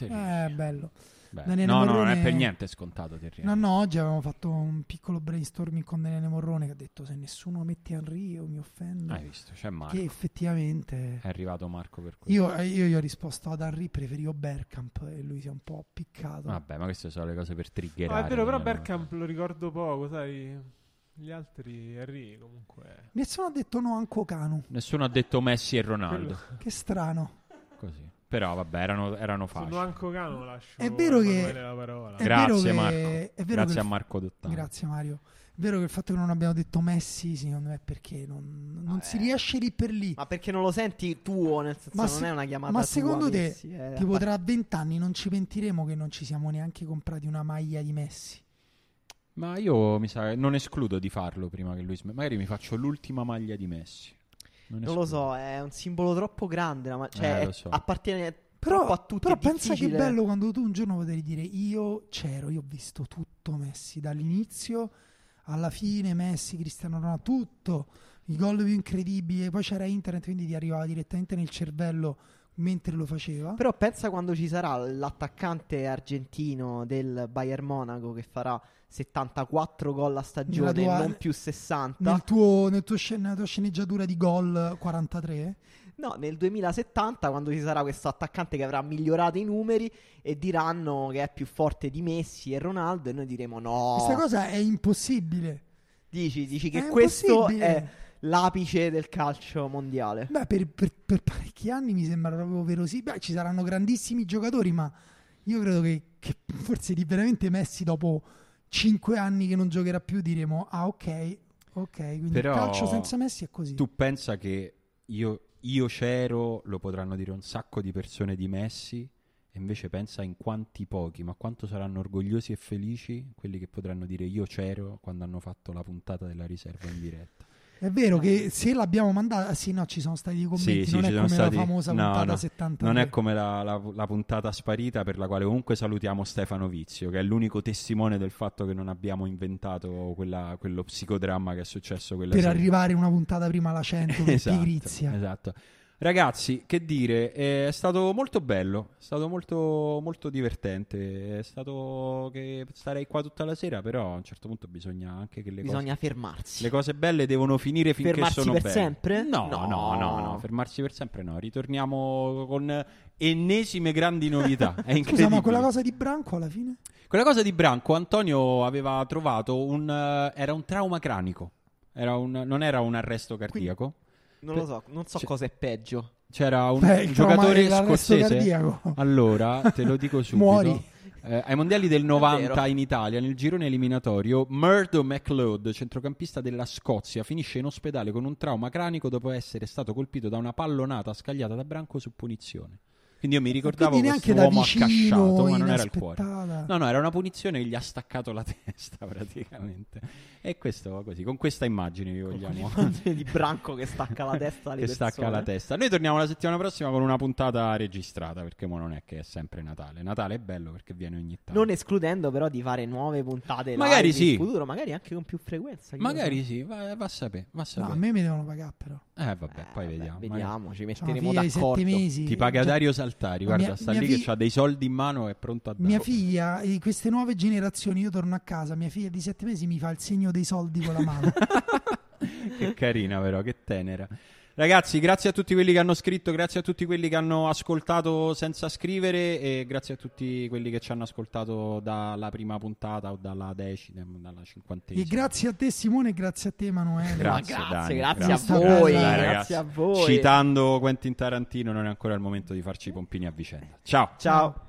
S1: Eh, bello.
S2: Beh,
S1: Daniele
S2: no, no, non
S1: Morrone-
S2: è per niente scontato Terriani.
S1: Eh. No, no, oggi avevamo fatto un piccolo brainstorming con Daniele Morrone che ha detto se nessuno mette Henry io mi offendo.
S2: Hai visto, c'è Marco.
S1: che effettivamente...
S2: È arrivato Marco per questo.
S1: eh. Io, eh, io gli ho risposto ad Henry, preferivo Bergkamp e lui si è un po' piccato.
S2: Vabbè, ma queste sono le cose per triggerare.
S9: Ah, è vero, però
S2: Daniele
S9: Bergkamp lo ricordo poco, sai. Gli altri Henry comunque.
S1: Nessuno ha detto no anche Canu,
S2: Nessuno ha detto Messi e Ronaldo.
S1: che strano.
S2: Così. Però vabbè, erano, erano
S9: Sono
S2: facili.
S9: anche Cano lascio
S1: È vero
S9: a
S1: che-
S9: Emanuele la parola.
S1: è
S2: Grazie
S1: vero che-
S2: Marco.
S1: è vero
S2: Grazie
S1: che-
S2: a Marco Dottano.
S1: Grazie Mario. È vero che il fatto che non abbiamo detto Messi, secondo me, è perché non, non si riesce lì per lì.
S3: Ma perché non lo senti tuo? Nel senso,
S1: Ma
S3: non
S1: se-
S3: è una chiamata
S1: ma
S3: tua,
S1: secondo te,
S3: Messi, eh,
S1: tipo
S3: vabbè.
S1: tra vent'anni non ci pentiremo che non ci siamo neanche comprati una maglia di Messi.
S2: Ma io mi sa, non escludo di farlo prima che lui sm- Magari mi faccio l'ultima maglia di Messi.
S3: Non lo so, è un simbolo troppo grande. la ma- cioè,
S2: Eh,
S3: è-
S2: lo so.
S3: appartiene
S1: Però,
S3: troppo a tutti.
S1: però
S3: è
S1: pensa che
S3: difficile.
S1: bello quando tu un giorno potevi dire io c'ero, io ho visto tutto Messi dall'inizio alla fine, Messi, Cristiano Ronaldo, tutto, i gol più incredibili, poi c'era internet, quindi ti arrivava direttamente nel cervello mentre lo faceva.
S3: Però pensa quando ci sarà l'attaccante argentino del Bayern Monaco che farà 74 gol a stagione,
S1: Nella tua-
S3: non più 60.
S1: Nel tuo, nel tuo scen- nella tua sceneggiatura di gol 43,
S3: No, nel 2070 quando ci sarà questo attaccante che avrà migliorato i numeri e diranno che è più forte di Messi e Ronaldo e noi diremo
S1: questa
S3: no.
S1: cosa è impossibile.
S3: Dici, dici
S1: È
S3: che questo
S1: impossibile.
S3: è l'apice del calcio mondiale.
S1: Beh, per, per- per parecchi anni mi sembra proprio verosibile. Beh, ci saranno grandissimi giocatori, ma io credo che, che forse di veramente Messi dopo 5 anni che non giocherà più diremo, ah ok, ok, quindi
S2: Però-
S1: il calcio senza Messi è così.
S2: Tu pensa che io, io c'ero, lo potranno dire un sacco di persone di Messi, e invece pensa in quanti pochi, ma quanto saranno orgogliosi e felici quelli che potranno dire io c'ero quando hanno fatto la puntata della riserva in diretta.
S1: È vero
S2: Eh.
S1: che se l'abbiamo mandata... ah, Sì, no, ci sono stati dei commenti, non è come la famosa
S2: no,
S1: puntata
S2: no,
S1: 70.
S2: non è come la, la- la puntata sparita per la quale comunque salutiamo Stefano Vizio, che è l'unico testimone del fatto che non abbiamo inventato quella- quello psicodramma che è successo quella
S1: per
S2: sera.
S1: arrivare una puntata prima alla 100 per pigrizia.
S2: esatto. Ragazzi, che dire, è stato molto bello, è stato molto, molto divertente, è stato che starei qua tutta la sera, però a un certo punto bisogna anche che le,
S3: Bisogna
S2: cose,
S3: fermarsi.
S2: le cose belle devono finire finché
S3: Fermarsi
S2: sono
S3: per
S2: belle.
S3: sempre?
S2: No, no, no, no, fermarsi per sempre no, ritorniamo con ennesime grandi novità, è
S1: Scusa,
S2: incredibile.
S1: ma quella cosa di Branco alla fine?
S2: Quella cosa di Branco, Antonio aveva trovato un... eh, era un trauma cranico, era un- non era un arresto cardiaco.
S3: Non lo so, non so
S2: Cioè-
S3: cosa è peggio.
S2: C'era un
S1: Beh, il trauma
S2: giocatore
S1: dell'arresto
S2: scozzese.
S1: cardiaco.
S2: Allora, te lo dico subito.
S1: Muori.
S2: Eh, ai mondiali del 90
S3: vero.
S2: in Italia, nel girone eliminatorio, Murdo McLeod, centrocampista della Scozia, finisce in ospedale con un trauma cranico dopo essere stato colpito da una pallonata scagliata da Branco su punizione. Quindi io mi ricordavo
S1: Quindi
S2: questo
S1: neanche da
S2: uomo
S1: vicino,
S2: accasciato, ma non era il cuore.
S1: inaspettata.
S2: No, no, era una punizione che gli ha staccato la testa praticamente. E questo così, con questa immagine vi vogliamo
S3: di Branco che stacca la testa alle
S2: che stacca
S3: persone.
S2: la testa. Noi torniamo la settimana prossima con una puntata registrata, perché mo non è che è sempre Natale. Natale è bello perché viene ogni tanto.
S3: Non escludendo però di fare nuove puntate
S2: Magari
S3: live
S2: sì.
S3: in futuro, magari anche con più frequenza. chi lo
S2: Magari sì, va, va a sapere, va
S1: No,
S2: a sapere.
S1: a me mi devono pagare però.
S2: Eh
S3: sa.
S2: vabbè,
S3: Eh,
S2: poi
S3: vabbè,
S2: vediamo. magari.
S3: Vediamo, ci
S1: Sono
S3: metteremo
S1: figlia di sette
S3: d'accordo.
S1: mesi.
S2: Ti paga
S1: Già-
S2: Dario Saltari,
S1: Ma
S2: guarda,
S1: mia-
S2: sta
S1: mia
S2: lì che
S1: fi-
S2: ha dei soldi in mano e è pronto a dare.
S1: Mia figlia, eh, queste nuove generazioni, io torno a casa, mia figlia di 7 mesi mi fa il segno dei soldi con la mano.
S2: che carina però, che tenera. Ragazzi, grazie a tutti quelli che hanno scritto, grazie a tutti quelli che hanno ascoltato senza scrivere e grazie a tutti quelli che ci hanno ascoltato dalla prima puntata o dalla decima, dalla cinquantesima.
S1: e grazie a te Simone e grazie a te Emanuele.
S2: Grazie,
S3: Ma
S2: Dani,
S3: grazie, grazie,
S1: grazie.
S3: a voi,
S1: Dai,
S3: grazie
S2: ragazzi.
S3: a voi.
S2: Citando Quentin Tarantino, non è ancora il momento di farci i pompini a vicenda. Ciao.
S3: Ciao.